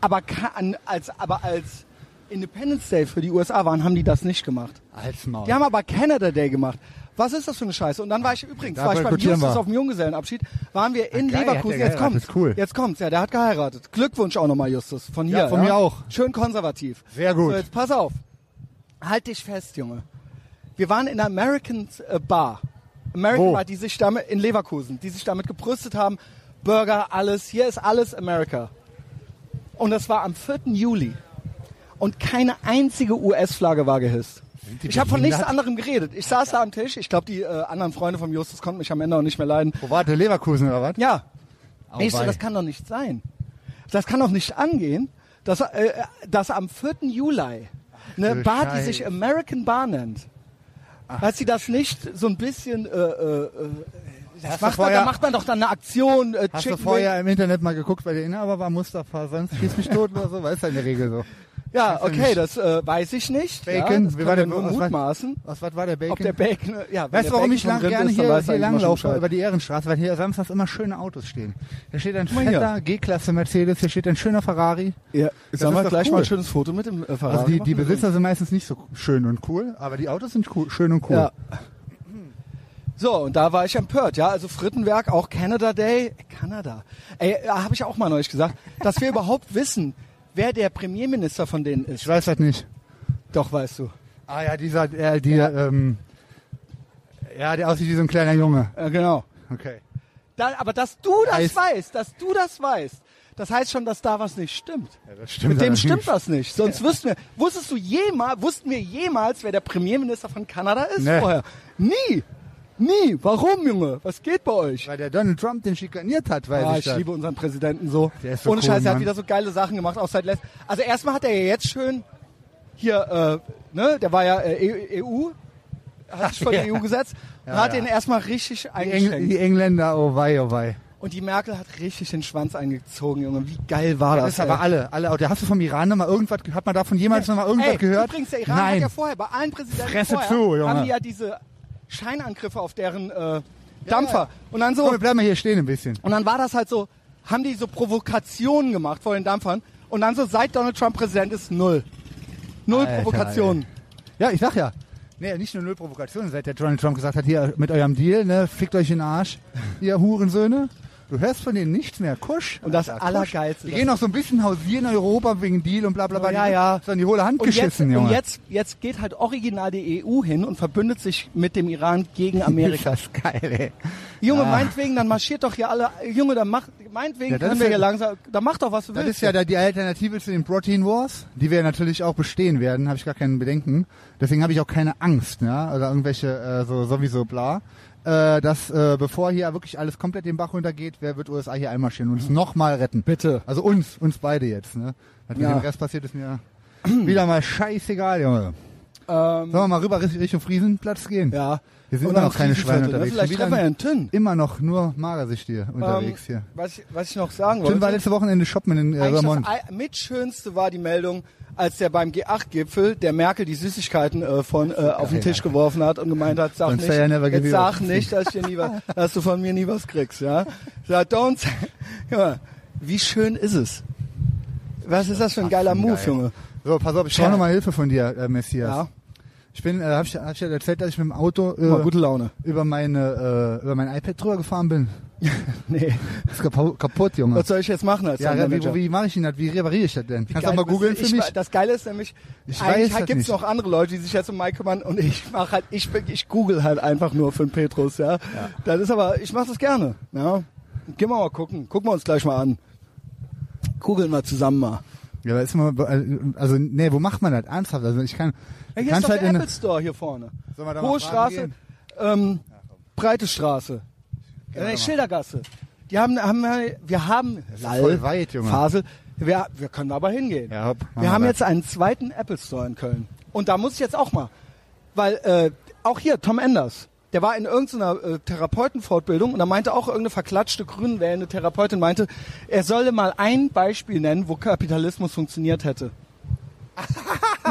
S3: aber, kann, als, aber als Independence Day für die USA waren, haben die das nicht gemacht.
S1: Als Maul.
S3: Die haben aber Canada Day gemacht. Was ist das für eine Scheiße? Und dann war ich übrigens,
S1: Ah, Da
S3: war ich beim
S1: boykottieren
S3: Justus
S1: wir. Ah,
S3: auf dem Junggesellenabschied, waren wir
S1: geil,
S3: in
S1: hat der
S3: Leverkusen. Jetzt
S1: geheiratet,
S3: kommt's.
S1: ist cool.
S3: Jetzt kommt's, ja, der hat geheiratet. Glückwunsch auch nochmal, Justus. Von hier.
S1: Ja, von mir auch.
S3: Schön konservativ.
S1: Sehr gut.
S3: So, jetzt pass auf. Halt dich fest, Junge. Wir waren in der American äh, Bar. American
S1: Wo?
S3: Bar, die sich damit, in Leverkusen, die sich damit gebrüstet haben. Burger, alles. Hier ist alles America. Und das war am 4. Juli. Und keine einzige US-Flagge war gehisst.
S1: die
S3: Ich habe von
S1: behindert?
S3: nichts anderem geredet. Ich saß da am Tisch. Ich glaube, die äh, anderen Freunde vom Justus konnten mich am Ende auch nicht mehr leiden.
S1: Wo war der Leverkusen oder was?
S3: Ja.
S1: Au
S3: ich so,
S1: wei.
S3: das kann doch nicht sein. Das kann doch nicht angehen, dass, äh, dass am 4. Juli eine
S1: du
S3: Bar,
S1: Scheiße.
S3: die sich American Bar nennt, dass sie das nicht so ein bisschen... Äh, äh, äh, das macht man,
S1: vorher-
S3: da macht man doch dann eine Aktion. Äh,
S1: Hast
S3: Chicken
S1: du vorher im Internet mal geguckt, weil der Inhaber war Mustafa, sonst schieß mich tot oder so, weißt du in der Regel so.
S3: Wing. Ja,
S1: du
S3: okay,
S1: nicht.
S3: das äh, weiß ich nicht. ja,
S1: Bacon,
S3: das
S1: wie
S3: können
S1: war
S3: wir
S1: der-
S3: nur
S1: was war-
S3: mutmaßen.
S1: Was, was war der Bacon?
S3: Ob der Bacon, äh, ja,
S1: Weißt
S3: wenn der
S1: du, warum
S3: Bacon
S1: ich
S3: schon
S1: lang,
S3: drin
S1: gerne
S3: ist, dann
S1: hier,
S3: weiß
S1: hier
S3: eigentlich mal schon
S1: langlaufe
S3: Bescheid.
S1: über die Ehrenstraße, weil hier samstags immer schöne Autos stehen. Hier steht ein
S3: mal hier.
S1: fetter G-Klasse Mercedes, hier steht ein schöner Ferrari.
S3: Ja,
S1: Das
S3: sollen
S1: ist
S3: wir
S1: doch
S3: gleich
S1: cool.
S3: mal ein schönes Foto mit dem äh, Ferrari
S1: Also die, die
S3: machen?
S1: Besitzer sind meistens nicht so schön und cool, aber die Autos sind cool, schön und cool.
S3: Ja. So, und da war ich empört, ja. Also Frittenwerk, auch Canada Day. Äh, Kanada. Ey, da habe ich auch mal neulich gesagt, dass wir überhaupt wissen, wer der Premierminister von denen
S1: Ich
S3: ist.
S1: weiß das nicht.
S3: Doch, weißt du.
S1: Ah ja, dieser, äh, der, ähm, ja, der aussieht wie so ein kleiner Junge.
S3: Ja, genau.
S1: Okay.
S3: Da, aber dass du das
S1: Heißt-
S3: weißt, dass du das weißt, das heißt schon, dass da was nicht stimmt.
S1: Ja, das stimmt
S3: Mit dem
S1: allerdings.
S3: stimmt was nicht. Sonst wüssten wir, wusstest du jemals, wussten wir jemals, wer der Premierminister von Kanada ist
S1: Nee.
S3: vorher? Nie! Nie! Warum, Junge? Was geht bei euch?
S1: Weil der Donald Trump den schikaniert hat, weiß
S3: Ah,
S1: ich,
S3: ich
S1: das.
S3: liebe unseren Präsidenten so.
S1: Der ist so
S3: Ohne
S1: cool,
S3: Scheiß, er hat
S1: Mann.
S3: wieder so geile Sachen gemacht, auch seit letzt. Also erstmal hat er ja jetzt schön hier, äh, ne, der war ja äh, EU, hat sich von
S1: <laughs>
S3: der EU gesetzt und hat
S1: ja.
S3: den erstmal richtig
S1: Die, Engl die
S3: eingeschränkt.
S1: Engländer, oh wei, oh wei.
S3: Und die Merkel hat richtig den Schwanz eingezogen, Junge. Wie geil war das?
S1: Das ist aber
S3: ey.
S1: alle, alle. Oder hast du vom Iran noch mal irgendwas, ge- hat man davon jemals noch mal irgendwas
S3: ey,
S1: gehört?
S3: Übrigens, der Iran
S1: Nein.
S3: hat ja vorher bei allen Präsidenten
S1: Fresse
S3: vorher,
S1: zu, Junge.
S3: haben die ja diese Scheinangriffe auf deren äh, Dampfer. Und dann so,
S1: Komm, wir bleiben mal hier stehen ein bisschen.
S3: Und dann war das halt so, haben die so Provokationen gemacht vor den Dampfern. Und dann so, seit Donald Trump Präsident ist, null. Null
S1: Alter,
S3: Provokationen.
S1: Ja, ich sag ja. Nee, nicht nur null Provokationen, seit der Donald Trump gesagt hat, hier mit eurem Deal, ne, fickt euch in den Arsch, ihr Hurensöhne. Du hörst von denen nichts mehr. Kusch.
S3: Und das
S1: Alter, Kusch.
S3: Allergeilste,
S1: Die
S3: das-
S1: gehen noch so ein bisschen hausieren in Europa wegen Deal und bla bla bla.
S3: Ja,
S1: die,
S3: ja.
S1: So in die hohle Hand
S3: Und, jetzt,
S1: geschissen, Junge.
S3: und jetzt, jetzt geht halt original die EU hin und verbündet sich mit dem Iran
S1: <laughs>
S3: gegen Amerika.
S1: Ist das geil, ey.
S3: Junge,
S1: Ah.
S3: meinetwegen, dann marschiert doch hier alle. Junge, dann macht, meinetwegen
S1: Ja, das
S3: können
S1: ist
S3: wir
S1: ja-
S3: hier langsam, dann macht doch was du
S1: Das
S3: willst.
S1: ist ja da die Alternative zu den Protein Wars, die wir natürlich auch bestehen werden, habe ich gar keinen Bedenken. Deswegen habe ich auch keine Angst, ja, oder irgendwelche äh, so sowieso bla. Äh, dass äh, bevor hier wirklich alles komplett den Bach runtergeht, wer wird USA hier einmarschieren und uns nochmal retten?
S3: Bitte.
S1: Also uns, uns beide jetzt, ne? Was mit
S3: Ja.
S1: dem Rest passiert, ist mir wieder mal scheißegal, Junge. Sollen
S3: Ähm,
S1: wir mal rüber Richtung Friesenplatz gehen?
S3: ja.
S1: Hier sind
S3: Und
S1: immer
S3: dann
S1: noch keine Schweine
S3: Friesenviertel, ne?
S1: unterwegs.
S3: Vielleicht
S1: Schon
S3: treffen wir
S1: wieder
S3: ja einen Tünn.
S1: Immer noch nur Magersicht hier unterwegs
S3: Ähm,
S1: hier.
S3: Was ich, was ich noch sagen wollte.
S1: Tim war letzte Woche in den Shoppen in äh,
S3: Eigentlich
S1: Vermont.
S3: das ei- mitschönste war die Meldung, als der beim G8-Gipfel der Merkel die Süßigkeiten äh, von äh, auf den Tisch geworfen hat und gemeint hat, sag
S1: Don't
S3: nicht,
S1: say I never give
S3: jetzt
S1: you
S3: sag
S1: up.
S3: nicht, dass, ich dir nie was,
S1: <laughs>
S3: dass du von mir nie was kriegst, ja. Sag, don't say, <laughs> Guck mal, wie schön ist es? Was ist das für ein geiler Move,
S1: geil.
S3: Junge?
S1: So, pass auf, ich brauche nochmal Hilfe von dir, äh, Messias.
S3: Ja,
S1: Ich bin, äh, hab ich, hab ich ja erzählt, dass ich mit dem Auto
S3: mal
S1: äh,
S3: gute Laune. <laughs>
S1: über meine, äh, über mein iPad drüber gefahren bin.
S3: Nee,
S1: Das ist kaputt, kaputt Junge.
S3: was soll ich jetzt machen als
S1: Ja, wie,
S3: Manager?
S1: wie mache ich denn das? Wie repariere ich das denn? Kannst du
S3: Geil,
S1: mal googeln
S3: ich,
S1: für mich?
S3: ich- Das Geile ist nämlich,
S1: Ich weiß
S3: eigentlich
S1: das
S3: halt gibt's
S1: nicht.
S3: noch andere Leute, die sich jetzt um Mike kümmern und ich mache halt, ich, bin- ich google halt einfach nur für den Petrus, ja. Das ist aber, ich mache das gerne, ja. Gehen wir mal gucken, gucken wir uns gleich mal an. Googeln wir zusammen mal.
S1: Ja, aber ist mal, also, nee, wo macht man das? Ernsthaft? Also, ich kann,
S3: Ja, hier ist
S1: kannst
S3: doch
S1: halt
S3: der
S1: in,
S3: Apple Store hier vorne.
S1: Sollen wir da mal
S3: Hohe
S1: fragen
S3: Straße,
S1: gehen?
S3: ähm, Breite Straße, äh, Schildergasse. Die haben, haben, wir haben,
S1: voll weit, Junge.
S3: Fasel, Wir, wir können aber hingehen.
S1: Ja, hopp, machen
S3: wir haben
S1: wir
S3: jetzt einen zweiten Apple Store in Köln. Und da muss ich jetzt auch mal, weil äh, auch hier Tom Enders, der war in irgendeiner äh, Therapeutenfortbildung und da meinte auch irgendeine verklatschte grün wählende Therapeutin meinte, er solle mal ein Beispiel nennen, wo Kapitalismus funktioniert hätte.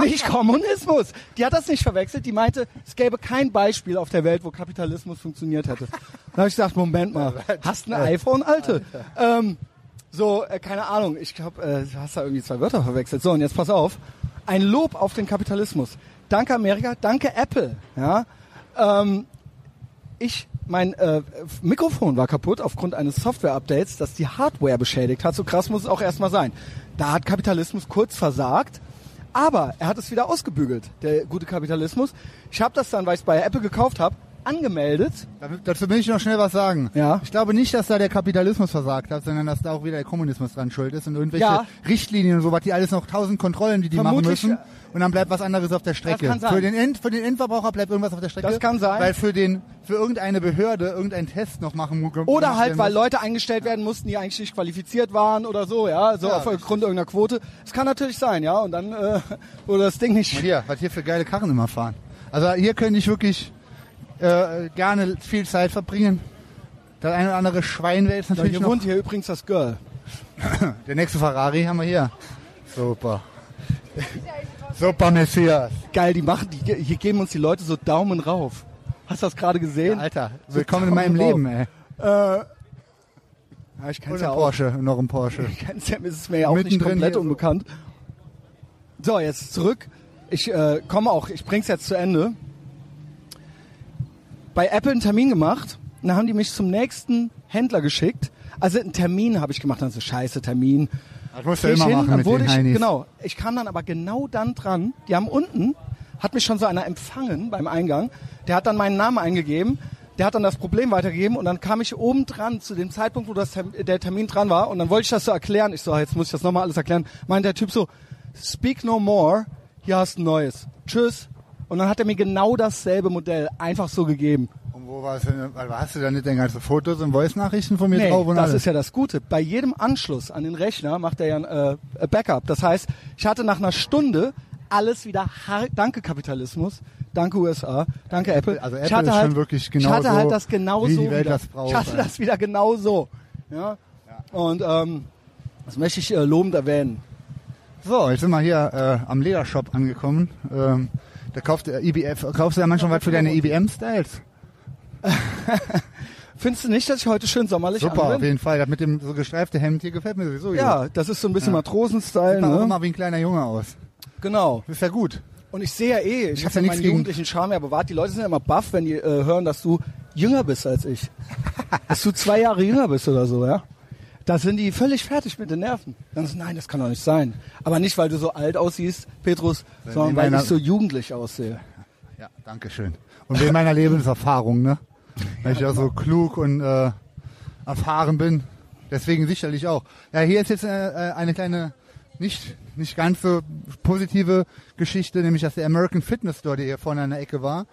S3: nicht Kommunismus. Die hat das nicht verwechselt. Die meinte, es gäbe kein Beispiel auf der Welt, wo Kapitalismus funktioniert hätte. Da habe ich gesagt, Moment mal, hast ein iPhone, Alte? Ähm, so, äh, keine Ahnung, ich glaube, äh, du hast da irgendwie zwei Wörter verwechselt. So, und jetzt pass auf. Ein Lob auf den Kapitalismus. Danke Amerika, danke Apple. Ja? Ähm, ich, mein äh, Mikrofon war kaputt aufgrund eines Software-Updates, das die Hardware beschädigt hat. So krass muss es auch erstmal sein. Da hat Kapitalismus kurz versagt, aber er hat es wieder ausgebügelt, der gute Kapitalismus. Ich habe das dann, weil ich es bei Apple gekauft habe, angemeldet.
S1: Da- Dazu will ich noch schnell was sagen.
S3: Ja.
S1: Ich glaube nicht, dass da der Kapitalismus versagt hat, sondern dass da auch wieder der Kommunismus dran schuld ist und irgendwelche
S3: Ja.
S1: Richtlinien und sowas, die alles noch tausend Kontrollen, die die machen
S3: Vermutlich,
S1: müssen.
S3: äh,
S1: Und dann bleibt was anderes auf der Strecke.
S3: kann sein.
S1: Für, den End, für den Endverbraucher bleibt irgendwas auf der Strecke.
S3: Das kann sein.
S1: Weil für, den, für irgendeine Behörde irgendein Test noch machen muss.
S3: Oder halt, weil Leute eingestellt werden mussten, die eigentlich nicht qualifiziert waren oder so, ja, so
S1: Ja,
S3: aufgrund irgendeiner Quote. Es kann natürlich sein, ja, und dann äh, <laughs> wurde das Ding nicht.
S1: Hier, was hier für geile Karren immer fahren. Also hier könnte ich wirklich äh, gerne viel Zeit verbringen. Das eine oder andere Schwein wäre jetzt
S3: Ja,
S1: natürlich
S3: hier
S1: noch...
S3: wohnt hier übrigens das Girl.
S1: Der nächste Ferrari haben wir hier. Super. Super, Messias.
S3: Geil, die machen, die, ge- hier geben uns die Leute so Daumen rauf. Hast du das gerade gesehen?
S1: Alter, willkommen in meinem
S3: drauf.
S1: Leben, ey.
S3: Ja, ich kenn's
S1: Und
S3: ja
S1: ein
S3: auch.
S1: Porsche, und noch ein Porsche.
S3: Ich kenn's ja, es ist mir ja auch nicht
S1: Mittendrin
S3: komplett
S1: hier so.
S3: unbekannt. So, jetzt zurück. Ich äh, komme auch, ich bring's jetzt zu Ende. Bei Apple einen Termin gemacht, und dann haben die mich zum nächsten Händler geschickt. Also einen Termin habe ich gemacht, dann so scheiße Termin.
S1: Das musst du
S3: Geh ich
S1: immer
S3: hin,
S1: machen
S3: dann
S1: mit
S3: wurde
S1: den
S3: ich,
S1: Heinis.
S3: Genau, ich kam dann aber genau dann dran. Die haben unten, hat mich schon so einer empfangen beim Eingang. Der hat dann meinen Namen eingegeben. Der hat dann das Problem weitergegeben und dann kam ich oben dran zu dem Zeitpunkt, wo das, Term- der Termin dran war und dann wollte ich das so erklären. Ich so, ah, jetzt muss ich das nochmal alles erklären. Meint der Typ so, speak no more, hier hast du ein neues. Tschüss. Und dann hat er mir genau dasselbe Modell einfach so gegeben.
S1: Und wo warst du denn? weil Hast du da nicht deine ganzen Fotos und Voice-Nachrichten von mir drauf? Und
S3: das
S1: alles?
S3: ist ja das Gute. Bei jedem Anschluss an den Rechner macht er ja ein äh, ein Backup. Das heißt, ich hatte nach einer Stunde alles wieder har Danke Kapitalismus, danke USA, danke Apple.
S1: Also
S3: ich
S1: Apple
S3: hatte
S1: ist
S3: halt,
S1: schon wirklich genau
S3: Ich hatte
S1: so,
S3: halt das genau
S1: wie
S3: so
S1: die Welt
S3: wieder.
S1: das braucht, halt.
S3: ich hatte
S1: Alter.
S3: das wieder genau so. Ja? Und ähm, das möchte ich äh, lobend erwähnen.
S1: So, jetzt sind wir hier äh, am Ledershop angekommen. Ähm, da kauft, äh, IBF, kaufst du ja manchmal was für deine IBM-Styles.
S3: Findest du nicht, dass ich heute schön sommerlich
S1: Super,
S3: an
S1: auf
S3: bin?
S1: jeden Fall. Das mit dem so gestreifte Hemd hier gefällt mir sowieso.
S3: Ja, das ist so ein bisschen
S1: Sieht
S3: Matrosen-Style.
S1: man auch
S3: Ne?
S1: immer wie ein kleiner Junge aus.
S3: Genau.
S1: Das ist ja gut.
S3: Und ich sehe ja eh,
S1: Hast ja
S3: ich habe ja
S1: nichts
S3: meinen
S1: gegen-
S3: jugendlichen Charme ja bewahrt. Die Leute sind ja immer baff, wenn die äh, hören, dass du jünger bist
S1: <laughs>
S3: als ich. dass du zwei Jahre jünger bist oder so, ja? Da sind die völlig fertig mit den Nerven. Dann so, nein, das kann doch nicht sein. Aber nicht, weil du so alt aussiehst, Petrus, sondern
S1: in
S3: weil ich
S1: meiner-
S3: so jugendlich aussehe.
S1: Ja, danke schön. Und wegen meiner Lebenserfahrung, ne? Weil ich ja so klug und äh, erfahren bin. Deswegen sicherlich auch. Ja, hier ist jetzt äh, äh, eine kleine, nicht, nicht ganz so positive Geschichte, nämlich dass der American Fitness Store, der hier vorne an der Ecke war,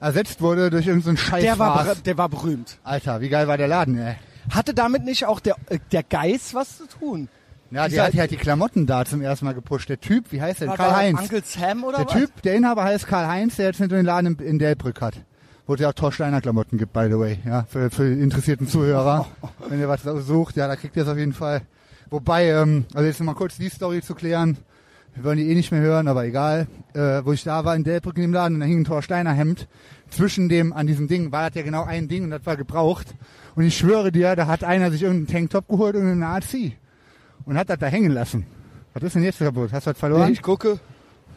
S1: ersetzt wurde durch irgendeinen so scheiß
S3: Der war,
S1: Spaß.
S3: ber- der war berühmt.
S1: Alter, wie geil war der Laden, ey.
S3: Hatte damit nicht auch der, äh, der Geist was zu tun?
S1: Ja, der
S3: Dieser-
S1: hat hier halt die Klamotten da zum ersten Mal gepusht. Der Typ, wie heißt der?
S3: War
S1: denn? Karl-Heinz.
S3: Uncle Sam oder
S1: Der
S3: was?
S1: Typ, der Inhaber heißt Karl-Heinz, der jetzt hinter den Laden in, in Delbrück hat. Wo es ja auch Torsteiner-Klamotten gibt, by the way. Ja, für, für die interessierten
S3: <laughs>
S1: Zuhörer. Wenn ihr was sucht, ja, da kriegt ihr es auf jeden Fall. Wobei, ähm, also jetzt noch mal kurz die Story zu klären. Wir wollen die eh nicht mehr hören, aber egal. Äh, wo ich da war in Delbrück in dem Laden, und da hing ein Torsteiner Hemd. Zwischen dem, an diesem Ding, war das ja genau ein Ding und das war gebraucht. Und ich schwöre dir, da hat einer sich irgendeinen Tanktop geholt und einen AC. Und hat das da hängen lassen. Was ist denn jetzt kaputt? Hast du was verloren?
S3: Ich gucke.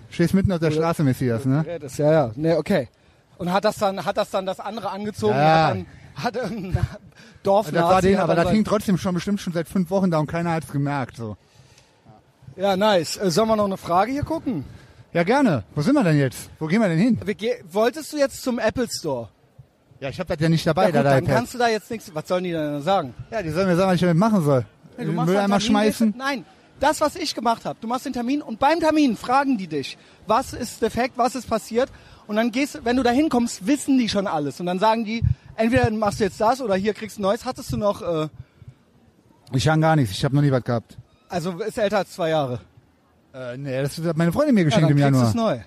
S1: Stehst mitten auf der Straße, Messias, ne?
S3: Ja, das, ja, ja. Nee, okay. Und hat das dann, hat das dann das andere angezogen?
S1: Ja.
S3: Hat, dann,
S1: <laughs>
S3: hat irgendein Dorf
S1: Das war den, aber das hing trotzdem schon bestimmt schon seit fünf Wochen da und keiner hat's gemerkt. So.
S3: Ja, nice. Äh, sollen wir noch eine Frage hier gucken?
S1: Ja, gerne. Wo sind wir denn jetzt? Wo gehen wir denn hin?
S3: Wir ge wolltest du jetzt zum Apple Store?
S1: Ja, ich habe das ja nicht dabei,
S3: ja, gut,
S1: da
S3: dann kannst du da jetzt nichts. Was sollen die denn sagen?
S1: Ja, die sollen mir sagen, was ich damit machen soll.
S3: Ja,
S1: Den
S3: machst
S1: Äh, Müll
S3: halt
S1: einmal
S3: Termin-
S1: schmeißen.
S3: Nein, das, was ich gemacht habe. Du machst den Termin und beim Termin fragen die dich, was ist defekt, was ist passiert. Und dann gehst du- wenn du da hinkommst, wissen die schon alles. Und dann sagen die, entweder machst du jetzt das oder hier kriegst du Neues. Hattest du noch... Äh,
S1: Ich hang gar nichts, ich habe noch nie was gehabt.
S3: Also ist älter als zwei Jahre.
S1: Äh, nee, das hat meine Freundin mir geschenkt
S3: dann
S1: im
S3: kriegst
S1: Januar.
S3: du's neu.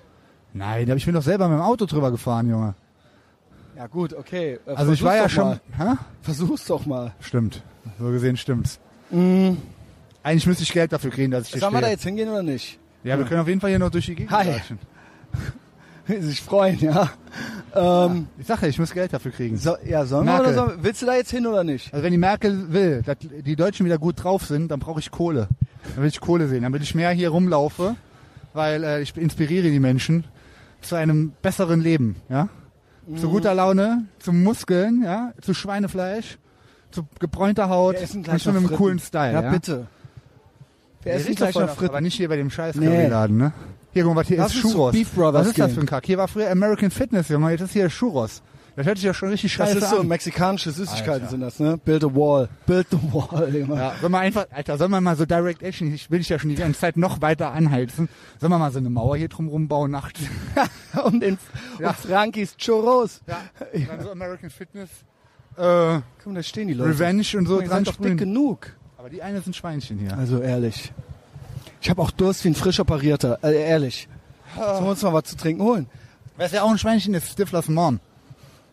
S1: Nein, da hab ich mir doch selber mit dem Auto drüber gefahren, Junge.
S3: Ja gut, okay. Äh,
S1: Also ich
S3: versuch's
S1: war ja
S3: doch
S1: schon.
S3: Mal.
S1: Hä?
S3: Versuch's doch mal.
S1: Stimmt. So gesehen stimmt's. Eigentlich müsste ich Geld dafür kriegen, dass ich hier
S3: Mhm. Sollen wir da
S1: stehe.
S3: jetzt hingehen oder nicht? <laughs>
S1: ja, wir können auf jeden Fall hier noch durch die Gegend
S3: Hi.
S1: latschen.
S3: Sich freuen, ja. Ähm,
S1: Ich sag ja, ich muss Geld dafür kriegen.
S3: so, ja, sollen wir
S1: Merkel.
S3: oder sollen wir- Willst du da jetzt hin oder nicht?
S1: Also wenn die Merkel will, dass die Deutschen wieder gut drauf sind, dann brauche ich Kohle. Dann will ich Kohle sehen, damit ich mehr hier rumlaufe, weil äh, ich inspiriere die Menschen zu einem besseren Leben, ja?
S3: Mhm.
S1: Zu guter Laune, zu Muskeln, ja, zu Schweinefleisch, zu gebräunter Haut
S3: Wir essen gleich
S1: und zu
S3: noch
S1: einem
S3: Fritten.
S1: coolen Style, ja?
S3: Ja, bitte. Wir
S1: Wir
S3: essen
S1: essen
S3: gleich noch Fritten.
S1: aber nicht hier bei dem scheiß
S3: Nee.
S1: Curryladen, ne? Hier, guck mal, hier
S3: Lass
S1: ist
S3: uns zu
S1: Churros.
S3: Beef Brothers
S1: Was ist das
S3: gehen.
S1: für ein Kack? Hier war früher American Fitness, Junge, jetzt ist hier Churros. Das hört sich ja schon richtig
S3: Das
S1: scheiße
S3: ist so
S1: an.
S3: mexikanische Süßigkeiten
S1: Alter.
S3: sind das, ne? Build a wall. Build the wall, Junge. <laughs>
S1: Ja, soll man einfach, Alter, soll man mal so Direct Action, ich will dich ja schon die ganze Zeit noch weiter anheizen. Soll man mal so eine Mauer hier drumrum bauen nachts?
S3: Und ins,
S1: Ja.
S3: und Frankis Churros.
S1: Ja. Und Dann so American Fitness, äh,
S3: Komm, da stehen die Leute.
S1: Revenge und so
S3: Guck mal, Ihr
S1: dran
S3: seid doch dick
S1: sprühen.
S3: genug.
S1: Aber die eine sind Schweinchen hier.
S3: Also ehrlich. Ich habe auch Durst wie ein frisch operierter. Äh, ehrlich. Sollen wir uns mal was zu trinken holen?
S1: Was ja auch ein Schweinchen ist, Stifler's Mom.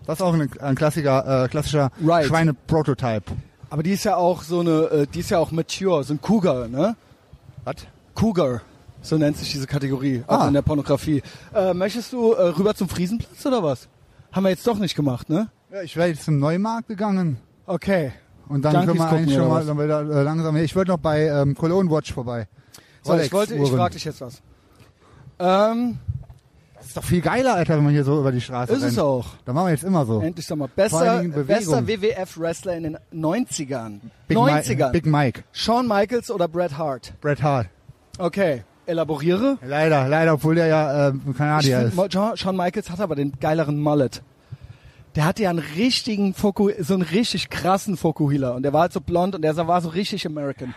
S1: Das ist auch ein, ein Klassiker, äh, klassischer
S3: Right.
S1: Schweineprototype.
S3: Aber die ist ja auch so eine, äh, die ist ja auch mature, so ein Cougar, ne?
S1: Was?
S3: Cougar, so nennt sich diese Kategorie, auch
S1: Ah.
S3: in der Pornografie. Äh, möchtest du äh, rüber zum Friesenplatz oder was? Haben wir jetzt doch nicht gemacht, ne?
S1: Ja, ich wäre jetzt zum Neumarkt gegangen.
S3: Okay.
S1: Und dann
S3: Junkies
S1: können wir
S3: gucken
S1: eigentlich schon
S3: oder
S1: mal
S3: was?
S1: dann wieder, äh, langsam. Ich wollte noch bei ähm, Cologne Watch vorbei.
S3: So, ich wollte, ich
S1: Rolex-Uhren.
S3: frag dich jetzt was. Ähm,
S1: Das ist doch viel geiler, Alter, wenn man hier so über die Straße
S3: ist
S1: rennt.
S3: es auch.
S1: Da machen wir jetzt immer so.
S3: Endlich doch mal
S1: Vor
S3: besser,
S1: allen Dingen Bewegung.
S3: besser WWF-Wrestler in den 90ern.
S1: Big
S3: 90ern.
S1: Mike, Big Mike,
S3: Shawn Michaels oder Bret Hart?
S1: Bret Hart.
S3: Okay, elaboriere.
S1: Leider, leider, obwohl der ja äh, ein
S3: Ich
S1: Kanadier
S3: find,
S1: ist.
S3: Mo- John, Shawn Michaels hat aber den geileren Mullet. Der hatte ja einen richtigen Foku, so einen richtig krassen Fokuhila und der war halt so blond und der sah- war so richtig American.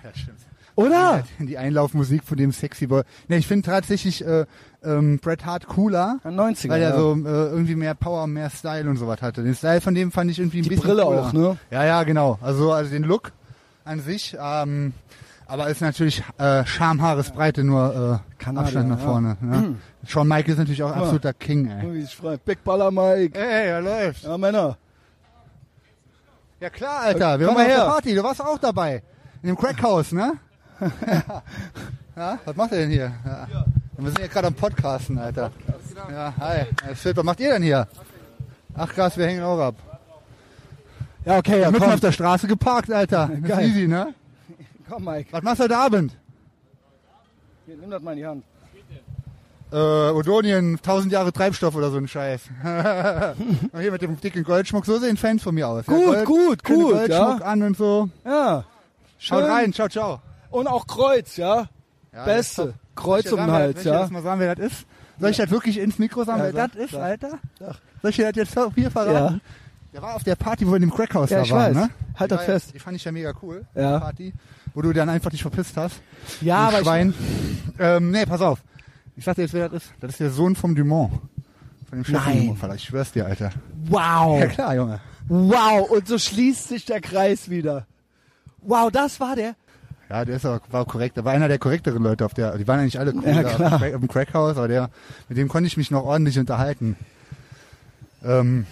S3: Oder?
S1: Die Einlaufmusik von dem Sexy Boy. Ne, ich finde tatsächlich äh, ähm, Bret Hart cooler,
S3: Ja, 90er.
S1: weil er
S3: ja.
S1: so äh, irgendwie mehr Power, mehr Style und sowas hatte. Den Style von dem fand ich irgendwie ein
S3: Die
S1: bisschen
S3: Brille
S1: cooler.
S3: auch, ne?
S1: Ja, ja, genau. Also, also den Look an sich, ähm, aber ist natürlich äh, Schamhaaresbreite nur äh,
S3: Kanadier,
S1: Abstand nach
S3: ja.
S1: vorne. Ne?
S3: <clears throat>
S1: Shawn Michaels ist natürlich auch absoluter King, ey.
S3: Guck mal, wie ich freu. Big Baller Mike.
S1: Ey, er läuft.
S3: Ja, Männer.
S1: Ja klar, Alter. Wir
S3: Komm
S1: waren auf
S3: mal
S1: der
S3: her.
S1: Party. Du warst auch dabei. In dem Crackhaus, <laughs> ne? ja. Was macht ihr denn hier? Ja. Wir sind hier gerade am Podcasten, Alter. Ja, hi. Äh, Philipp, was macht ihr denn hier? Ach krass, wir hängen auch ab.
S3: Ja, okay, ja,
S1: Wir mitten
S3: komm.
S1: auf der Straße geparkt, Alter. Das ist
S3: Geil.
S1: easy, ne?
S3: Komm, Mike.
S1: Was machst du heute Abend?
S3: Hier, nimm das mal in die Hand.
S1: Äh, Odonien, 1000 Jahre Treibstoff oder so ein <laughs> Scheiß. Und hier mit dem dicken Goldschmuck, so sehen Fans von mir aus.
S3: Gut, gut,
S1: schöne
S3: gut,
S1: Goldschmuck
S3: ja.
S1: an und so.
S3: Ja. Schön.
S1: Schaut rein, ciao, ciao.
S3: Und auch Kreuz, ja?
S1: Ja,
S3: Beste.
S1: Soll ich
S3: Kreuz
S1: dir
S3: um
S1: sagen,
S3: den
S1: wer-
S3: Hals,
S1: soll ich dir
S3: ja?
S1: das mal sagen, wer das ist? Soll ich das wirklich ins Mikro sagen,
S3: Ja,
S1: wer
S3: sag,
S1: das ist,
S3: sag.
S1: Alter?
S3: Sag.
S1: Soll ich dir das jetzt hier verraten? Der war auf der Party, wo wir in dem Crackhaus
S3: Ja,
S1: da
S3: ich
S1: waren,
S3: weiß.
S1: ne?
S3: Halt
S1: Die
S3: doch
S1: war-
S3: fest.
S1: Die fand ich ja mega cool,
S3: Ja.
S1: die Party, wo du dann einfach dich verpisst hast.
S3: Ja,
S1: du
S3: aber ich,
S1: Schwein. Ähm, nee, pass auf. Ich sag dir jetzt, wer das ist. Das ist der Sohn vom Dumont. Von dem Chef
S3: Nein. Oh.
S1: Von Dumont, Alter. ich schwör's dir, Alter.
S3: wow.
S1: Ja <laughs> klar, Junge.
S3: Wow, und so schließt sich der Kreis wieder. Wow, das war der.
S1: Ja, der ist aber, war korrekt. Der war einer der korrekteren Leute auf der. Die waren eigentlich alle cool
S3: Ja,
S1: da
S3: klar.
S1: auf dem Crack- auf dem Crackhaus, aber der, mit dem konnte ich mich noch ordentlich unterhalten. Ähm,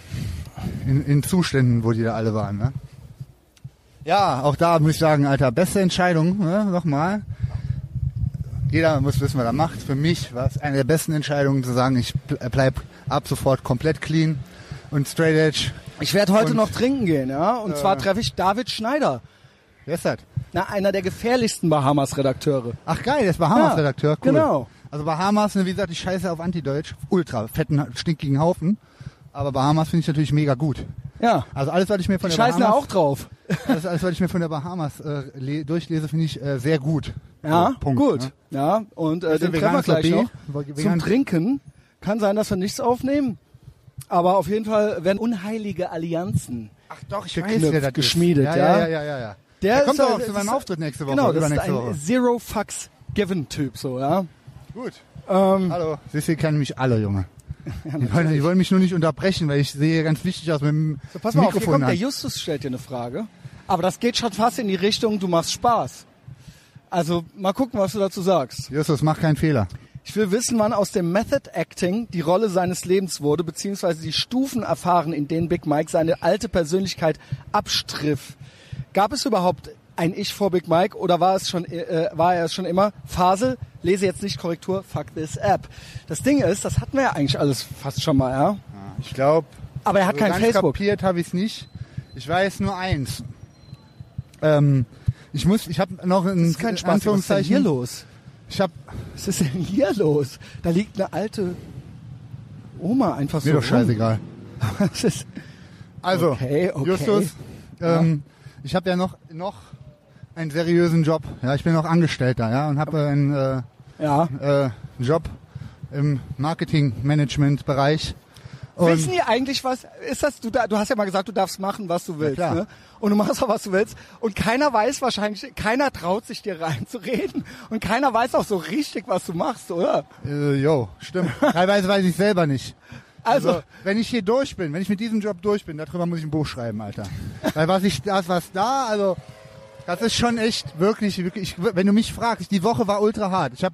S1: in, in Zuständen, wo die da alle waren, ne? Ja, auch da muss ich sagen, Alter, beste Entscheidung, ne? nochmal. Jeder muss wissen, was er macht. Für mich war es eine der besten Entscheidungen zu sagen, ich ble- bleib ab sofort komplett clean und straight edge.
S3: Ich werde heute
S1: Und-
S3: noch trinken gehen, ja. Und zwar treffe ich David Schneider,
S1: Wer ist das?
S3: na, einer der gefährlichsten Bahamas-Redakteure.
S1: Ach geil, der ist Bahamas-Redakteur. Cool.
S3: genau.
S1: Also Bahamas, ne, wie gesagt, ich scheiße auf Antideutsch. Ultra, fetten, stinkigen Haufen. Aber Bahamas finde ich natürlich mega gut.
S3: Ja.
S1: Also alles, was ich mir von
S3: Die
S1: der
S3: scheißen da
S1: Bahamas,
S3: auch drauf.
S1: <laughs> alles, alles, was ich mir von der Bahamas äh, le- durchlese, finde ich äh, sehr gut.
S3: Ja,
S1: So, Punkt,
S3: gut.
S1: Ne?
S3: Ja, und äh,
S1: Bisschen
S3: den treffen wir
S1: veganes
S3: gleich
S1: Lobby.
S3: noch.
S1: Vegan-
S3: Zum Trinken kann sein, dass wir nichts aufnehmen. Aber auf jeden Fall werden unheilige Allianzen.
S1: Ach doch, ich
S3: Geknüpft,
S1: weiß, wer das
S3: geschmiedet,
S1: ist. Ja, ja,
S3: ja.
S1: ja, ja, ja.
S3: Der
S1: Der
S3: ist
S1: kommt doch
S3: ein-
S1: auch zu
S3: das
S1: meinem
S3: ist-
S1: Auftritt nächste Woche,
S3: genau, das ist
S1: übernächste
S3: ein
S1: Woche.
S3: Zero Fucks Given Typ, so, ja.
S1: Gut.
S3: Ähm,
S1: Hallo. Siehst du, die kennen mich alle,
S3: <laughs>
S1: Junge. die, wollen, die wollen mich nur nicht unterbrechen, weil ich sehe ganz wichtig aus mit dem
S3: so, pass mal auf, hier
S1: Mikrofon
S3: kommt der
S1: an.
S3: Justus stellt dir eine Frage. Aber das geht schon fast in die Richtung, du machst Spaß. Also mal gucken, was du dazu sagst.
S1: Justus, mach keinen Fehler.
S3: Ich will wissen, wann aus dem Method Acting die Rolle seines Lebens wurde, beziehungsweise die Stufen erfahren, in denen Big Mike seine alte Persönlichkeit abstriff. Gab es überhaupt ein Ich vor Big Mike oder war es schon, äh, war er es schon immer? Phase, lese jetzt nicht Korrektur, fuck this app. Das Ding ist, das hatten wir ja eigentlich alles fast schon mal, ja?
S1: Ich glaube.
S3: Aber
S1: Also
S3: er hat kein Facebook.
S1: kapiert habe ich es nicht. Ich weiß nur eins. Ähm, ich muss, ich habe noch ein
S3: ist kein Spaß. Was ist denn hier los?
S1: Ich habe
S3: Was ist denn hier los? Da liegt eine alte Oma einfach so.
S1: mir doch
S3: rum.
S1: scheißegal.
S3: Das ist,
S1: Also,
S3: Okay, okay.
S1: Justus, ähm, ich habe ja noch noch einen seriösen Job. Ja, ich bin noch Angestellter, ja, und habe einen äh,
S3: ja.
S1: äh, Job im Marketing-Management-Bereich.
S3: Wissen die eigentlich was? Ist das du? Da, du hast ja mal gesagt, du darfst machen, was du willst,
S1: klar.
S3: ne? Und du machst auch was du willst. Und keiner weiß wahrscheinlich, keiner traut sich dir reinzureden und keiner weiß auch so richtig, was du machst, oder?
S1: Äh, jo, stimmt. Teilweise weiß ich selber nicht.
S3: Also,
S1: Also, wenn ich hier durch bin, wenn ich mit diesem Job durch bin, darüber muss ich ein Buch schreiben, Alter. Weil was ich, das, was da, also, das ist schon echt, wirklich, wirklich, ich, wenn du mich fragst, die Woche war ultra hart. Ich hab,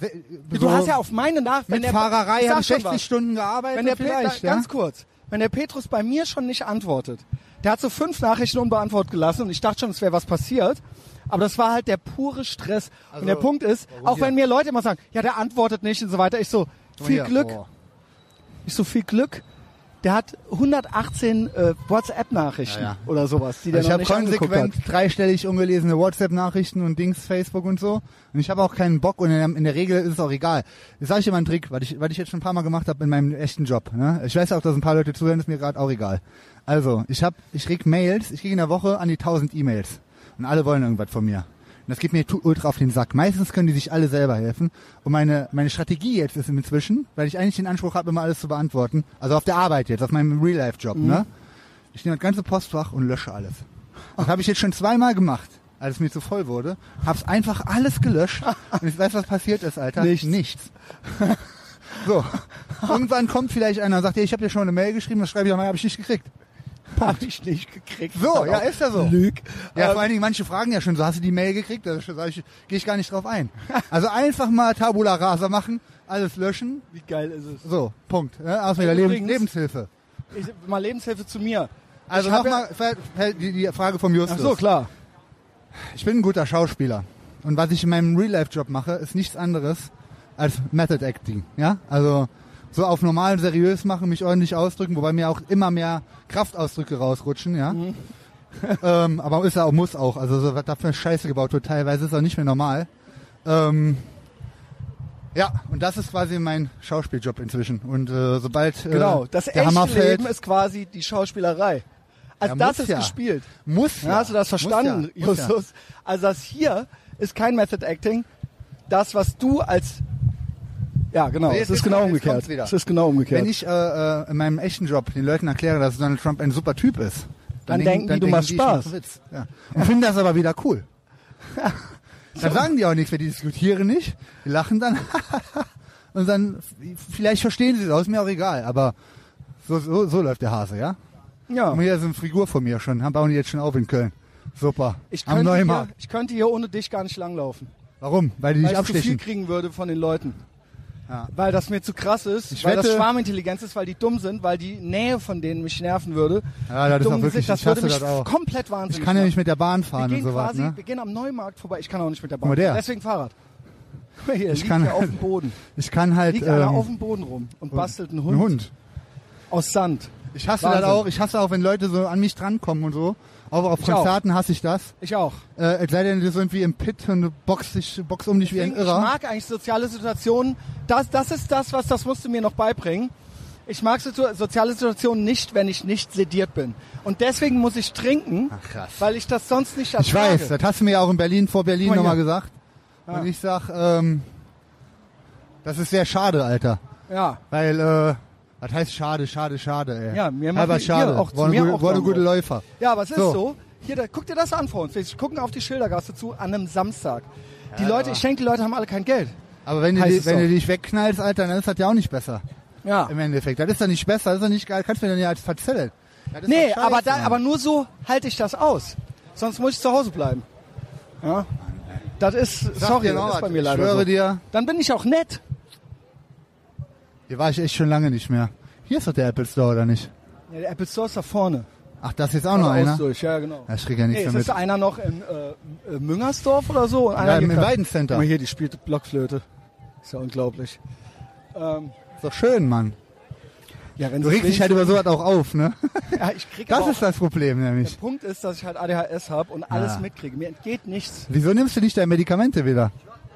S1: se-
S3: du
S1: so
S3: hast ja auf meine Nachricht
S1: mit Fahrerei
S3: ich
S1: habe
S3: sag
S1: ich
S3: schon
S1: 60
S3: was.
S1: Stunden gearbeitet,
S3: Wenn der
S1: vielleicht,
S3: Peter,
S1: ja?
S3: ganz kurz, wenn der Petrus bei mir schon nicht antwortet, der hat so fünf Nachrichten unbeantwortet gelassen und ich dachte schon, es wäre was passiert. Aber das war halt der pure Stress. und der Punkt ist, auch
S1: Also, hier?
S3: wenn mir Leute immer sagen, ja, der antwortet nicht und so weiter, ich so,
S1: Guck mal
S3: viel
S1: hier.
S3: Glück,
S1: Oh.
S3: ich so, viel Glück. Der hat 118 äh, WhatsApp-Nachrichten
S1: Ja, ja.
S3: oder sowas, die der
S1: Ich
S3: noch
S1: habe
S3: nicht angeguckt hat.
S1: konsequent dreistellig ungelesene WhatsApp-Nachrichten und Dings, Facebook und so. Und ich habe auch keinen Bock und in der- in der Regel ist es auch egal. Ich sage dir mal einen Trick, was ich, was ich jetzt schon ein paar Mal gemacht habe in meinem echten Job. Ne? Ich weiß auch, dass ein paar Leute zuhören, ist mir gerade auch egal. Also, ich hab, ich krieg Mails, ich krieg in der Woche an die 1000 E-Mails. Und alle wollen irgendwas von mir. Und das geht mir tu- ultra auf den Sack. Meistens können die sich alle selber helfen. Und meine, meine Strategie jetzt ist inzwischen, weil ich eigentlich den Anspruch habe, immer alles zu beantworten. Also auf der Arbeit jetzt, auf meinem Real-Life-Job, ne? Ich nehme das ganze Postfach und lösche alles. Das habe ich jetzt schon zweimal gemacht, als es mir zu voll wurde. Hab's einfach alles gelöscht. Und ich weiß, was passiert ist, Alter.
S3: Nichts.
S1: Nichts. So. Irgendwann kommt vielleicht einer und sagt, hey, ich habe dir schon eine Mail geschrieben, das schreibe ich nochmal, habe ich nicht gekriegt.
S3: <laughs> Hab ich nicht gekriegt.
S1: So,
S3: Dann
S1: ja,
S3: auch
S1: ist ja so.
S3: Lüg.
S1: Ja,
S3: Ähm,
S1: vor allen Dingen, manche fragen ja schon, so hast du die Mail gekriegt? Da sage ich, gehe ich gar nicht drauf ein. Also einfach mal Tabula Rasa machen, alles löschen.
S3: wie geil ist es?
S1: So, Punkt. Ne? Aus mit der Lebens
S3: Übrigens-
S1: Lebenshilfe.
S3: Ich, mal Lebenshilfe zu mir.
S1: Also
S3: Ich hab
S1: nochmal ja die, die Frage vom
S3: Ja,
S1: Justus.
S3: ach so, klar.
S1: Ich bin ein guter Schauspieler. Und was ich in meinem Real-Life-Job mache, ist nichts anderes als Method Acting. Ja? Also so auf normal seriös machen, mich ordentlich ausdrücken, wobei mir auch immer mehr Kraftausdrücke rausrutschen, ja.
S3: Mhm.
S1: <laughs> ähm, aber ist ja auch, muss auch. Also so, was da für eine Scheiße gebaut wird, teilweise ist auch nicht mehr normal. Ähm, ja, und das ist quasi mein Schauspieljob inzwischen. Und äh, sobald äh,
S3: Genau, das
S1: der
S3: echte
S1: Hammer fällt,
S3: Leben ist quasi die Schauspielerei. Also
S1: Ja,
S3: das
S1: muss
S3: ist
S1: ja.
S3: gespielt.
S1: muss ja,
S3: Ja, hast du das
S1: muss
S3: verstanden,
S1: ja, muss ja.
S3: Justus? Also das hier ist kein Method Acting. Das, was du als... Ja, genau,
S1: Jetzt-
S3: es ist
S1: jetzt-
S3: genau
S1: jetzt
S3: umgekehrt.
S1: kommt's wieder.
S3: Es ist genau umgekehrt.
S1: Wenn ich äh, äh, in meinem echten Job den Leuten erkläre, dass Donald Trump ein super Typ ist,
S3: Dann denken die, du machst
S1: ich mache
S3: Spaß.
S1: Witz. Ja. Und finden das aber wieder
S3: <laughs>
S1: cool. Dann sagen die auch nichts mehr, die diskutieren nicht, die lachen dann <laughs> und dann vielleicht verstehen sie es, auch, ist mir auch egal, aber so, so, so läuft der Hase, ja?
S3: ja.
S1: Und hier ist eine Figur von mir schon, haben bauen die jetzt schon auf in Köln. Super.
S3: ich,
S1: Am
S3: könnte hier,
S1: Neumarkt.
S3: ich könnte hier ohne dich gar nicht langlaufen.
S1: Warum? Weil die dich
S3: weil ich zu viel
S1: abstechen.
S3: kriegen würde von den Leuten. Weil das mir zu krass ist,
S1: Ich
S3: weil das
S1: wette-
S3: Schwarmintelligenz ist, weil die dumm sind, weil die Nähe von denen mich nerven würde.
S1: Ja, das
S3: Die
S1: ist auch
S3: Dummen
S1: wirklich-
S3: sind, das
S1: ich
S3: würde
S1: hasse
S3: mich
S1: das auch.
S3: komplett wahnsinnig
S1: Ich kann ja
S3: machen.
S1: nicht mit der Bahn fahren
S3: wir
S1: und
S3: gehen
S1: sowas,
S3: quasi,
S1: ne?
S3: wir gehen am Neumarkt vorbei. Ich kann auch nicht mit der
S1: mal,
S3: Bahn.
S1: der.
S3: Deswegen Fahrrad. Guck mal Hier, liegt
S1: kann <laughs>
S3: hier auf
S1: halt-
S3: dem Boden.
S1: Ich kann halt
S3: Liegt einer
S1: ähm,
S3: auf dem Boden rum und bastelt einen Hund,
S1: einen Hund.
S3: aus Sand.
S1: Ich hasse
S3: Wahnsinn.
S1: das auch. Ich hasse auch, wenn Leute so an mich drankommen und so. Auch auf
S3: auch.
S1: Konzerten hasse ich das.
S3: Ich auch.
S1: Äh, es sei denn, du bist irgendwie im Pit und du boxt, dich, boxt um dich wie ein
S3: Deswegen, ich
S1: Irrer.
S3: mag eigentlich soziale Situationen. Das, das ist das, was das musst du mir noch beibringen. Ich mag Situ soziale Situationen nicht, wenn ich nicht sediert bin. Und deswegen muss ich trinken,
S1: krass.
S3: weil ich das sonst nicht
S1: Ich
S3: ertrage.
S1: weiß, das hast du mir ja auch in Berlin vor Berlin
S3: Guck mal
S1: nochmal
S3: hier.
S1: gesagt. Und ich sag, ähm, das ist sehr schade, Alter.
S3: Ja,
S1: Weil, äh, was heißt schade, schade, schade, ey.
S3: Ja, mir
S1: Aber
S3: machen-
S1: schade.
S3: ihr auch- zu
S1: Wollen
S3: mir
S1: gute-
S3: auch
S1: wollen
S3: Langeoog.
S1: gute Läufer.
S3: ja aber es ist
S1: So.
S3: so. Hier, da, guck dir das an vor uns. Wir gucken auf die Schildergasse zu an einem Samstag. Die Leute, ich denke, die Leute haben alle kein Geld.
S1: Aber wenn, du,
S3: Heißt
S1: di-
S3: es
S1: wenn
S3: doch.
S1: du dich wegknallst, Alter, dann ist das ja auch nicht besser.
S3: Ja.
S1: Im Endeffekt. Das ist doch nicht besser, das ist doch nicht geil. Kannst du mir dann ja als verzellen. Das ist
S3: Nee,
S1: doch scheiße,
S3: aber, da,
S1: Mann.
S3: aber nur so halte ich das aus. Sonst muss ich zu Hause bleiben. Ja? Das ist,
S1: Sag
S3: sorry,
S1: dir noch
S3: das ist
S1: was.
S3: bei mir
S1: ich
S3: leider
S1: schwöre
S3: so.
S1: dir,
S3: Dann bin ich auch nett.
S1: hier war ich echt schon lange nicht mehr. Hier ist doch der Apple Store, oder nicht?
S3: Ja, der Apple Store ist da vorne.
S1: Ach, das ist jetzt auch noch einer?
S3: Durch. Ja, genau.
S1: Ja, ich krieg ja nichts
S3: Nee, es
S1: damit.
S3: ist einer noch in äh, äh, Müngersdorf oder so. Und einer
S1: Ja,
S3: hier
S1: Im im
S3: kann- Guck
S1: Weidencenter.
S3: mal
S1: Ist
S3: hier, die spielt Blockflöte. Ist ja unglaublich. Ähm,
S1: doch schön, Mann.
S3: ja, wenn
S1: Du
S3: sie
S1: regst dich
S3: singt-
S1: halt über sowas auch auf, ne?
S3: <laughs> Ja, ich krieg
S1: Das
S3: aber
S1: ist das Problem
S3: Der
S1: nämlich.
S3: Punkt ist, dass ich halt ADHS habe und alles
S1: Ja.
S3: mitkriege. Mir entgeht nichts.
S1: Wieso nimmst du nicht deine Medikamente wieder?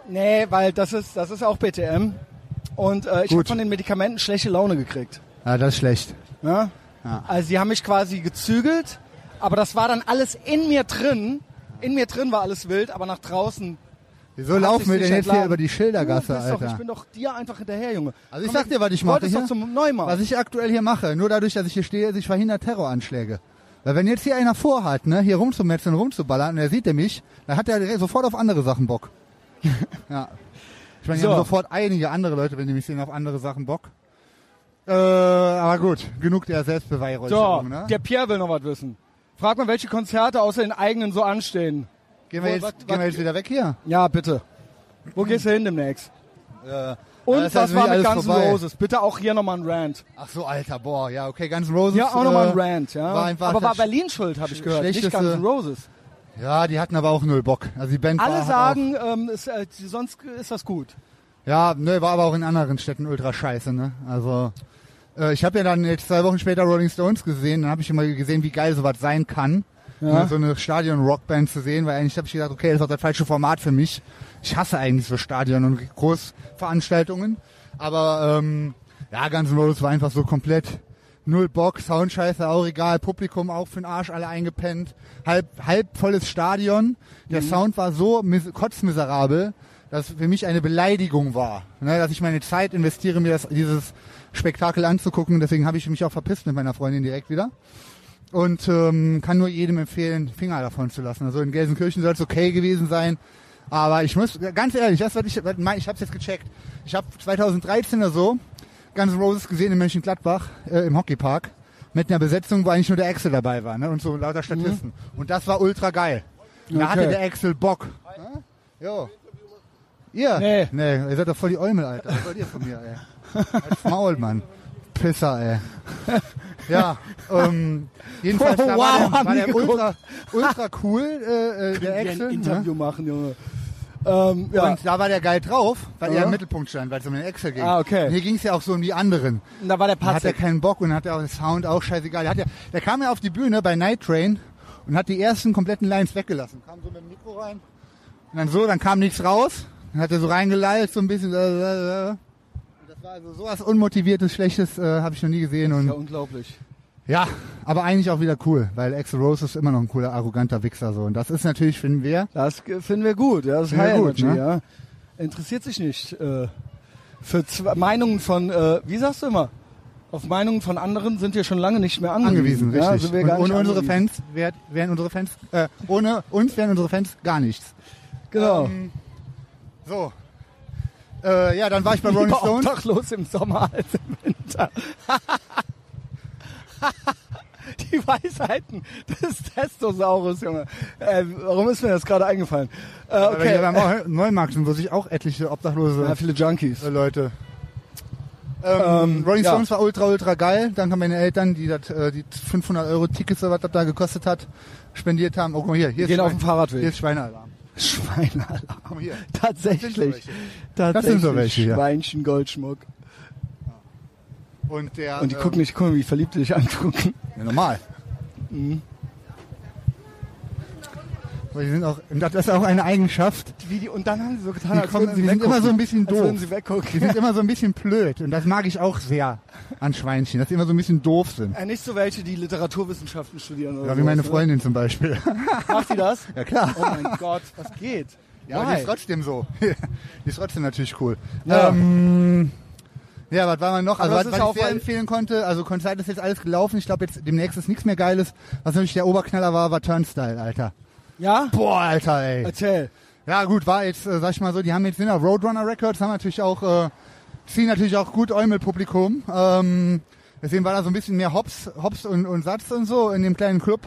S3: Nee, weil das ist, das ist auch BTM. Und äh, ich
S1: Gut.
S3: habe von den Medikamenten schlechte Laune gekriegt.
S1: Ah, das ist schlecht.
S3: Ne?
S1: Ja.
S3: Also sie haben mich quasi gezügelt, aber das war dann alles in mir drin. In mir drin war alles wild, aber nach draußen.
S1: Wieso
S3: Hat
S1: laufen
S3: sich's
S1: wir denn
S3: nicht
S1: jetzt hier
S3: entladen.
S1: über die
S3: du
S1: Schildergasse,
S3: bist Doch, ich
S1: Alter?
S3: bin doch dir einfach hinterher, Junge.
S1: Also ich
S3: Komm,
S1: sag dir, was ich
S3: du
S1: mache
S3: wolltest
S1: hier.
S3: Doch zum Neumann.
S1: Was ich aktuell hier mache, nur dadurch, dass ich hier stehe, ist, ich verhindere Terroranschläge. Weil wenn jetzt hier einer vorhat, ne, hier rumzumetzeln, rumzuballern, und er sieht er mich, dann hat er direkt sofort auf andere Sachen
S3: <laughs>
S1: Bock. ja. Ich meine, hier
S3: So.
S1: haben sofort einige andere Leute, wenn die mich sehen, auf andere Sachen Bock. Äh, aber gut, genug der
S3: so,
S1: Selbstbeweihräucherung, ne?
S3: der Pierre will noch was wissen. Frag mal, welche Konzerte außer den eigenen so anstehen.
S1: Gehen wir,
S3: Wo-
S1: jetzt,
S3: was-
S1: gehen wir
S3: was-
S1: jetzt wieder weg hier.
S3: Ja, bitte. Wo gehst du hin demnächst?
S1: Ja,
S3: Und
S1: Äh, das ist
S3: was
S1: natürlich
S3: war mit
S1: alles
S3: Guns N'
S1: vorbei.
S3: Roses? Bitte auch hier nochmal ein Rant.
S1: Ach so, Alter, boah, ja, okay, Guns N' Roses.
S3: Ja, auch nochmal ein
S1: äh,
S3: Rant, ja.
S1: war einfach
S3: Aber war
S1: das
S3: Berlin schuld, habe ich gehört, nicht
S1: schlechteste-
S3: Guns N' Roses.
S1: Ja, die hatten aber auch null Bock. Also die Band war
S3: Alle
S1: hat
S3: sagen, ähm, ist, äh, sonst ist das gut.
S1: Auch, ja, ne, war aber auch in anderen Städten ultra scheiße, ne? Also äh, ich habe ja dann jetzt zwei Wochen später Rolling Stones gesehen, dann habe ich immer gesehen, wie geil sowas sein kann. Ne, so eine Stadion-Rockband zu sehen, weil eigentlich habe ich gedacht, okay, das ist doch das falsche Format für mich. Ich hasse eigentlich so Stadion und Großveranstaltungen. Aber ähm, ja, Guns N' Roses war einfach so komplett null Bock, Soundscheiße auch egal, Publikum auch für den Arsch alle eingepennt, halb, halb volles Stadion. Der Sound war so mis kotzmiserabel, dass für mich eine Beleidigung war, ne, dass ich meine Zeit investiere, mir das, dieses Spektakel anzugucken. Deswegen habe ich mich auch verpisst mit meiner Freundin direkt wieder und ähm, kann nur jedem empfehlen, Finger davon zu lassen. Also in Gelsenkirchen soll es okay gewesen sein. Aber ich muss, ganz ehrlich, das, was ich, was mein, ich habe jetzt gecheckt. Ich habe 2013 oder so Guns N' Roses gesehen in Mönchengladbach äh, im Hockeypark mit einer Besetzung, wo eigentlich nur der Axel dabei war ne? und so lauter Statisten. Und das war ultra geil. Und Da hatte der Axel Bock. Ne? Jo. Ihr?
S3: Nee.
S1: nee. Ihr seid doch voll die Eumel, Alter. Was wollt ihr von mir, ey? Halt's Maul, Mann. Pisser, ey. <laughs> Ja, ähm, jedenfalls
S3: Oh,
S1: da
S3: wow,
S1: war der,
S3: haben
S1: war
S3: die
S1: der
S3: geguckt.
S1: ultra, ultra cool, äh, äh, der
S3: Wir ein
S1: Axel. Ne?
S3: Interview machen, Junge. Ähm, ja.
S1: Und da war der geil drauf, weil
S3: Ja.
S1: er im Mittelpunkt stand, weil es um den Axel ging.
S3: Ah, okay.
S1: Und hier ging es ja auch so um die anderen.
S3: Und da war der
S1: Dann hat er
S3: Patrick.
S1: keinen Bock und hat er auch den Sound auch scheißegal. Der, hat ja, der kam ja auf die Bühne bei Night Train und hat die ersten kompletten Lines weggelassen. Kam so mit dem Mikro rein und dann so, dann kam nichts raus. Dann hat er so reingeleilt, so ein bisschen. Äh, äh, äh. Und das war also sowas unmotiviertes, schlechtes äh, habe ich noch nie gesehen. Und
S3: Ja, unglaublich.
S1: ja, aber eigentlich auch wieder cool, weil Axel Rose ist immer noch ein cooler, arroganter Wichser so. Und das ist natürlich, finden wir,
S3: Das ge- finden wir gut. Ja, das ist
S1: Finden wir
S3: High
S1: gut,
S3: Energy,
S1: ne?
S3: ja. Interessiert sich nicht äh, für zwei Meinungen von, äh, wie sagst du immer? Auf Meinungen von anderen sind wir schon lange nicht mehr angewiesen.
S1: angewiesen,
S3: ja,
S1: richtig.
S3: sind wir gar
S1: und
S3: nicht
S1: ohne unsere
S3: angewiesen.
S1: Fans wär, wären unsere Fans, äh, ohne uns wären unsere Fans gar nichts.
S3: Genau.
S1: Ähm, so. Äh, ja, dann war ich bei
S3: <laughs>
S1: Rolling
S3: Lieber
S1: Stones.
S3: obdachlos im Sommer als im Winter. <laughs> Die Weisheiten des Testosaurus, Junge. Äh, warum ist mir das gerade eingefallen? Äh,
S1: Weil wir
S3: okay.
S1: beim Neu- Neumarkt sind, wo sich auch etliche obdachlose
S3: <laughs> Ja, viele Junkies.
S1: äh, Leute. Ähm, Rolling
S3: ja.
S1: Stones war ultra, ultra geil. Danke meine Eltern, die das, äh, die 500 Euro Tickets, oder was das da gekostet hat, spendiert haben. Oh, guck mal hier. hier ist
S3: Wir gehen
S1: Schwein-
S3: auf den Fahrradweg.
S1: Hier ist Schweinealarm.
S3: Schweinalarm.
S1: Komm hier.
S3: Tatsächlich.
S1: Das sind so welche, ja.
S3: Schweinchen Goldschmuck.
S1: Und, der,
S3: Und die
S1: ähm,
S3: gucken mich, guck mal, wie verliebt die dich angucken.
S1: Ja, normal. Mhm. Aber die sind auch, und das ist auch eine Eigenschaft.
S3: Wie die, und dann haben sie so getan,
S1: Die
S3: als
S1: kommen-
S3: würden sie
S1: die sind
S3: weggucken.
S1: immer so ein bisschen
S3: Als würden
S1: doof.
S3: sie
S1: Die
S3: weggucken.
S1: sind immer so ein bisschen blöd. Und das mag ich auch sehr an Schweinchen, dass sie immer so ein bisschen doof sind.
S3: Äh, nicht so welche, die Literaturwissenschaften studieren oder
S1: Ja, wie meine
S3: sowas, ne?
S1: Freundin zum Beispiel.
S3: Macht die <laughs> das?
S1: Ja, klar.
S3: Oh mein Gott, was geht?
S1: Ja, <laughs> aber die ist trotzdem so. die ist trotzdem natürlich cool.
S3: Ja.
S1: Ja, ähm, ja was war man noch? Also,
S3: Aber das
S1: was,
S3: ist
S1: was
S3: auch,
S1: ich sehr
S3: weil-
S1: empfehlen konnte, also Konzert ist jetzt alles gelaufen. Ich glaube, jetzt demnächst ist nichts mehr Geiles. Was natürlich der Oberknaller war, war Turnstyle, Alter.
S3: Ja?
S1: Boah, Alter, ey.
S3: Erzähl.
S1: Ja gut, war jetzt, äh, sag ich mal so, die haben jetzt sind ja Roadrunner Records, haben natürlich auch, äh, ziehen natürlich auch gut Eumel-Publikum. Ähm, deswegen war da so ein bisschen mehr Hops, Hops und, und Satz und so in dem kleinen Club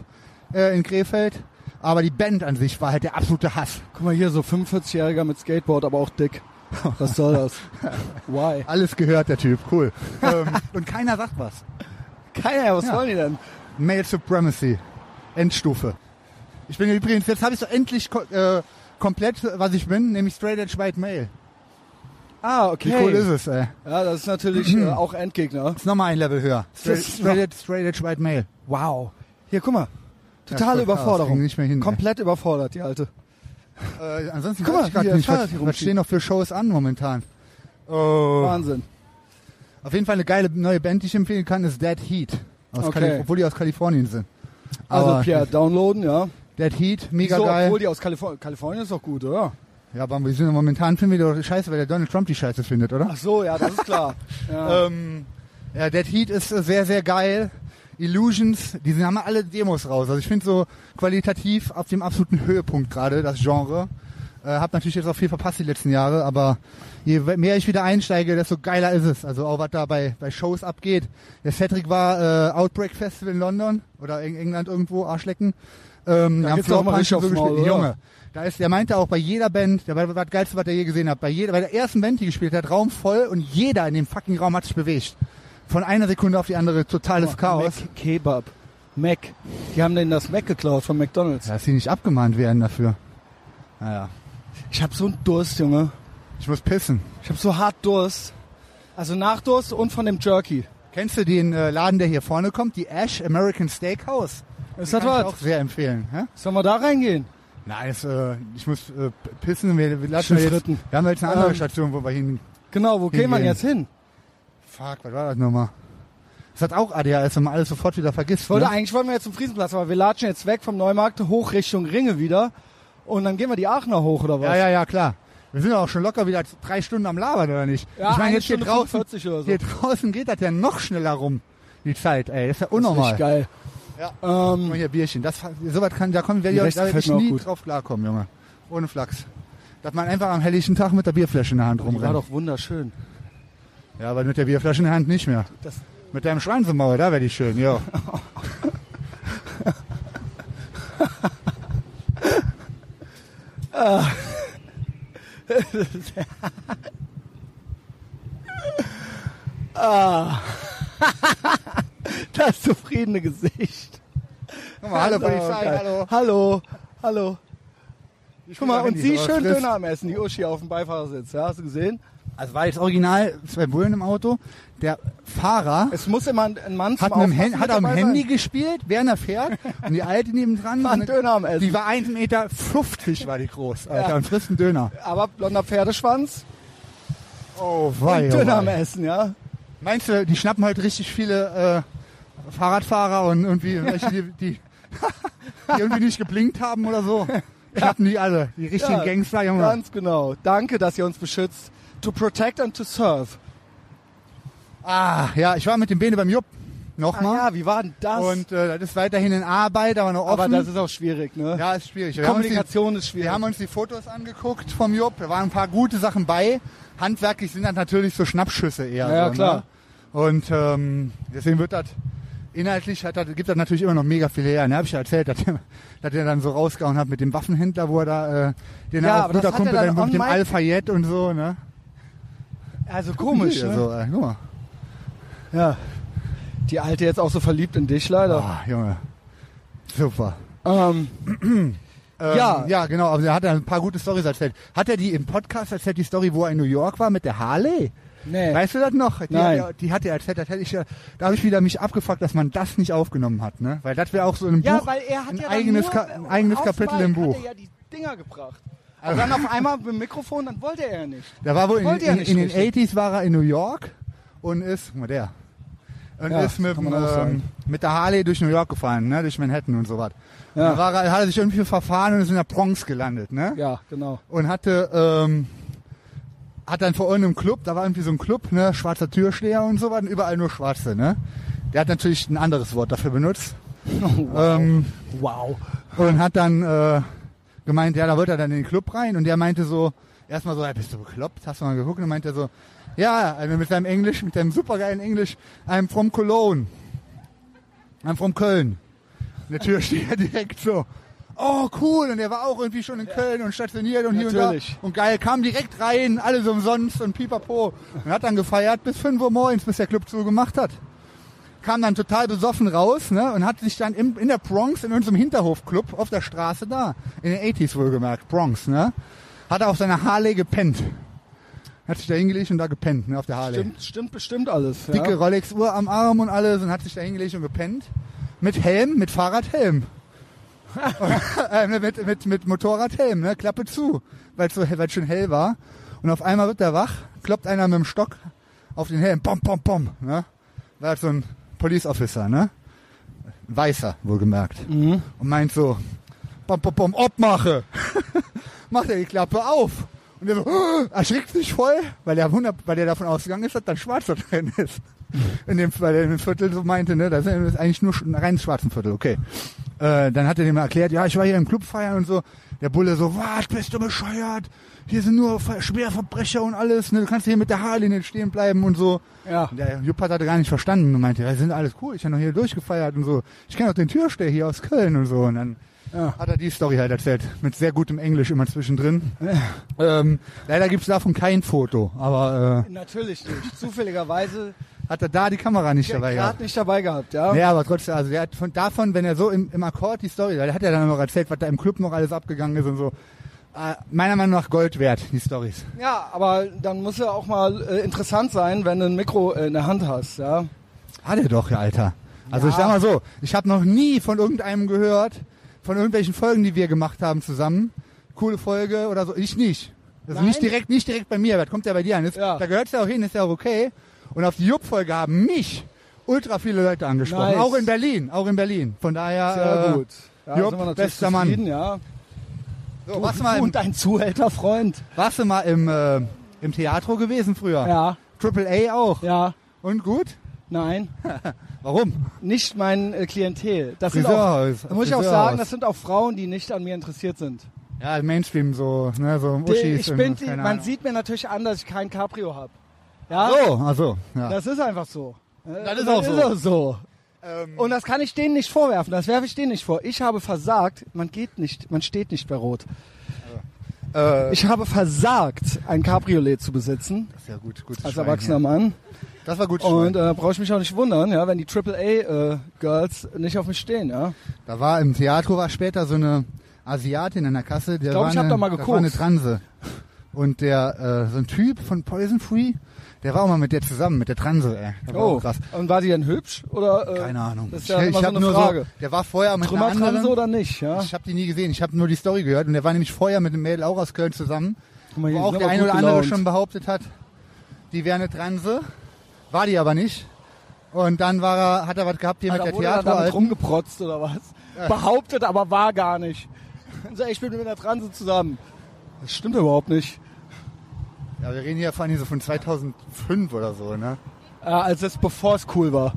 S1: äh, in Krefeld. Aber die Band an sich war halt der absolute Hass.
S3: Guck mal hier, so 45-Jähriger mit Skateboard, aber auch dick. Was soll das? <laughs> Why?
S1: Alles gehört, der Typ,
S3: <laughs>
S1: cool. ähm, und keiner sagt was.
S3: Keiner, was
S1: Ja.
S3: wollen die denn?
S1: Male Supremacy. Endstufe. Ich bin übrigens, jetzt habe ich so endlich ko äh, komplett, was ich bin, nämlich Straight Edge White Male.
S3: Ah, okay.
S1: Wie cool ist es, ey.
S3: Ja, das ist natürlich äh, auch Endgegner.
S1: Ist nochmal ein Level höher. Straight,
S3: ist
S1: straight, Edge, straight Edge White Male.
S3: Wow. Hier, guck mal.
S1: Ja, voll
S3: Totale
S1: krass.
S3: Überforderung.
S1: Ging nicht mehr hin, ey.
S3: Komplett überfordert, die alte.
S1: Äh, ansonsten
S3: Guck
S1: weiß ich
S3: mal,
S1: gerade
S3: wie der
S1: nicht,
S3: Fahrrad
S1: was,
S3: hier
S1: was
S3: rumfliegt.
S1: stehen noch für Shows an momentan. Oh.
S3: Wahnsinn.
S1: Auf jeden Fall eine geile neue Band, die ich empfehlen kann, ist Dead Heat. Aus
S3: Okay.
S1: Kalif- obwohl die aus Kalifornien sind.
S3: Also,
S1: Aber
S3: Pierre, downloaden, ja.
S1: Dead Heat, mega
S3: Wieso?
S1: geil.
S3: Obwohl die aus Kalifornien, Kalifornien ist doch gut, oder?
S1: Ja, aber wir sind momentan finden wir doch scheiße, weil der Donald Trump die Scheiße findet, oder?
S3: Ach so, ja, das ist <laughs> klar. ja.
S1: Ähm, ja, Dead Heat ist äh, sehr, sehr geil. Illusions, die sind, haben alle Demos raus. Also ich finde so qualitativ auf dem absoluten Höhepunkt gerade das Genre. Äh, hab natürlich jetzt auch viel verpasst die letzten Jahre, aber je we- mehr ich wieder einsteige, desto geiler ist es. Also auch was da bei, bei Shows abgeht. Der Cedric war äh, Outbreak Festival in London oder in England irgendwo, Arschlecken. Ähm,
S3: Da
S1: haben
S3: geht's doch
S1: Floorpunch
S3: mal richtig
S1: und so
S3: aufs Maul,
S1: gespielt.
S3: oder?
S1: Junge, da ist, der meinte auch bei jeder Band, der war war das geilste, was er je gesehen hat, bei jeder, bei der ersten Band, die gespielt hat, Raum voll und jeder in dem fucking Raum hat sich bewegt. Von einer Sekunde auf die andere totales Chaos.
S3: Mac Kebab. Mac. Die haben denen das Mac geklaut von McDonalds.
S1: Dass sie nicht abgemahnt werden dafür. Naja.
S3: Ich hab so einen Durst, Junge.
S1: Ich muss pissen.
S3: Ich hab so hart Durst. Also Nachdurst und von dem Jerky.
S1: Kennst du den äh, Laden, der hier vorne kommt? Die Ash American Steakhouse. Den
S3: Ist das
S1: kann ich
S3: was?
S1: auch sehr empfehlen. Hä?
S3: Sollen wir da reingehen?
S1: Nein, das, äh, ich muss äh, p- pissen. Wir, wir, lassen
S3: Schön
S1: wir, jetzt,
S3: fritten.
S1: wir haben jetzt eine andere
S3: Ähm.
S1: Station, wo wir hin...
S3: Genau, wo gehen wir
S1: Hingehen.
S3: denn jetzt hin?
S1: Fuck, was war das nochmal? Das hat auch ADHS, wenn man alles sofort wieder vergisst.
S3: Ich wollte
S1: ne?
S3: eigentlich wollen wir jetzt zum Friesenplatz, aber wir latschen jetzt weg vom Neumarkt hoch Richtung Ringe wieder. Und dann gehen wir die Aachener hoch oder was?
S1: Ja, ja, ja, klar. Wir sind auch schon locker wieder drei Stunden am Labern, oder nicht?
S3: Ja,
S1: ich meine,
S3: eine
S1: jetzt hier
S3: Stunde
S1: draußen,
S3: 45 oder so.
S1: hier draußen geht das ja noch schneller rum, die Zeit, ey. Das ist ja
S3: Das ist
S1: unnormal.
S3: richtig geil. Ja.
S1: Guck mal
S3: Ähm,
S1: hier Bierchen. Das, sowas kann, da kommen
S3: Die
S1: wir
S3: Reste
S1: da werd
S3: fällt
S1: ich
S3: mir auch
S1: nie
S3: gut.
S1: drauf klarkommen, Junge. Ohne Flachs. Dass man einfach am helllichen Tag mit der Bierflasche in der Hand
S3: die war
S1: rumrennt.
S3: doch wunderschön. <laughs>
S1: Ja, aber mit der Bierflasche in der Hand nicht mehr.
S3: Das-
S1: mit deinem Schwanzemauer, da werde ich schön,
S3: <laughs>
S1: ja.
S3: Das zufriedene Gesicht.
S1: Guck mal, hallo Polizei,
S3: geil.
S1: hallo.
S3: Hallo, hallo.
S1: Ich
S3: Guck mal,
S1: bin
S3: und
S1: da,
S3: sie
S1: wenn die sowas
S3: schön
S1: frisst.
S3: Döner am Essen, die Uschi auf dem Beifahrersitz. Ja, hast du gesehen?
S1: Also war jetzt original zwei Bullen im Auto. Der Fahrer
S3: Es muss immer ein- ein Mann zum
S1: hat, mit dem
S3: Aufpassen
S1: Hand, hat
S3: mit
S1: am
S3: dabei
S1: Handy
S3: Sein.
S1: gespielt, während er fährt. Und die alte nebendran,
S3: War ein
S1: so
S3: Döner am Essen.
S1: die war 1,50 Meter war die groß. Alter,
S3: Ja.
S1: und frisst einen Döner.
S3: Aber blonder Pferdeschwanz
S1: Oh,
S3: und
S1: wei, oh,
S3: Döner am
S1: wei.
S3: Essen, ja?
S1: Meinst du, die schnappen halt richtig viele äh, Fahrradfahrer und irgendwie welche, die, die, <laughs> die irgendwie nicht geblinkt haben oder so? Schnappen die alle, die richtigen
S3: Ja,
S1: Gangster, Junge.
S3: Ganz genau. Danke, dass ihr uns beschützt. To protect and to serve.
S1: Ah, ja, ich war mit dem Bene beim Jupp.
S3: Ah,
S1: Nochmal.
S3: ja, wie war denn das?
S1: und äh, das ist weiterhin in Arbeit, aber noch offen.
S3: aber das ist auch schwierig, ne?
S1: ja, ist schwierig. Wir haben uns die-
S3: Kommunikation ist schwierig.
S1: Wir haben uns die Fotos angeguckt vom Job. Da waren ein paar gute Sachen bei. Handwerklich sind das natürlich so Schnappschüsse eher.
S3: Ja,
S1: so,
S3: klar.
S1: Ne? Und ähm, deswegen wird das inhaltlich hat das, gibt das natürlich immer noch mega viel her. Ne? Hab ich ja erzählt, <laughs> dass, dass er dann so rausgehauen hat mit dem Waffenhändler, wo er da äh, den
S3: Ja,
S1: auch
S3: aber das
S1: guter
S3: hat er
S1: Kumpel
S3: dann
S1: dann mit dem
S3: on mic-
S1: Al-Fayed und so. Ne?
S3: also komisch,
S1: Hier,
S3: ne?
S1: so, äh, guck mal.
S3: Ja. Die alte jetzt auch so verliebt in dich leider.
S1: Ah, Junge. Super.
S3: Ähm,
S1: Ähm,
S3: Ja.
S1: ja, genau. Aber er hat dann ein paar gute Stories erzählt. Hat er die im Podcast erzählt, die Story, wo er in New York war mit der Harley?
S3: nee.
S1: Weißt du das noch? Die,
S3: Nein.
S1: Hat, er- die hat er erzählt, das hätte ich ja, da habe ich wieder mich abgefuckt, dass man das nicht aufgenommen hat, ne? Weil das wäre auch so in einem
S3: Ja,
S1: Buch
S3: weil er hat
S1: ein
S3: ja
S1: eigenes,
S3: dann
S1: Ka
S3: nur,
S1: ein eigenes
S3: aufs
S1: Kapitel
S3: Mic
S1: im
S3: hat
S1: Buch.
S3: er ja die Dinger gebracht. Aber dann auf einmal mit dem Mikrofon, dann wollte er ja nicht.
S1: Da war wohl in,
S3: Wollte ja
S1: in,
S3: nicht
S1: in den
S3: richtig.
S1: 80s war er in New York und ist, guck mal der, und
S3: Ja,
S1: ist mit,
S3: kann
S1: dem,
S3: man auch
S1: ähm,
S3: sagen.
S1: mit der Harley durch New York gefahren, ne? Durch Manhattan und so was.
S3: Ja.
S1: Da war er, hat er sich irgendwie verfahren und ist in der Bronx gelandet, ne?
S3: Ja, genau.
S1: und hatte ähm, hat dann vor irgendeinem Club, da war irgendwie so ein Club, ne, schwarzer Türsteher und so weiter, überall nur Schwarze, ne? Der hat natürlich ein anderes Wort dafür
S3: <laughs>
S1: benutzt.
S3: Oh,
S1: Ähm,
S3: Wow.
S1: und hat dann äh, gemeint, ja, da wird er dann in den Club rein und der meinte so, erstmal so, ja, bist du bekloppt? Hast du mal geguckt? Und meinte er so, ja, also mit seinem Englisch, mit seinem supergeilen Englisch, I'm from Cologne. I'm from Köln. Und der Türsteher direkt so, oh cool, und der war auch irgendwie schon in Köln und stationiert und
S3: Natürlich.
S1: hier und da. Und geil, kam direkt rein, alles umsonst und pipapo. Und hat dann gefeiert bis 5 Uhr morgens, bis der Club zugemacht hat. Kam dann total besoffen raus ne, und hat sich dann im, in der Bronx, in unserem Hinterhofclub auf der Straße da, in den 80s wohlgemerkt, Bronx, ne, hat er auf seiner Harley gepennt. Hat sich da hingelegt und da gepennt, ne, auf der Harley
S3: Stimmt, stimmt bestimmt alles. Ja.
S1: dicke Rolex-Uhr am Arm und alles und hat sich da hingelegt und gepennt. Mit Helm, mit Fahrradhelm. äh, mit, mit, mit Motorradhelm, ne? Klappe zu, weil es so, weil's schon hell war. Und auf einmal wird er wach, kloppt einer mit dem Stock auf den Helm. Bom, bom, bom. Ne? War halt so ein Police Officer, ne? Ein Weißer, wohlgemerkt. Und meint so, bom, bom, bom, obmache. <laughs> Macht er die Klappe auf. Und er so, "Ah", erschrickt sich voll, weil er, 100, weil er davon ausgegangen ist, dass da ein Schwarzer drin ist. In dem, weil er in dem Viertel so meinte, ne, das ist eigentlich nur ein reines schwarzen Viertel, okay. Äh, dann hat er dem erklärt, ja, ich war hier im Club feiern und so. Der Bulle so, was, bist du bescheuert? Hier sind nur Ver Schwerverbrecher und alles, ne, du kannst hier mit der Harley nicht stehen bleiben und so.
S3: Ja.
S1: Und Der Jupp hat das gar nicht verstanden und meinte, das sind alles cool, ich habe noch hier durchgefeiert und so. Ich kenne doch den Türsteher hier aus Köln und so. Und dann
S3: Ja.
S1: hat er die Story halt erzählt. Mit sehr gutem Englisch immer zwischendrin. Ähm, leider gibt's davon kein Foto, aber
S3: Natürlich
S1: <laughs>
S3: nicht. Zufälligerweise
S1: äh, hat er da die Kamera nicht dabei gehabt.
S3: gerade nicht dabei gehabt, ja.
S1: Ja, aber trotzdem, also der hat von davon, wenn er so im, im Akkord die Story, weil der hat ja dann noch erzählt, was da im Club noch alles abgegangen ist und so. Äh, meiner Meinung nach Gold wert, die Stories.
S3: Ja, aber dann muss ja auch mal äh, interessant sein, wenn du ein Mikro äh, in der Hand hast, ja.
S1: Hat er doch, ja, Alter. Also ich sag mal so, ich habe noch nie von irgendeinem gehört, von irgendwelchen Folgen, die wir gemacht haben zusammen. Coole Folge oder so. Ich nicht. Also
S3: Nein.
S1: nicht direkt, nicht direkt bei mir, aber das kommt ja bei dir an. Ist,
S3: Ja.
S1: Da gehört's ja auch hin, ist ja auch okay. Und auf die Jupp-Folge haben mich ultra viele Leute angesprochen.
S3: Nice.
S1: Auch in Berlin, auch in Berlin. Von daher.
S3: Sehr
S1: äh,
S3: gut. Ja,
S1: Jupp,
S3: sind wir natürlich
S1: bester Mann.
S3: zufrieden, Ja.
S1: So, warst, du mal im,
S3: Und ein Zuhälterfreund.
S1: warst du mal im, äh, im Theatro gewesen früher?
S3: Ja,
S1: Triple A auch.
S3: ja,
S1: Und gut?
S3: nein.
S1: Warum?
S3: Nicht mein äh, Klientel. Das sind auch,
S1: Friseurhaus.
S3: da muss ich auch
S1: Friseurhaus.
S3: sagen, das sind auch Frauen, die nicht an mir interessiert sind.
S1: Ja, Mainstream so, ne, so
S3: Die-
S1: Uschis
S3: Äh, ich
S1: und
S3: bin die,
S1: keine
S3: man
S1: Ahnung.
S3: sieht mir natürlich an, dass ich kein Cabrio habe. Ja,
S1: So, also, ja.
S3: das ist einfach so. Äh,
S1: Das ist auch so. Ähm.
S3: so. Und das kann ich denen nicht vorwerfen, das werfe ich denen nicht vor. Ich habe versagt, man geht nicht, man steht nicht bei Rot.
S1: äh,
S3: Ich habe versagt, ein Cabriolet zu besitzen,
S1: ist ja gut, gutes
S3: als
S1: Schwein
S3: erwachsener Mann.
S1: hier. Das war gut.
S3: Und
S1: Und,
S3: äh, da brauche ich mich auch nicht wundern, ja, wenn die AAA-Girls nicht auf mich stehen. Ja.
S1: da war im Theater war später so eine Asiatin in der Kasse, der
S3: glaub,
S1: war,
S3: ich hab
S1: eine,
S3: da mal
S1: das war eine
S3: gekokst.
S1: Transe. Und der äh, so ein Typ von Poison Free, der war auch mal mit der zusammen, mit der Transe, ey. Das war auch krass.
S3: Und war die denn hübsch? Oder, äh,
S1: Keine Ahnung.
S3: Oh. Das ist ja
S1: ich
S3: immer
S1: ich
S3: so
S1: hab
S3: eine
S1: nur
S3: Frage.
S1: so, der war vorher mit einer
S3: Trümmertranse
S1: anderen.
S3: oder nicht? Ja?
S1: Ich habe die nie gesehen, ich habe nur die Story gehört und der war nämlich vorher mit einem Mädel auch aus Köln zusammen,
S3: Guck mal,
S1: wo
S3: hier
S1: auch
S3: sind
S1: der
S3: aber
S1: eine
S3: gut
S1: oder andere
S3: gelaunt.
S1: schon behauptet hat, die wäre eine Transe, war die aber nicht. Und dann war er, hat er was gehabt hier
S3: Alter,
S1: mit der halt.
S3: wurde er damit
S1: Theateralten.
S3: rumgeprotzt oder was? Behauptet, aber war gar nicht. Und so, ich bin mit der Transe zusammen. Das stimmt überhaupt nicht.
S1: Ja, wir reden hier vor allem so von 2005 oder so, ne?
S3: Äh, als es bevor es cool war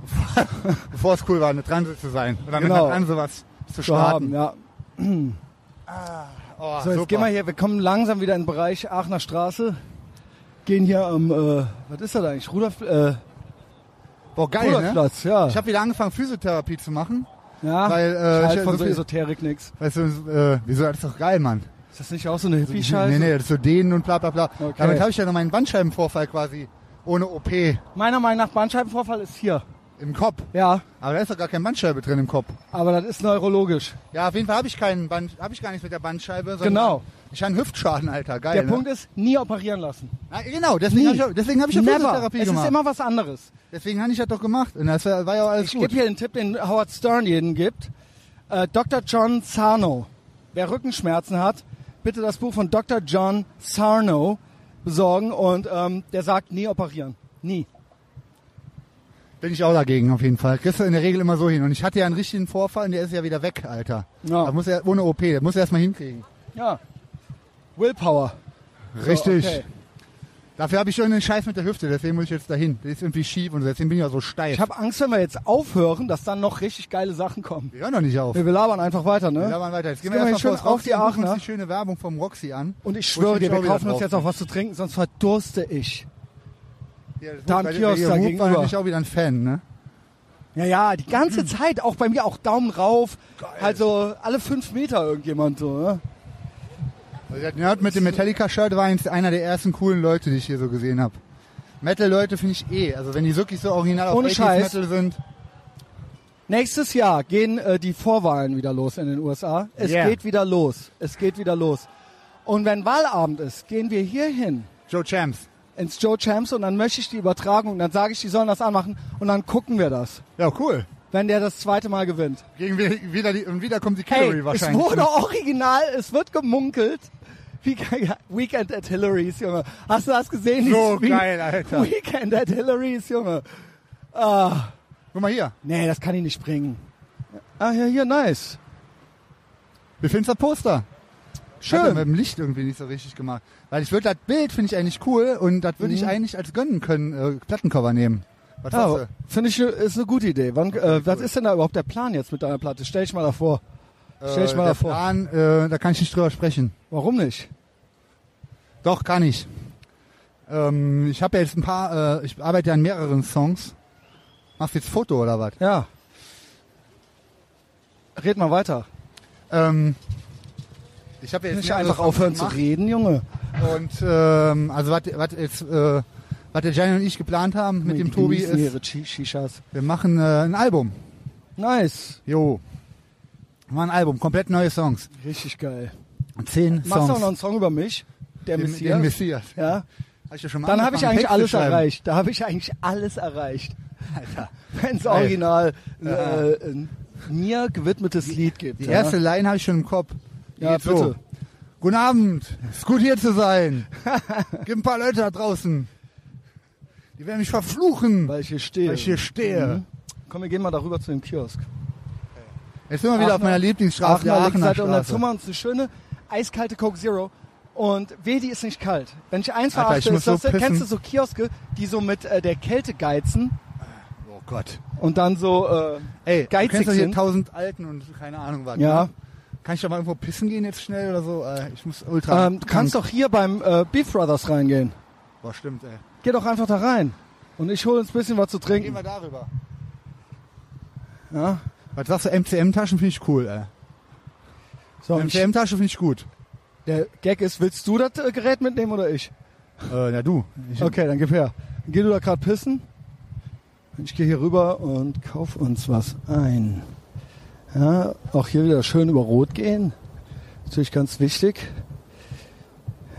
S1: Bevor es cool war, eine Transe zu sein. Oder mit
S3: Genau.
S1: einer Transe was zu
S3: zu haben.
S1: starten.
S3: Ja.
S1: Oh,
S3: So, jetzt
S1: super.
S3: gehen wir hier, wir kommen langsam wieder in den Bereich Aachener Straße. Gehen hier am, äh, was ist das eigentlich? Rudolf, äh,
S1: Boah, geil, ne?
S3: Rudolfplatz, ja.
S1: Ich habe wieder angefangen, Physiotherapie zu machen.
S3: ja.
S1: weil,
S3: ich
S1: äh,
S3: halt
S1: ich-
S3: von
S1: so-
S3: so Esoterik nix.
S1: Weißt du, äh, wieso, das ist doch geil, Mann.
S3: Ist das nicht auch so eine Hippie-Scheiße?
S1: Nee, nee, das ist so dehnen und bla bla bla.
S3: Okay.
S1: Damit habe ich ja noch meinen Bandscheibenvorfall quasi ohne OP im
S3: Meiner Meinung nach, Bandscheibenvorfall ist hier.
S1: Kopf.
S3: Ja,
S1: Aber da ist doch gar kein Bandscheibe drin im Kopf.
S3: aber das ist neurologisch.
S1: Ja, auf jeden Fall habe ich keinen Band, habe ich gar nichts mit der Bandscheibe. Sondern
S3: Genau.
S1: Ich habe einen Hüftschaden, Alter. Geil.
S3: Der
S1: ne?
S3: Punkt ist, nie operieren lassen.
S1: Ah, genau, deswegen habe ich, auch- deswegen hab ich ja
S3: Never.
S1: Physiotherapie
S3: Es
S1: gemacht.
S3: ist immer was anderes.
S1: deswegen habe ich das doch gemacht. Und das war war ja auch alles
S3: Ich
S1: gut.
S3: gebe hier einen Tipp, den Howard Stern jeden gibt. Äh, Dr. John Sarno. Wer Rückenschmerzen hat, bitte das Buch von Dr. John Sarno besorgen und ähm, der sagt, nie operieren. Nie.
S1: Bin ich auch dagegen, auf jeden Fall. Kriegst du in der Regel immer so hin. Und ich hatte ja einen richtigen Vorfall und der ist ja wieder weg, Alter.
S3: Ja.
S1: Da muss er, ohne OP, der muss er erstmal hinkriegen.
S3: Ja. Willpower.
S1: Richtig.
S3: So, okay.
S1: Dafür habe ich schon den Scheiß mit der Hüfte, deswegen muss ich jetzt dahin. Die ist irgendwie schief und so, deswegen bin ich ja so steif.
S3: Ich habe Angst, wenn wir jetzt aufhören, dass dann noch richtig geile Sachen kommen.
S1: wir hören doch nicht auf.
S3: Wir labern einfach weiter,
S1: Wir
S3: ne?
S1: labern weiter. Jetzt gehen
S3: gehen
S1: wir
S3: wir
S1: erstmal
S3: schön
S1: vors
S3: auf
S1: Roxy
S3: die
S1: und gucken uns
S3: Aachener.
S1: die schöne Werbung vom Roxy an.
S3: Und ich
S1: Wo
S3: schwöre
S1: ich
S3: dir,
S1: schon
S3: wir
S1: wieder
S3: kaufen uns
S1: drauf ne?
S3: jetzt
S1: bin.
S3: auch was zu trinken, sonst verdurste ich.
S1: Ja, das
S3: Da
S1: Hub-
S3: am
S1: der- der
S3: Kiosk da
S1: Hub war
S3: gegenüber.
S1: natürlich auch wieder ein Fan, ne?
S3: Ja, ja, die ganze Zeit, auch bei mir, auch Daumen rauf. Also alle fünf Meter irgendjemand so. Ne?
S1: Nerd mit dem Metallica-Shirt war eins einer der ersten coolen Leute, die ich hier so gesehen habe. Metal-Leute finde ich eh. Also wenn die wirklich so original auf
S3: Ohne
S1: 80s
S3: Scheiß.
S1: Metal sind.
S3: Nächstes Jahr gehen äh, die Vorwahlen wieder los in den USA. Es
S1: Yeah.
S3: geht wieder los. Es geht wieder los. Und wenn Wahlabend ist, gehen wir hier hin
S1: Joe Champs.
S3: ins Joe Champs und dann möchte ich die Übertragung, dann sage ich, die sollen das anmachen und dann gucken wir das,
S1: Ja, cool.
S3: wenn der das zweite Mal gewinnt.
S1: Gegen wi- wieder die, und wieder kommt die Calorie
S3: Hey, es
S1: wahrscheinlich.
S3: wurde original, es wird gemunkelt. Wie geil, Weekend at Hillary's, Junge. Hast du das gesehen?
S1: So
S3: Die Stream-
S1: geil, Alter.
S3: Weekend at Hillary's, Junge.
S1: Guck mal hier.
S3: Nee, das kann ich nicht bringen. Ah, ja, hier, nice.
S1: Wie findest du das Poster?
S3: Schön.
S1: Hat er mit dem Licht irgendwie nicht so richtig gemacht. Weil ich würde das Bild finde ich eigentlich cool und das würde
S3: Mhm.
S1: ich eigentlich als gönnen können, äh, Plattencover nehmen. Was
S3: Oh,
S1: sagst
S3: Finde ich, ist eine gute Idee. Wann, äh, was ist denn da überhaupt der Plan jetzt mit deiner Platte? Stell dich mal davor.
S1: du?
S3: stell dich mal
S1: der
S3: vor.
S1: Plan, äh, da kann ich nicht drüber sprechen.
S3: Warum nicht?
S1: Doch, kann ich. Ähm, ich habe ja jetzt ein paar, äh, ich arbeite ja an mehreren Songs. Machst du jetzt Foto oder was?
S3: Ja. Red mal weiter.
S1: Ähm, ich habe ja jetzt
S3: Nicht
S1: mehrere
S3: einfach
S1: Songs
S3: aufhören zu
S1: gemacht.
S3: reden, Junge.
S1: Und ähm, also was was jetzt, äh, was der Gianni und ich geplant haben mit
S3: Nee,
S1: dem
S3: die
S1: Tobi
S3: genießen
S1: ist,
S3: Ihre Chi- Shishas.
S1: wir machen äh, ein Album.
S3: Nice.
S1: Jo. Mal ein Album, komplett neue Songs.
S3: Richtig geil.
S1: Zehn
S3: Machst du auch
S1: Songs.
S3: noch einen Song über mich? Der
S1: den,
S3: Messias.
S1: den Messias.
S3: ja.
S1: Hab ich ja schon mal
S3: Dann habe ich
S1: angefangen,
S3: eigentlich
S1: Text zu
S3: alles
S1: schreiben.
S3: erreicht. Da habe ich eigentlich alles erreicht. Alter. Wenn's original äh, äh, mir gewidmetes Lied gibt.
S1: Die
S3: ja.
S1: erste Line habe ich schon im Kopf. Die
S3: Ja,
S1: geht so.
S3: bitte.
S1: Guten Abend, ist gut hier zu
S3: <laughs>
S1: sein. Gibt ein paar Leute da draußen. Die werden mich verfluchen, weil
S3: Weil ich hier stehe. Mhm.
S1: ich hier stehe.
S3: Komm, wir gehen mal darüber zu dem Kiosk.
S1: Jetzt sind wir wieder auf
S3: Aachener-
S1: meiner Lieblingsstraße, der Aachener
S3: Linksseite und dann
S1: Straße.
S3: Zimmer uns eine schöne eiskalte Coke Zero. Und weh, die ist nicht kalt. Wenn ich eins
S1: Alter, ich
S3: verachte,
S1: muss
S3: ist das,
S1: so pissen.
S3: kennst du so Kioske, die so mit äh, der Kälte geizen
S1: Oh Gott.
S3: und dann so äh,
S1: Ey, du
S3: geizig
S1: kennst doch hier
S3: sind?
S1: tausend Alten und keine Ahnung was.
S3: Ja.
S1: Ne? Kann ich doch mal irgendwo pissen gehen jetzt schnell oder so? Äh, Ich muss ultra...
S3: Ähm, du kannst doch hier beim äh, Beef Brothers reingehen.
S1: Boah, stimmt, ey.
S3: Geh doch einfach da rein. Und ich hole uns ein bisschen was zu
S1: Gehen
S3: trinken.
S1: wir darüber.
S3: Ja?
S1: Was sagst du, MCM-Taschen finde ich cool, ey.
S3: So, und ich,
S1: MCM-Tasche finde ich gut.
S3: der Gag ist, willst du das äh, Gerät mitnehmen oder ich?
S1: Äh, na du. Ich,
S3: Okay, dann gib her. Dann Geh du da gerade pissen. Ich gehe hier rüber und kauf uns was ein. Ja, auch hier wieder schön über Rot gehen. Natürlich ganz wichtig.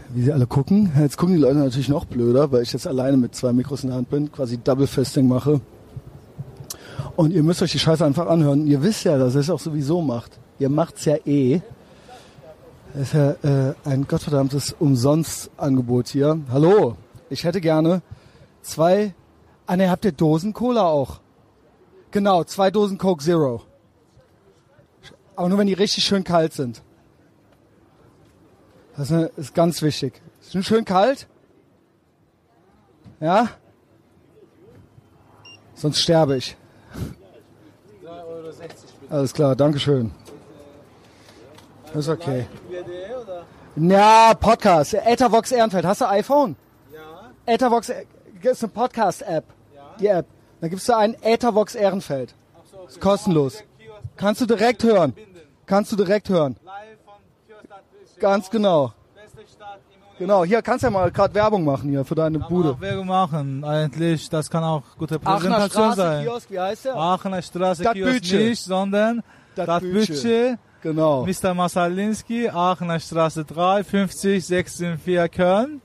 S3: Wie sie alle gucken. Jetzt gucken die Leute natürlich noch blöder, weil ich jetzt alleine mit zwei Mikros in der Hand bin, quasi Double Fisting mache. Und ihr müsst euch die Scheiße einfach anhören. Ihr wisst ja, dass ihr es auch sowieso macht. Ihr macht's ja eh. Das ist ja äh, ein gottverdammtes Umsonst-Angebot hier. Hallo, ich hätte gerne zwei. Ah ne, habt ihr Dosen Cola auch? Genau, zwei Dosen Coke Zero. Aber nur wenn die richtig schön kalt sind. Das ist, eine, ist ganz wichtig. Sind schön kalt? Ja? Sonst sterbe ich. Alles klar, Dankeschön. Ist okay. Ja, Podcast. Ethervox Ehrenfeld. Hast du iPhone? Ja. Ethervox äh, ist eine Podcast-App. Ja. Die App. Da gibst du ein Ethervox Ehrenfeld. Ist kostenlos. Kannst du direkt hören. Kannst du direkt hören. Ganz genau. Genau, hier kannst du ja mal gerade Werbung machen hier für deine Bude.
S6: Auch Werbung machen, eigentlich, das kann auch gute
S3: Aachener
S6: Präsentation
S3: Straße,
S6: sein.
S3: Kiosk, wie heißt der?
S6: Aachener Straße,
S3: Das
S6: Kiosk
S3: Bütche.
S6: nicht, sondern
S3: Das
S6: das
S3: Bütche.
S6: Bütche,
S3: Genau.
S6: Mr. Masalinski, Aachener Straße 3, 50, 674 Köln,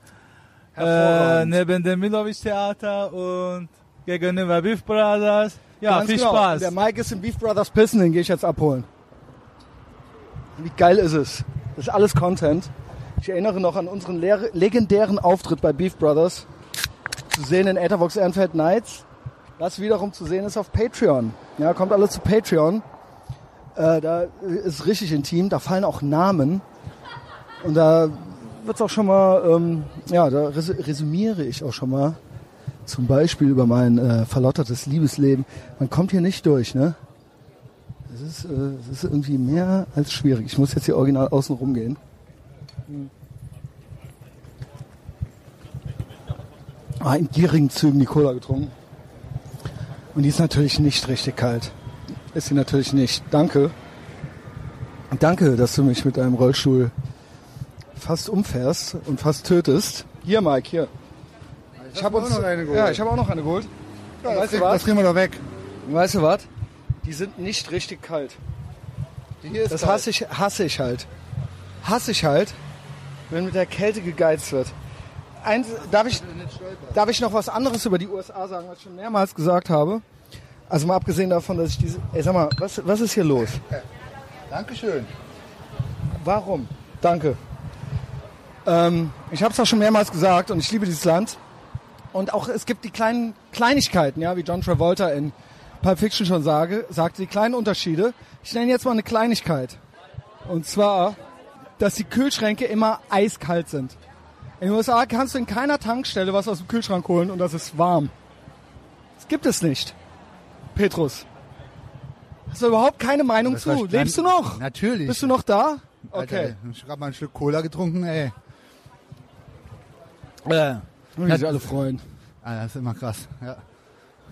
S6: äh,
S3: Hervorragend.
S6: neben dem Milovic Theater und gegenüber Beef Brothers. Ja,
S3: Ganz
S6: viel
S3: genau.
S6: Spaß.
S3: Der Mike ist im Beef Brothers Pissen, den gehe ich jetzt abholen. Wie geil ist es? Das ist alles Content. Ich erinnere noch an unseren leer- legendären Auftritt bei Beef Brothers. Zu sehen in Etherbox Ehrenfeld Nights. Was wiederum zu sehen ist auf Patreon. Ja, kommt alle zu Patreon. Äh, da ist richtig intim, da fallen auch Namen. Und da wird's auch schon mal, ähm, ja, da res resümiere ich auch schon mal zum Beispiel über mein äh, verlottertes Liebesleben. Man kommt hier nicht durch, ne? Es ist, äh, es ist irgendwie mehr als schwierig. Ich muss jetzt hier original außen rumgehen. Ah, in gierigen Zügen die Cola getrunken. Und die ist natürlich nicht richtig kalt. Ist sie natürlich nicht. Danke. Danke, dass du mich mit einem Rollstuhl fast umfährst und fast tötest. Hier, Mike, hier. Ich habe
S1: auch noch eine geholt.
S3: Ja, ich habe auch noch eine geholt. weißt du
S1: Das
S3: was?
S1: kriegen wir doch weg.
S3: Weißt du was? Die sind nicht richtig kalt. Das hasse ich, hasse ich halt. Hasse ich halt, wenn mit der Kälte gegeizt wird. Eins, darf, ich, darf ich noch was anderes über die USA sagen, was ich schon mehrmals gesagt habe? Also mal abgesehen davon, dass ich diese... Ey, sag mal, was, was ist hier los?
S1: Dankeschön.
S3: Warum? Danke. Ähm, ich habe es auch schon mehrmals gesagt und ich liebe dieses Land. Und auch es gibt die kleinen Kleinigkeiten, ja, wie John Travolta in Pulp Fiction schon sage, sagte, die kleinen Unterschiede. Ich nenne jetzt mal eine Kleinigkeit. Und zwar, dass die Kühlschränke immer eiskalt sind. In den USA kannst du in keiner Tankstelle was aus dem Kühlschrank holen und das ist warm. Das gibt es nicht. Petrus. Hast du überhaupt keine Meinung
S1: Das
S3: zu?
S1: verstand-
S3: Lebst du noch?
S1: Natürlich.
S3: Bist du noch da?
S1: Alter, ich habe mal ein Stück Cola getrunken, ey.
S3: Äh. Wie sich alle freuen.
S1: Ah, das ist immer krass. Ja.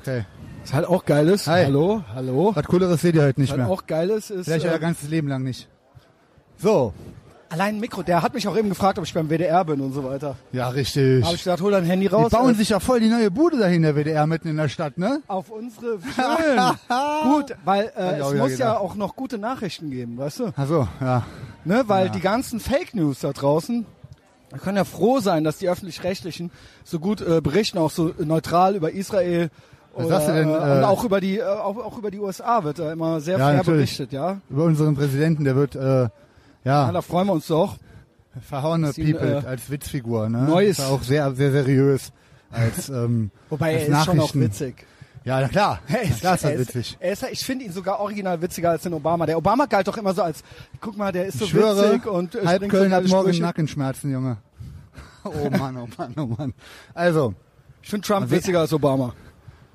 S1: Okay.
S3: Was halt auch geil ist.
S1: Hi.
S3: Hallo, hallo.
S1: Was Cooleres seht ihr heute nicht
S3: Was
S1: mehr.
S3: halt auch geil ist, ist
S1: Vielleicht euer
S3: äh,
S1: ganzes Leben lang nicht. So.
S3: allein ein Mikro. Der hat mich auch eben gefragt, ob ich beim WDR bin und so weiter.
S1: Ja, richtig.
S3: Da habe ich gesagt, hol dein Handy
S1: Die
S3: raus.
S1: bauen
S3: äh,
S1: sich ja voll die neue Bude dahin, der WDR mitten in der Stadt, ne?
S3: auf unsere <laughs>
S1: <laughs>
S3: schön. Gut, weil
S1: Hab
S3: äh,
S1: ich
S3: es
S1: auch
S3: muss
S1: wieder
S3: ja
S1: gedacht.
S3: auch noch gute Nachrichten geben, weißt du?
S1: Achso, ja.
S3: Ne, weil die ganzen Fake News da draußen, wir können ja froh sein, dass die öffentlich-rechtlichen so gut äh, berichten, auch so neutral über Israel
S1: Was sagst du denn,
S3: äh, und
S1: äh,
S3: auch über die äh, auch, auch über die USA wird da immer sehr
S1: Ja,
S3: fair
S1: natürlich.
S3: berichtet, ja.
S1: Über unseren Präsidenten, der wird, äh,
S3: ja.
S1: ja,
S3: Da freuen wir uns doch.
S1: verhauene
S3: ist ihm,
S1: People
S3: äh,
S1: als Witzfigur, ne?
S3: Neues-
S1: Ist ja auch sehr, sehr seriös. Als, ähm,
S3: Wobei
S1: als
S3: er ist schon auch
S1: Nachrichten.
S3: witzig.
S1: Ja, na klar.
S3: <laughs>
S1: Hey, klar ist das
S3: er
S1: witzig.
S3: Er ist, halt- ich finde ihn sogar original witziger als den Obama. Der Obama galt doch immer so als, guck mal, der ist so
S1: ich schwöre,
S3: witzig und äh,
S1: halb
S3: springt
S1: Köln
S3: so
S1: hat
S3: geile
S1: morgen
S3: Sprüche.
S1: Nackenschmerzen, Junge. <laughs> Oh Mann, oh Mann, oh Mann. Also,
S3: Ich finde Trump
S1: Also-
S3: witziger als Obama.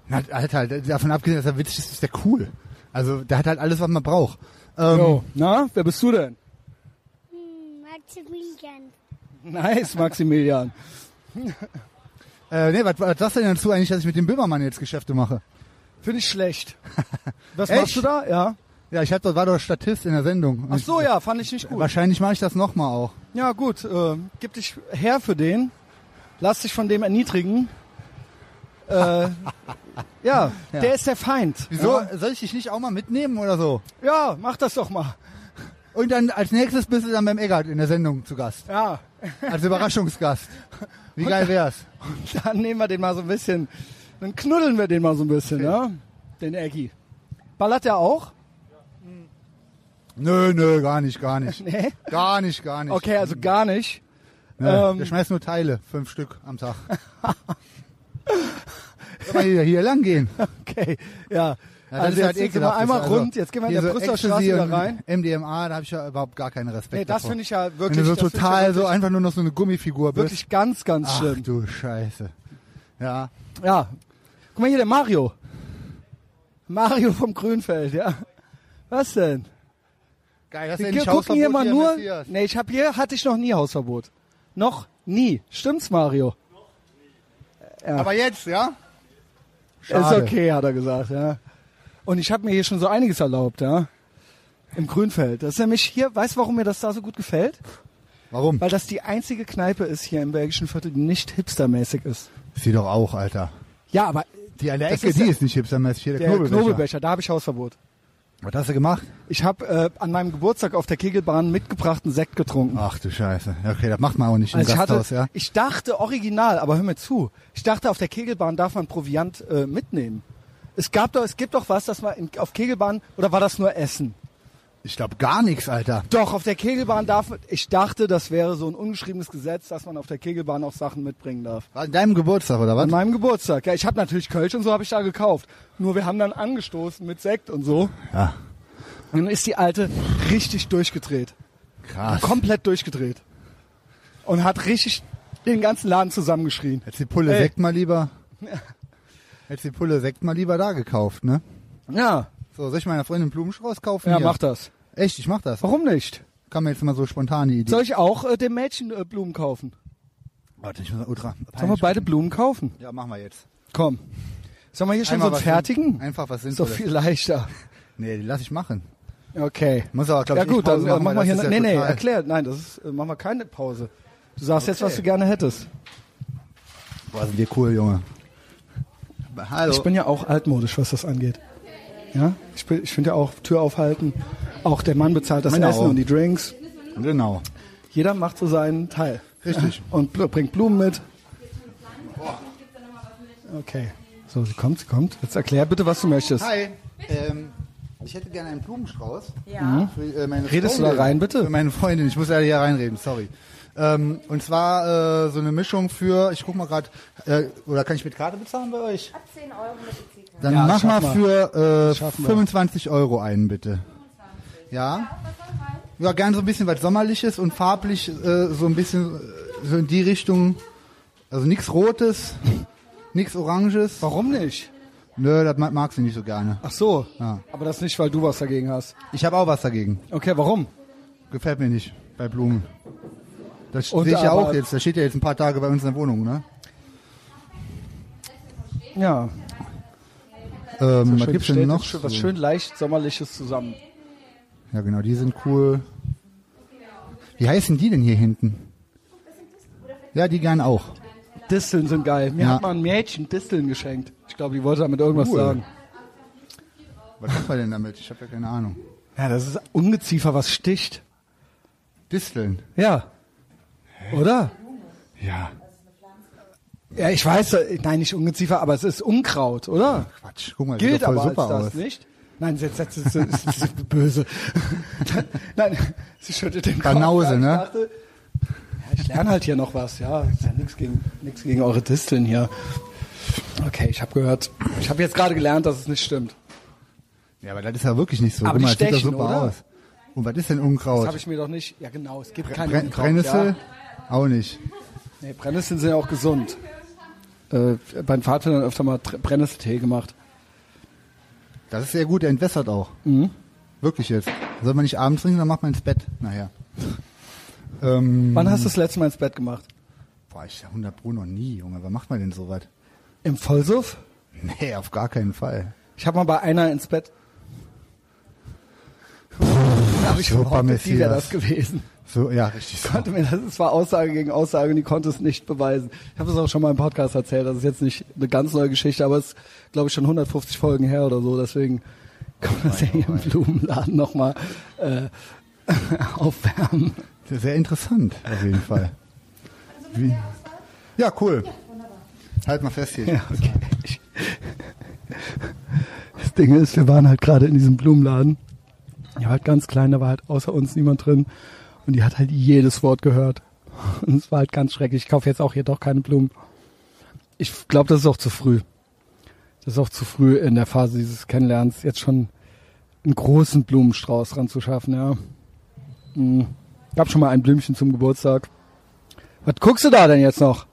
S1: na, Alter, davon abgesehen, dass er witzig ist, ist der cool. Also, der hat halt alles, was man braucht. Ähm,
S3: Jo. Na, wer bist du denn? <laughs>
S7: Maximilian.
S3: Nice, Maximilian.
S1: Äh, nee, was, was sagst du denn dazu eigentlich, dass ich mit dem Böhmermann jetzt Geschäfte mache?
S3: Finde
S1: <laughs>
S3: ich schlecht. Was
S1: Echt?
S3: machst du da? Ja.
S1: Ja, ich hab, dort- war doch Statist in der Sendung. Und
S3: Ach so, ja, fand ich nicht
S1: Ich,
S3: gut.
S1: wahrscheinlich mache ich das nochmal auch.
S3: Ja, gut. Äh, gib dich her für den. Lass dich von dem erniedrigen.
S1: <laughs>
S3: Äh, ja, der ist der Feind.
S1: Wieso?
S3: Ja,
S1: Soll ich dich nicht auch mal mitnehmen oder so?
S3: ja mach das doch mal.
S1: Und dann als nächstes bist du dann beim Eggert in der Sendung zu Gast.
S3: Ja.
S1: Als Überraschungsgast. Wie geil
S3: <laughs>
S1: wär's?
S3: Dann nehmen wir den mal so ein bisschen, dann knuddeln wir den mal so ein bisschen, ne? Den Eggy. Ballert er auch?
S1: Nö, nö, gar nicht, gar nicht.
S3: <laughs> Nee.
S1: Gar nicht, gar nicht.
S3: Okay, also gar nicht.
S1: Nö,
S3: ähm,
S1: der schmeißt nur Teile, fünf Stück am Tag. <laughs> Soll mal hier, hier lang gehen.
S3: Okay, ja.
S1: Ja, das
S3: also
S1: ist
S3: jetzt,
S1: halt
S3: jetzt sind
S1: ekelhaft.
S3: wir einmal
S1: Also,
S3: rund, jetzt gehen wir in
S1: hier
S3: der
S1: so
S3: Brüsseler
S1: Ecstasy
S3: Straße wieder
S1: und
S3: rein.
S1: MDMA, da habe ich ja überhaupt gar keinen Respekt
S3: Nee, das
S1: davor.
S3: finde ich ja
S1: Wenn
S3: wirklich,
S1: du so
S3: das find ich ja
S1: total
S3: wirklich,
S1: so einfach nur noch so eine Gummifigur bist.
S3: wirklich ganz, ganz
S1: Ach
S3: schlimm.
S1: du Scheiße. Ja,
S3: Ja. Guck mal hier, der Mario. Mario vom Grünfeld, ja. Was denn?
S1: geil. Hast du
S3: Wir
S1: endlich
S3: gucken hier mal
S1: Hausverbot
S3: nur.
S1: hier, Messias?
S3: Nee, ich hab hier, hatte ich noch nie Hausverbot. Noch nie. Stimmt's, Mario?
S1: Aber jetzt, ja?
S3: Ist okay, hat er gesagt, ja. Und ich habe mir hier schon so einiges erlaubt, ja. Im Grünfeld. Das ist nämlich hier, weißt du, warum mir das da so gut gefällt?
S1: Warum?
S3: Weil das die einzige Kneipe ist hier im belgischen Viertel, die nicht hipstermäßig ist.
S1: Sie doch auch, Alter.
S3: Ja, aber
S1: Die an der
S3: Das
S1: Ecke,
S3: ist
S1: die
S3: der-
S1: ist nicht hipstermäßig. Hier der,
S3: der
S1: Knobelbecher.
S3: Knobelbecher, da habe ich Hausverbot.
S1: Was hast du gemacht?
S3: Ich habe äh, an meinem Geburtstag auf der Kegelbahn mitgebrachten Sekt getrunken.
S1: Ach du Scheiße. Ja, Okay, das macht man auch nicht im
S3: Also ich, hatte,
S1: Ah, Gasthaus, ja?
S3: ich dachte original, aber hör mir zu. Ich dachte, auf der Kegelbahn darf man Proviant äh, mitnehmen. Es gab doch, es gibt doch was, dass man in, auf Kegelbahn oder war das nur Essen?
S1: Ich glaube gar nichts, Alter.
S3: Doch, auf der Kegelbahn darf man. Ich dachte, das wäre so ein ungeschriebenes Gesetz, dass man auf der Kegelbahn auch Sachen mitbringen darf.
S1: War an deinem Geburtstag, oder
S3: An
S1: was?
S3: meinem Geburtstag. Ja, ich habe natürlich Kölsch und so habe ich da gekauft. Nur wir haben dann angestoßen mit Sekt und so.
S1: Ja,
S3: Und dann ist die Alte richtig durchgedreht.
S1: krass.
S3: Komplett durchgedreht. Und hat richtig den ganzen Laden zusammengeschrien.
S1: Hättest die Pulle
S3: Ey.
S1: Sekt mal lieber... <laughs> Hättest die Pulle Sekt mal lieber da gekauft, ne?
S3: Ja,
S1: So, soll ich meiner Freundin einen Blumenstrauß kaufen?
S3: ja,
S1: Hier.
S3: mach das.
S1: Echt, ich mach das.
S3: Warum nicht?
S1: Kam mir jetzt mal so spontane Idee.
S3: Soll ich auch äh, dem Mädchen äh, Blumen kaufen?
S1: Warte, ich muss ultra.
S3: Sollen wir beide Blumen kaufen?
S1: Ja, machen wir jetzt.
S3: Komm. Sollen wir hier schon
S1: Einmal
S3: so einen
S1: was
S3: fertigen?
S1: Sinn- Einfach was
S3: Ist doch
S1: Sinnvolles.
S3: viel leichter.
S1: Nee, die lass ich machen.
S3: Okay.
S1: Muss aber, glaube
S3: Ja
S1: ich, nicht
S3: gut, dann
S1: Pause
S3: machen,
S1: machen,
S3: machen wir
S1: weil
S3: hier.
S1: das ist
S3: ne- nee,
S1: ja
S3: nee,
S1: total-
S3: erklärt. Nein, das ist, äh, machen wir keine Pause. Du sagst jetzt, was
S1: Okay.
S3: du gerne hättest.
S1: Boah, sind wir cool, Junge. Aber Hallo.
S3: Ich bin ja auch altmodisch, was das angeht. Ja, ich, bin- ich finde ja auch Tür aufhalten. Auch der Mann bezahlt das
S1: Meine
S3: Essen
S1: auch.
S3: und die Drinks.
S1: genau.
S3: Jeder macht so seinen Teil.
S1: Richtig.
S3: Und bl- bringt Blumen mit. Okay. So, sie kommt, sie kommt. Jetzt erklär bitte, was du möchtest.
S1: Hi. Ähm, ich hätte gerne einen Blumenstrauß.
S7: Ja.
S1: Für, äh, meine
S3: Mhm. Redest du
S1: Freundin.
S3: da rein, bitte?
S1: Für meine Freundin. Ich muss ja hier reinreden, sorry. Ähm, und zwar äh, so eine Mischung für, ich guck mal gerade, äh, oder kann ich mit Karte bezahlen bei euch?
S7: Ab 10 Euro mit EC-Karte.
S1: Dann
S3: Ja,
S1: mach mal
S3: schaff mal.
S1: für äh,
S3: Schaffen wir.
S1: 25 Euro einen, bitte. Ja? Ja, gern so ein bisschen was Sommerliches und farblich äh, so ein bisschen äh, so in die Richtung. Also nichts Rotes, nichts Oranges.
S3: Warum nicht?
S1: Nö, das mag, mag sie nicht so gerne.
S3: Ach so.
S1: Ja.
S3: Aber das nicht, weil du was dagegen hast.
S1: Ich habe auch was dagegen.
S3: Okay, warum?
S1: Gefällt mir nicht bei Blumen. Das sehe
S3: Und
S1: ich ja
S3: aber-
S1: auch jetzt. Das steht ja jetzt ein paar Tage bei uns in der Wohnung, ne?
S3: Ja.
S1: Ähm, was
S3: Schön
S1: Hm, gibt's denn
S3: bestätigt,
S1: noch?
S3: schön- Was
S1: so?
S3: schön leicht Sommerliches zusammen.
S1: Ja, genau, die sind cool. Wie heißen die denn hier hinten? Ja, die gern auch.
S3: Disteln sind geil. Mir
S1: Ja.
S3: hat mal ein Mädchen Disteln geschenkt. Ich glaube, die wollte damit irgendwas
S1: Cool.
S3: sagen.
S1: Was macht man denn damit? Ich habe ja keine Ahnung.
S3: Ja, das ist Ungeziefer, was sticht.
S1: Disteln.
S3: Ja. Oder?
S1: Ja.
S3: Ja, ich weiß, äh, nein, nicht Ungeziefer, aber es ist Unkraut, oder?
S1: Quatsch, guck mal, sieht
S3: Gilt
S1: doch voll
S3: aber als
S1: super
S3: das ne?
S1: aus.
S3: nicht. Nein, jetzt, jetzt, jetzt, jetzt, jetzt, jetzt böse. <laughs> nein, sie schüttelt den Kopf.
S1: Banause,
S3: Ja, ich
S1: ne?
S3: dachte, ja, ich lerne halt hier noch was, ja. Ist ja nichts gegen, nix gegen eure Disteln hier. Okay, ich habe gehört, ich habe jetzt gerade gelernt, dass es nicht stimmt.
S1: Ja, aber das ist ja wirklich nicht so. guck
S3: Aber die
S1: mal, das sieht
S3: stechen,
S1: doch super
S3: oder?
S1: aus. Und was ist denn
S3: Das habe
S1: Unkraut?
S3: ich mir doch nicht. Ja, genau, es gibt keine
S1: Bre
S3: Unkraut,
S1: Brennnessel?
S3: Ja.
S1: Auch nicht.
S3: Nee, Brennnesseln sind ja auch gesund. Äh, beim Vater dann öfter mal Tr- Brennnesseltee gemacht.
S1: Das ist sehr gut, der entwässert auch.
S3: Mhm.
S1: Wirklich jetzt. Soll man nicht abends trinken, dann macht man ins Bett
S3: <laughs>
S1: nachher. ähm,
S3: Wann hast du das letzte Mal ins Bett gemacht?
S1: boah, ich 100 Pro noch nie, Junge. Wann macht man denn sowas?
S3: Im Vollsuff?
S1: Nee, auf gar keinen Fall.
S3: Ich habe mal bei einer ins Bett. Hab ich
S1: Super
S3: behauptet, die wäre
S1: Messias.
S3: das gewesen.
S1: So, ja, richtig. So.
S3: Konnte mir das, es war Aussage gegen Aussage und die konnte es nicht beweisen. Ich habe es auch schon mal im Podcast erzählt. Das ist jetzt nicht eine ganz neue Geschichte, aber es ist, glaube ich, schon 150 Folgen her oder so. Deswegen kann man das ja hier im Blumenladen nochmal äh, <laughs> aufwärmen.
S1: Sehr interessant, auf jeden
S3: <laughs>
S1: Fall.
S3: Also
S1: Wie? Ja, cool. Halt mal fest hier.
S3: Ja, okay. Ich- <laughs> Das Ding ist, wir waren halt gerade in diesem Blumenladen. Die war halt ganz klein, da war halt außer uns niemand drin. Und die hat halt jedes Wort gehört. <laughs> Und es war halt ganz schrecklich. Ich kaufe jetzt auch hier doch keine Blumen. Ich glaube, das ist auch zu früh. Das ist auch zu früh in der Phase dieses Kennenlernens, jetzt schon einen großen Blumenstrauß ranzuschaffen, ja. Hm. Gab schon mal ein Blümchen zum Geburtstag. Was guckst du da denn jetzt noch?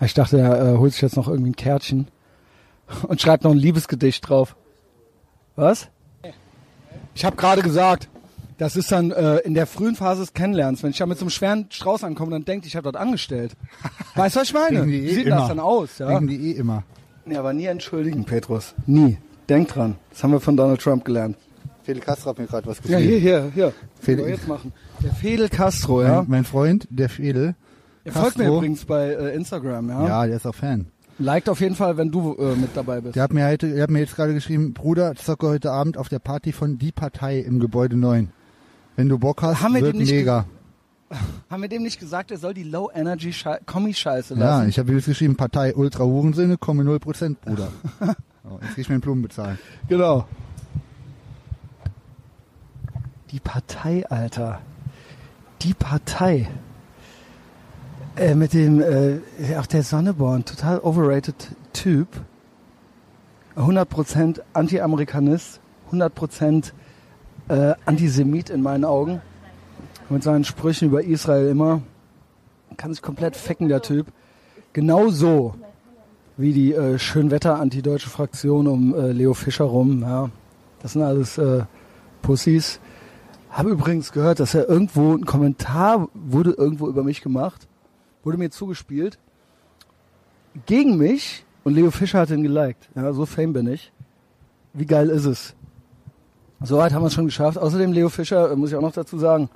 S3: Ich dachte, er äh, holt sich jetzt noch irgendwie ein Kärtchen <laughs> und schreibt noch ein Liebesgedicht drauf. Was? Ich habe gerade gesagt, das ist dann äh, in der frühen Phase des Kennenlernens. Wenn ich da mit so einem schweren Strauß ankomme, dann denkt, ich habe dort angestellt. Weißt du, was ich meine?
S1: Denken die eh
S3: Wie sieht
S1: immer.
S3: das dann aus? Ja?
S1: Denken die eh immer.
S3: Nee, aber nie entschuldigen, Petrus. Nie. Denk dran. Das haben wir von Donald Trump gelernt.
S1: Fidel Castro hat mir gerade was
S3: Ja,
S1: geschrieben.
S3: hier, hier, hier.
S1: Fidel-
S3: Können wir jetzt machen. Der Fidel Castro, ja.
S1: Mein, mein Freund, der Fidel.
S3: Er folgt mir
S1: Castro.
S3: übrigens bei äh, Instagram, ja.
S1: Ja, der ist auch Fan.
S3: Liked auf jeden Fall, wenn du äh, mit dabei bist.
S1: Der hat mir, heute, der hat mir jetzt gerade geschrieben, Bruder, zocke heute Abend auf der Party von Die Partei im Gebäude 9. Wenn du Bock hast,
S3: Haben wir
S1: wird
S3: dem nicht
S1: mega.
S3: Haben wir dem nicht gesagt, er soll die Low-Energy-Kommi-Scheiße
S1: Ja,
S3: lassen?
S1: ich habe jetzt geschrieben, Partei Ultra Hurensinne, komme 0%,
S3: <laughs>
S1: Bruder. oh, jetzt krieg ich meinen Blumen bezahlen.
S3: genau. Die Partei, Alter. Die Partei. Äh, mit dem, äh, auch der Sonneborn, total overrated Typ. 100% Anti-Amerikanist, 100% äh, Antisemit in meinen Augen. Mit seinen Sprüchen über Israel immer. Kann sich komplett fecken, der Typ. Genauso wie die äh, Schönwetter-Antideutsche Fraktion um äh, Leo Fischer rum. Ja. Das sind alles äh, Pussys. Habe übrigens gehört, dass er irgendwo ein Kommentar wurde irgendwo über mich gemacht, wurde mir zugespielt. gegen mich und Leo Fischer hat ihn geliked. Ja, so fame bin ich. Wie geil ist es? Soweit haben wir es schon geschafft. Außerdem Leo Fischer, äh, muss ich auch noch dazu sagen,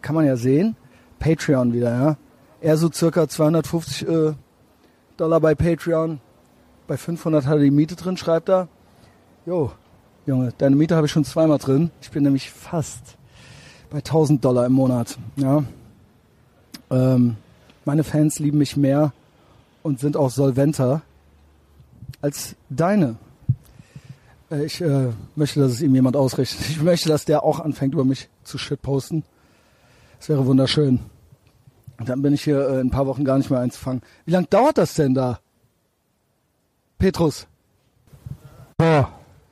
S3: kann man ja sehen, Patreon wieder, ja. Er so circa 250 äh, Dollar bei Patreon. Bei 500 hat er die Miete drin, schreibt er. Jo, Junge, deine Miete habe ich schon zweimal drin. Ich bin nämlich fast bei 1000 Dollar im Monat, ja. Ähm, meine Fans lieben mich mehr und sind auch solventer als deine. Äh, Ich äh, möchte, dass es ihm jemand ausrichtet. Ich möchte, dass der auch anfängt, über mich zu shitposten. Das wäre wunderschön. Und dann bin ich hier äh, in ein paar Wochen gar nicht mehr einzufangen. Wie lange dauert das denn da? Petrus. Boah,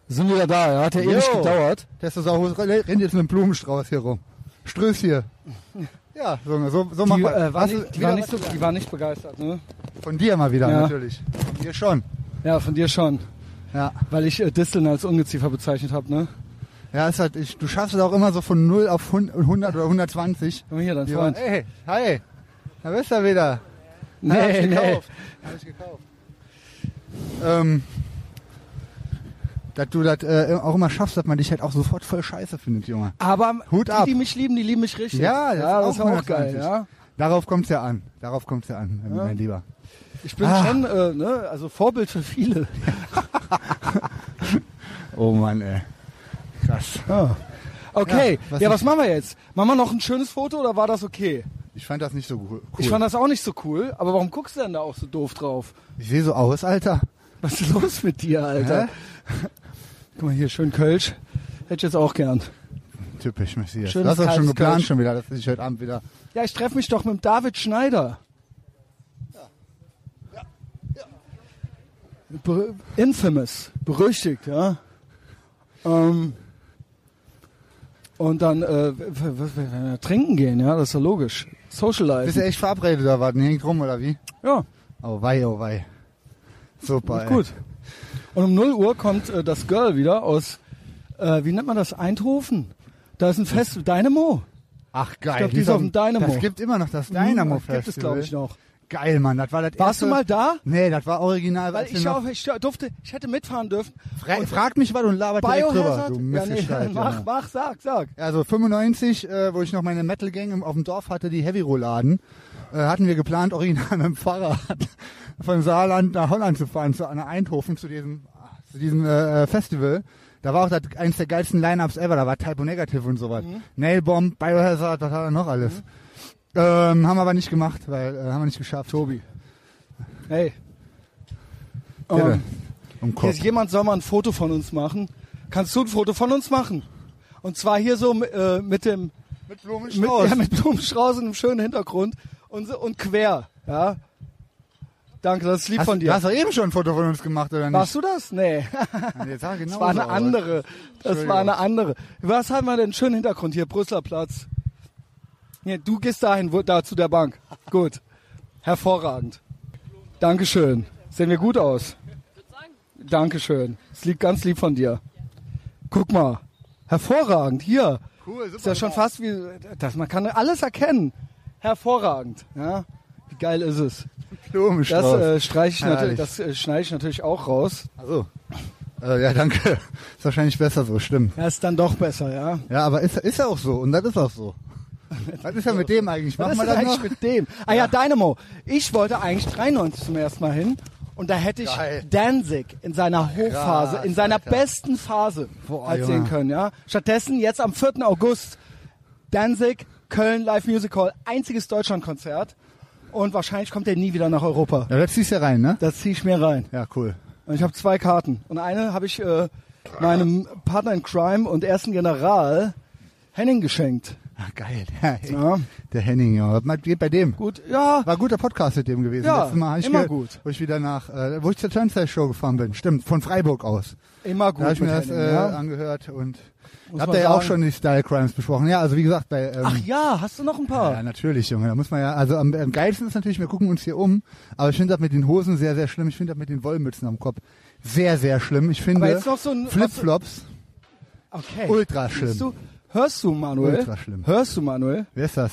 S3: sind wir wieder da, ja? Hat ja ewig
S1: Jo.
S3: gedauert.
S1: Testosaurus rennt jetzt mit einem Blumenstrauß hier rum. Ströß hier. Ja, so, so, so macht
S3: Die,
S1: man.
S3: äh, war
S1: Hast
S3: nicht,
S1: du-
S3: die, war nicht so, die war nicht begeistert, ne?
S1: Von dir mal wieder,
S3: Ja.
S1: natürlich. Von dir schon.
S3: Ja, von dir schon.
S1: Ja.
S3: Weil ich äh, Disteln als Ungeziefer bezeichnet habe, ne?
S1: Ja, ist halt, ich, du schaffst es auch immer so von 0 auf 100 oder 120.
S3: Guck mal hier, dein
S1: Die
S3: Freund.
S1: waren- Hey, hi. Da bist du wieder. hab ich
S3: Nee, nee.
S1: gekauft. Hab ich gekauft. Ähm, dass du das äh, auch immer schaffst, dass man dich halt auch sofort voll scheiße findet, Junge.
S3: Aber
S1: Hut
S3: die,
S1: ab.
S3: die mich lieben, die lieben mich richtig.
S1: Ja, das ist
S3: das
S1: auch
S3: ist auch geil,
S1: 120.
S3: ja.
S1: Darauf kommt's ja an. Darauf kommt's ja an, mein Lieber.
S3: Ich bin schon, äh, ne, also Vorbild für viele.
S1: Oh Mann, ey. Krass.
S3: Okay, ja,
S1: Ja,
S3: was,
S1: was
S3: machen wir jetzt? Machen wir noch ein schönes Foto oder war das okay?
S1: Ich fand das nicht so cool.
S3: Ich fand das auch nicht so cool, aber warum guckst du denn da auch so doof drauf?
S1: ich sehe so aus, Alter.
S3: Was ist los mit dir, Alter?
S1: Hä?
S3: Guck mal hier, schön Kölsch. Hätte ich jetzt auch gern.
S1: Typisch, Messias.
S3: Schönes
S1: das hast du schon
S3: kaltes
S1: geplant
S3: Kölsch.
S1: schon wieder, dass ich heute Abend wieder...
S3: Ja, ich treffe mich doch mit David Schneider. Ber infamous, berüchtigt, ja. Ähm, und dann äh, w- w- w- w- trinken gehen, ja, das ist ja logisch.
S1: Bist du
S3: Socialize.
S1: echt verabredet oder was? Und Hängt rum oder wie?
S3: Ja,
S1: Oh wei, oh wei. Super,
S3: ist
S1: ey.
S3: gut. Und um 0 Uhr kommt äh, das Girl wieder aus, äh, wie nennt man das, Eindhoven. Da ist ein Fest, Dynamo.
S1: Ach geil.
S3: Ich glaub, die ist auf dem Dynamo. Mhm,
S1: Das gibt immer noch das Dynamo Festival.
S3: Hm, Gibt es, glaube ich, noch.
S1: Geil, Mann. Das war das
S3: Warst
S1: erste...
S3: du mal da?
S1: Nee, das war original.
S3: Weil
S1: weißt du
S3: ich,
S1: noch?
S3: auch, ich durfte, ich hätte mitfahren dürfen.
S1: Fra frag mich was und labert direkt drüber,
S3: Biohazard?
S1: du genau.
S3: ja, nee,
S1: Missgestalt.
S3: <laughs> mach,
S1: Junge.
S3: mach, sag, sag.
S1: Also 95, äh, wo ich noch meine Metal Gang im, auf dem Dorf hatte, die Heavy Rouladen, äh, hatten wir geplant, <laughs> original mit dem Fahrrad von Saarland nach Holland zu fahren, zu einer Eindhoven, zu diesem, zu diesem äh, äh, Festival. Da war auch das, eins der geilsten Lineups ever, da war Typo Negative und sowas.
S3: Mhm.
S1: Nailbomb, Biohazard, was hat er noch alles? Ähm, haben wir aber nicht gemacht, weil äh, haben wir nicht geschafft. Tobi.
S3: Hey.
S1: Bitte.
S3: Ähm,
S1: Um
S3: hier
S1: Kopf.
S3: ist jemand soll mal ein Foto von uns machen. Kannst du ein Foto von uns machen? Und zwar hier so äh, mit dem
S1: Mit
S3: mit, ja, mit Blumenstrauß und einem schönen Hintergrund und, so- und quer. Ja. Danke, das ist lieb
S1: Hast,
S3: von dir.
S1: hast du eben schon ein Foto von uns gemacht, oder nicht?
S3: Warst du das? Nee,
S1: Jetzt sag genau
S3: das war
S1: so,
S3: eine
S1: aber-
S3: andere. Das
S1: Entschuldigung.
S3: war eine andere. Was haben wir denn? Schönen Hintergrund hier, Brüsseler Platz. Nee, du gehst dahin, wo, da zu der Bank. Gut. Hervorragend. Dankeschön. Sehen wir gut aus. Dankeschön. Es liegt ganz lieb von dir. Guck mal. Hervorragend. Hier.
S1: Cool, super.
S3: Ist ja schon fast wie, das, man kann alles erkennen. Hervorragend. Ja. Wie geil ist es? Das
S1: Blumenstrauß.
S3: äh, streiche ich natürlich,
S1: Herrlich.
S3: das äh, schneide ich natürlich auch raus.
S1: Also. Äh, ja, danke. Ist wahrscheinlich besser so, stimmt.
S3: Ja, ist dann doch besser, ja.
S1: Ja, aber ist, ist ja auch so und das ist auch so. Was ist ja mit dem eigentlich?
S3: Was
S1: Machen
S3: ist
S1: wir
S3: denn
S1: das noch?
S3: eigentlich mit dem? Ah ja, Dynamo. Ich wollte eigentlich 93 zum ersten Mal hin und da hätte ich
S1: Geil.
S3: Danzig in seiner Hochphase, in seiner besten Phase halt
S1: Junge.
S3: sehen können, ja. Stattdessen jetzt am 4. August Danzig, Köln Live Music Hall, einziges Deutschlandkonzert und wahrscheinlich kommt er nie wieder nach Europa.
S1: Ja, das ziehst du ja rein, ne?
S3: Das ziehe ich mir rein.
S1: Ja, cool.
S3: Und ich habe zwei Karten. Und eine habe ich äh, meinem Partner in Crime und ersten General Henning geschenkt.
S1: Ah, geil. <laughs> Ja, ey.
S3: Ja.
S1: Der Henning, ja. Was macht- geht bei dem?
S3: Gut, ja,
S1: War ein guter Podcast mit dem gewesen.
S3: Ja,
S1: Letztes Mal hab ich
S3: immer
S1: ge-
S3: gut.
S1: Wo ich wieder nach, äh, wo ich zur Turnstile Show gefahren bin. Stimmt, von Freiburg aus.
S3: immer
S1: Da habe
S3: gut
S1: ich
S3: mit
S1: mir das
S3: Henning,
S1: äh,
S3: ja.
S1: angehört und
S3: Muss
S1: habt
S3: man
S1: ihr ja auch
S3: sagen.
S1: schon die Style Crimes besprochen. Ja, also wie gesagt, bei ähm,
S3: Ach ja, hast du noch ein paar?
S1: Ja, natürlich, Junge. Da muss man ja, also am, am geilsten ist natürlich, wir gucken uns hier um, aber ich finde das mit den Hosen sehr, sehr schlimm. Ich finde das mit den Wollmützen am Kopf sehr, sehr schlimm. Ich
S3: Aber
S1: finde
S3: jetzt noch so ein- also,
S1: Flipflops
S3: Okay.
S1: ultra schlimm.
S3: Siehst Du, hörst du, Manuel?
S1: Ultra schlimm.
S3: Hörst du, Manuel?
S1: Wer ist das?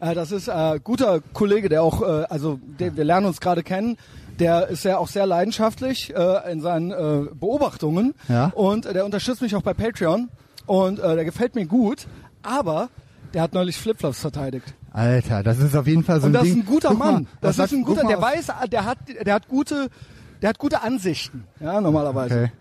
S3: Äh, das ist äh, guter Kollege, der auch, äh, also der, wir lernen uns gerade kennen. Der ist ja auch sehr leidenschaftlich äh, in seinen äh, Beobachtungen.
S1: Ja.
S3: Und äh, der unterstützt mich auch bei Patreon. Und äh, der gefällt mir gut. Aber der hat neulich Flipflops verteidigt.
S1: Alter, das ist auf jeden Fall so
S3: Und
S1: ein
S3: das ist
S1: Ding.
S3: ein guter
S1: Also Guck mal,
S3: Mann. das
S1: was-
S3: ist ein
S1: guck
S3: guter,
S1: mal,
S3: der
S1: was-
S3: weiß, der hat, der hat gute, der hat gute Ansichten. Ja, normalerweise.
S1: Okay.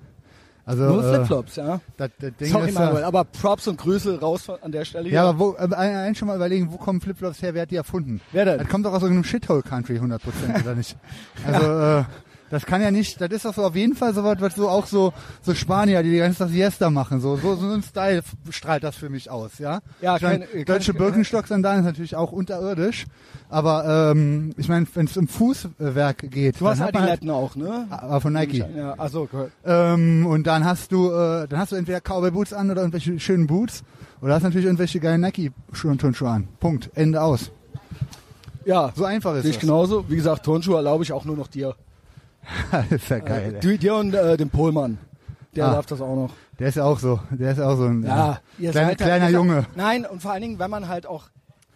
S1: Also,
S3: Nur
S1: äh,
S3: Flipflops, ja.
S1: Das, das Ding
S3: Sorry,
S1: ist ja-
S3: Manuel, aber Props und Grüße raus von- an der Stelle.
S1: Ja, aber wo, äh, ein- ein schon mal überlegen, wo kommen Flipflops her, wer hat die erfunden?
S3: Wer denn?
S1: Das kommt doch aus irgendeinem Shithole-Country 100%, oder
S3: <laughs>
S1: nicht? Also, äh, das kann ja nicht, das ist doch so auf jeden Fall so was, was so auch so, so Spanier, die die ganze Tag Siesta machen, so, so, so ein Style f- strahlt das für mich aus, ja?
S3: Ja,
S1: ich meine,
S3: keine-
S1: deutsche
S3: keine- äh,
S1: Birkenstock-Sandalen ist natürlich auch unterirdisch, aber, ähm, ich meine, wenn es um Fußwerk geht,
S3: du hast
S1: dann hat man halt,
S3: Adiletten auch, ne?
S1: aber von Nike.
S3: Ja, also cool.
S1: Ähm, und dann hast du, äh, dann hast du entweder Cowboy Boots an oder irgendwelche schönen Boots. Oder hast natürlich irgendwelche geilen Nike-Schuhe und Turnschuhe an. Punkt. Ende aus.
S3: ja,
S1: So einfach ist
S3: sehe ich genau.
S1: es.
S3: genauso. Wie gesagt, Turnschuhe erlaube ich auch nur noch dir.
S1: <laughs> ist ja geil.
S3: Äh,
S1: ey.
S3: dir- dir und äh, dem Pohlmann. Der
S1: Ah.
S3: darf das auch noch.
S1: Der ist ja auch so. Der ist ja auch so ein
S3: Ja,
S1: äh,
S3: ihr
S1: kleiner,
S3: seid halt ja-
S1: kleiner
S3: ihr seid-
S1: Junge.
S3: Nein, und vor allen Dingen, wenn man halt auch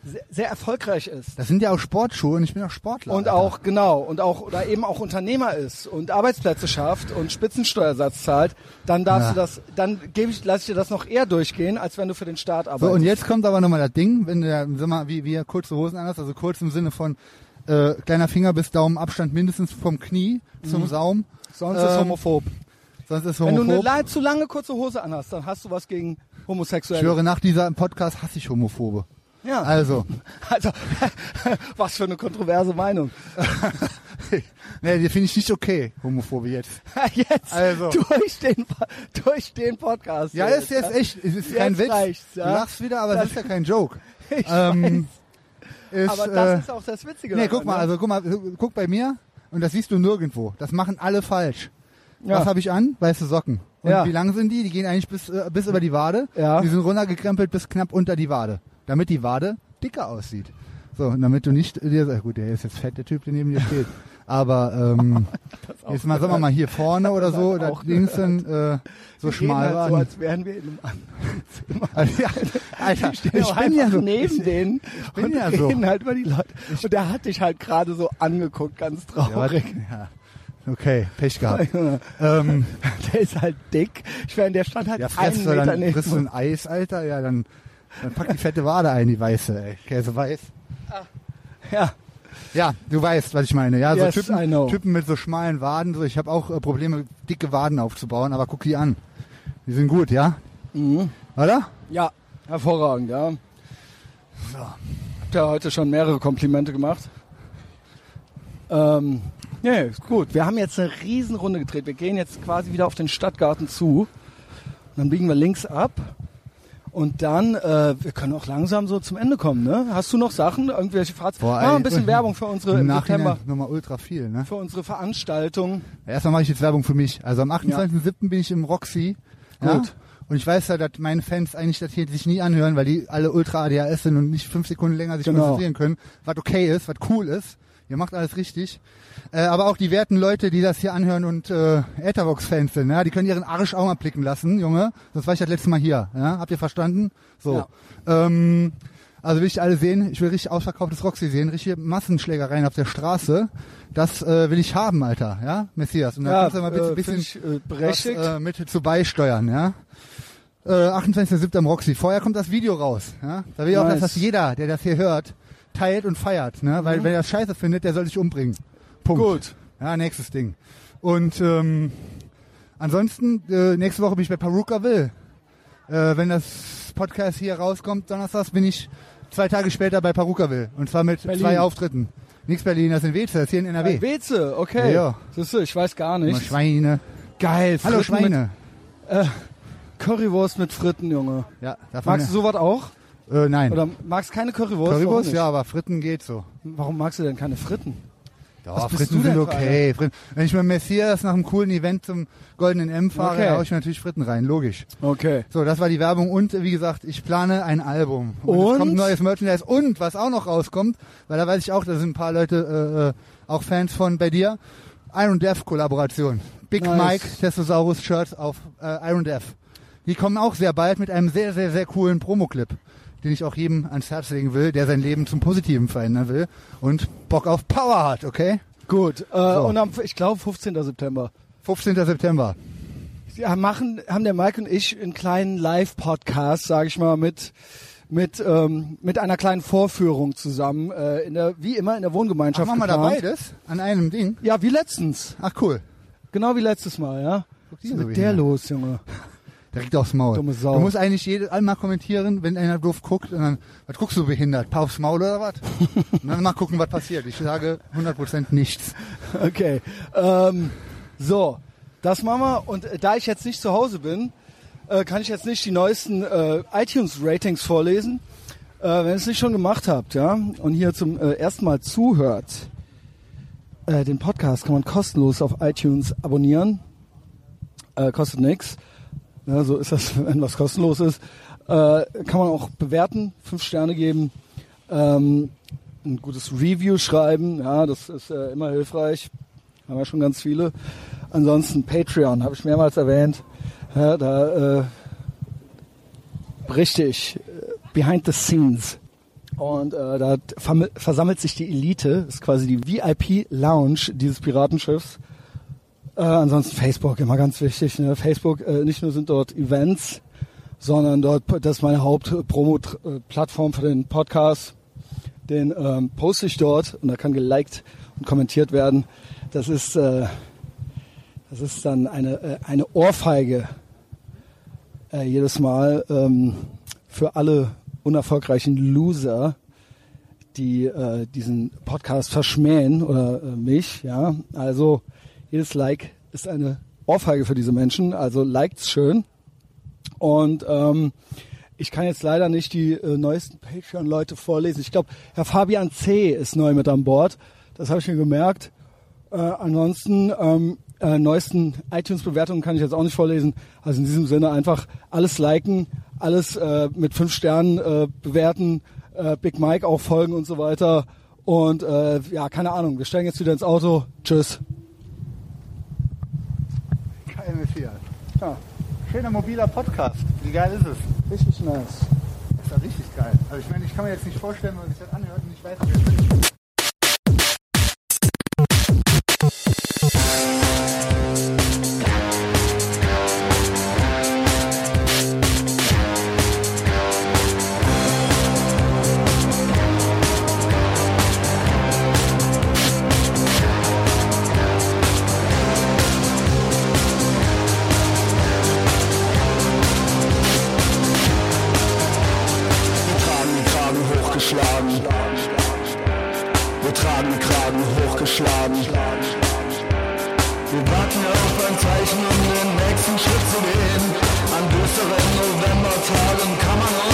S3: sehr, sehr erfolgreich ist.
S1: Das sind ja auch Sportschuhe und ich bin auch Sportler.
S3: Und
S1: Alter.
S3: auch, genau, und auch, oder eben auch Unternehmer ist und Arbeitsplätze schafft und Spitzensteuersatz zahlt, dann darfst
S1: Ja.
S3: du das, dann gebe ich, lasse ich dir das noch eher durchgehen, als wenn du für den Staat
S1: So,
S3: arbeitest.
S1: und jetzt kommt aber nochmal das Ding, wenn der, sag mal, wie, wie er kurze Hosen anhast, also kurz im Sinne von äh, kleiner Finger bis Daumenabstand mindestens vom Knie zum Saum.
S3: Sonst ist
S1: Ähm,
S3: homophob.
S1: Sonst ist
S3: Mhm. Wenn du eine
S1: homophob.
S3: la- zu lange kurze Hose anhast, dann hast du was gegen
S1: ich
S3: Homosexuelle.
S1: höre nach diesem Podcast hasse ich Homophobe.
S3: Ja,
S1: Also. <laughs>
S3: also, <laughs> was für eine kontroverse Meinung. <laughs>
S1: Nee, die finde ich nicht okay, Homophobe jetzt.
S3: Jetzt,
S1: Also.
S3: durch den, durch den Podcast.
S1: Ja,
S3: jetzt,
S1: ist jetzt echt, es ist
S3: Jetzt
S1: kein Witz.
S3: reicht's, ja.
S1: Du lachst wieder, aber es ist ja kein Joke.
S3: <laughs> Ich
S1: Ähm, ist,
S3: Aber das
S1: äh,
S3: ist auch das Witzige.
S1: nee,
S3: daran,
S1: guck mal,
S3: ne?
S1: also guck mal, guck bei mir und das siehst du nirgendwo. Das machen alle falsch.
S3: Ja.
S1: Was habe ich an? Weiße Socken. Und
S3: Ja.
S1: wie lang sind die? Die gehen eigentlich bis, äh, bis über die Wade.
S3: Ja.
S1: Die sind runtergekrempelt bis knapp unter die Wade. Damit die Wade dicker aussieht. So, und damit du nicht dir sagst, gut, der ist jetzt fett, der Typ, der neben dir
S3: <laughs>
S1: steht. Aber ähm, jetzt mal, sagen wir mal, hier vorne oder so,
S3: halt
S1: da
S3: auch
S1: links dann äh, so
S3: <laughs> Wir reden
S1: schmal
S3: halt so,
S1: waren.
S3: als wären wir in einem anderen Zimmer.
S1: <laughs> Also, ja, Alter, ich
S3: Ich
S1: bin ja so.
S3: neben denen
S1: bin
S3: und
S1: ja so.
S3: reden halt über die Leute. Und der hat dich halt gerade so angeguckt, ganz
S1: Ja, was-
S3: traurig.
S1: <laughs> ja. Okay, Pech
S3: <laughs>
S1: gehabt. ähm,
S3: Der ist halt dick. Ich meine, der stand halt
S1: ja,
S3: einen
S1: frisst du
S3: Meter
S1: dann
S3: neben.
S1: frisst du ein Eis, Alter, ja, dann, dann pack die fette Wade ein, die weiße, ey. Käse weiß.
S3: Ja,
S1: Ja, du weißt, was ich meine. Ja, so
S3: Yes, I
S1: Typen,
S3: know.
S1: Typen mit so schmalen Waden. So, ich habe auch äh, Probleme, dicke Waden aufzubauen, aber guck die an. Die sind gut, ja?
S3: Mhm.
S1: Oder?
S3: ja, hervorragend, ja. Habt ihr heute schon mehrere Komplimente gemacht? Ähm, nee, ist gut. Wir haben jetzt eine Riesenrunde gedreht. Wir gehen jetzt quasi wieder auf den Stadtgarten zu. Dann biegen wir links ab. Und dann, äh, wir können auch langsam so zum Ende kommen, ne? Hast du noch Sachen, irgendwelche Fahrzeuge?
S1: Boah,
S3: Ah,
S1: ey,
S3: ein bisschen
S1: und
S3: Werbung für
S1: <laughs>
S3: unsere
S1: Im
S3: im
S1: Nachhinein
S3: September,
S1: nochmal ultra viel, ne?
S3: für unsere Veranstaltung.
S1: Erstmal mache ich jetzt Werbung für mich. Also am 28.07. bin ich im Roxy. Ja?
S3: Gut.
S1: Und ich weiß ja, dass meine Fans eigentlich das hier sich nie anhören, weil die alle ultra ADHS sind und nicht fünf Sekunden länger sich
S3: Genau.
S1: konzentrieren können, was okay ist, was cool ist. Ihr macht alles richtig. Äh, aber auch die werten Leute, die das hier anhören und äh, Etherbox-Fans sind, ja? die können ihren Arsch auch mal blicken lassen, Junge. Sonst war ich das letzte Mal hier. Ja? Habt ihr verstanden? So. Ähm, also will ich alle sehen. Ich will richtig ausverkauftes Roxy sehen. Richtige Massenschlägereien auf der Straße. Das äh, will ich haben, Alter. Ja, Messias. Und dann kannst du mal bitte
S3: äh,
S1: ein bisschen
S3: find ich, äh, berechtigt.
S1: was, äh, mit zu beisteuern, ja. Äh, 28.07. am Roxy. Vorher kommt das Video raus. Ja? Da will ich auch, dass
S3: Nice. Mhm.
S1: das jeder, der das hier hört, teilt und feiert. Ne? Weil wenn er das scheiße findet, der soll sich umbringen. Punkt.
S3: Gut.
S1: Ja, nächstes Ding. Und ähm, ansonsten, äh, nächste Woche bin ich bei Paruka Will. Äh, wenn das Podcast hier rauskommt, Donnerstags, bin ich zwei Tage später bei Paruka Will. Und zwar mit
S3: Berlin.
S1: zwei Auftritten. Nix Berlin, das sind Weze, das ist hier in NRW.
S3: Äh, Weze, okay.
S1: Ja.
S3: Siehst du, ich weiß gar
S1: Mal
S3: nicht.
S1: Schweine.
S3: Geil,
S1: Hallo
S3: Fritten Mit
S1: Schweine.
S3: Currywurst mit Fritten, Junge.
S1: Ja, davon
S3: Magst du sowas auch?
S1: Äh, nein.
S3: Oder magst keine Currywurst? Warum
S1: Currywurst,
S3: nicht?
S1: ja, aber Fritten geht so.
S3: Warum magst du denn keine Fritten?
S1: Ja,
S3: bist
S1: Fritten
S3: du
S1: sind
S3: denn für
S1: okay. Fritten. Wenn ich mit Messias nach einem coolen Event zum Goldenen M fahre,
S3: Okay.
S1: da hau ich mir natürlich Fritten rein, logisch.
S3: Okay.
S1: So, das war die Werbung und äh, wie gesagt, ich plane ein Album.
S3: Und?
S1: es kommt neues Merchandise und was auch noch rauskommt, weil da weiß ich auch, da sind ein paar Leute äh, äh, auch Fans von bei dir. Iron Death Kollaboration. Big
S3: Nice.
S1: Mike Testosaurus Shirts auf äh, Iron Death. Die kommen auch sehr bald mit einem sehr, sehr, sehr coolen Promoclip, den ich auch jedem ans Herz legen will, der sein Leben zum Positiven verändern will und Bock auf Power hat, okay?
S3: Gut, äh, und am, ich glaube, 15. September.
S1: 15. September.
S3: Ja, machen, haben der Mike und ich einen kleinen Live-Podcast, sage ich mal, mit mit ähm, mit einer kleinen Vorführung zusammen äh, in der wie immer in der
S1: Ach,
S3: Wohngemeinschaft
S1: machen wir da
S3: geplant.
S1: beides an einem Ding?
S3: Ja, wie letztens,
S1: Ach cool.
S3: genau wie letztes Mal, ja. Was ist
S1: die
S3: mit
S1: so
S3: der
S1: behindert.
S3: los, Junge?
S1: Direkt aufs Maul.
S3: Dumme Sau.
S1: Du musst eigentlich jedes einmal kommentieren, wenn einer doof guckt und dann, was guckst du behindert? Paar aufs Maul <laughs> oder was? und dann mal gucken, was passiert. Ich sage 100% nichts.
S3: <laughs> Okay. Ähm, so, das machen wir. Und äh, da ich jetzt nicht zu Hause bin, äh, kann ich jetzt nicht die neuesten äh, iTunes-Ratings vorlesen. Äh, wenn ihr es nicht schon gemacht habt, ja, und hier zum äh, ersten Mal zuhört, äh, den Podcast kann man kostenlos auf iTunes abonnieren. Äh, kostet nix. Ja, so ist das, <laughs> wenn was kostenlos ist. Äh, kann man auch bewerten, fünf Sterne geben. Ähm, ein gutes Review schreiben. Ja, das ist äh, immer hilfreich. Haben wir schon ganz viele. Ansonsten Patreon, habe ich mehrmals erwähnt. Ja, da äh, berichte ich äh, behind the scenes. Und äh, da verm- versammelt sich die Elite, ist quasi die VIP-Lounge dieses Piratenschiffs. Äh, ansonsten Facebook, immer ganz wichtig. Ne? Facebook, äh, nicht nur sind dort Events, sondern dort, das ist meine Haupt-Promo-Plattform für den Podcast den ähm, poste ich dort und da kann geliked und kommentiert werden. Das ist, äh, das ist dann eine, äh, eine Ohrfeige äh, jedes Mal ähm, für alle unerfolgreichen Loser, die äh, diesen Podcast verschmähen oder äh, mich. Ja, also jedes Like ist eine Ohrfeige für diese Menschen. Also liked's schön und ähm, ich kann jetzt leider nicht die äh, neuesten Patreon-Leute vorlesen. Ich glaube, Herr Fabian C. ist neu mit an Bord. Das habe ich mir gemerkt. Äh, ansonsten ähm, äh, neuesten iTunes-Bewertungen kann ich jetzt auch nicht vorlesen. Also in diesem Sinne einfach alles liken, alles äh, mit fünf Sternen äh, bewerten, äh, Big Mike auch folgen und so weiter. Und äh, ja, keine Ahnung. Wir steigen jetzt wieder ins Auto. Tschüss.
S1: KM4.
S3: Ja,
S1: Schöner mobiler Podcast. Wie geil ist es?
S3: richtig nice.
S1: Ist ja richtig geil. Also ich meine, ich kann mir jetzt nicht vorstellen, wenn man sich das anhört und ich weiß, wie das ist.
S8: Wir tragen den Kragen hochgeschlagen. Wir tragen den Kragen hochgeschlagen. Wir warten auf ein Zeichen, um den nächsten Schritt zu gehen. An düsteren Novembertagen kann man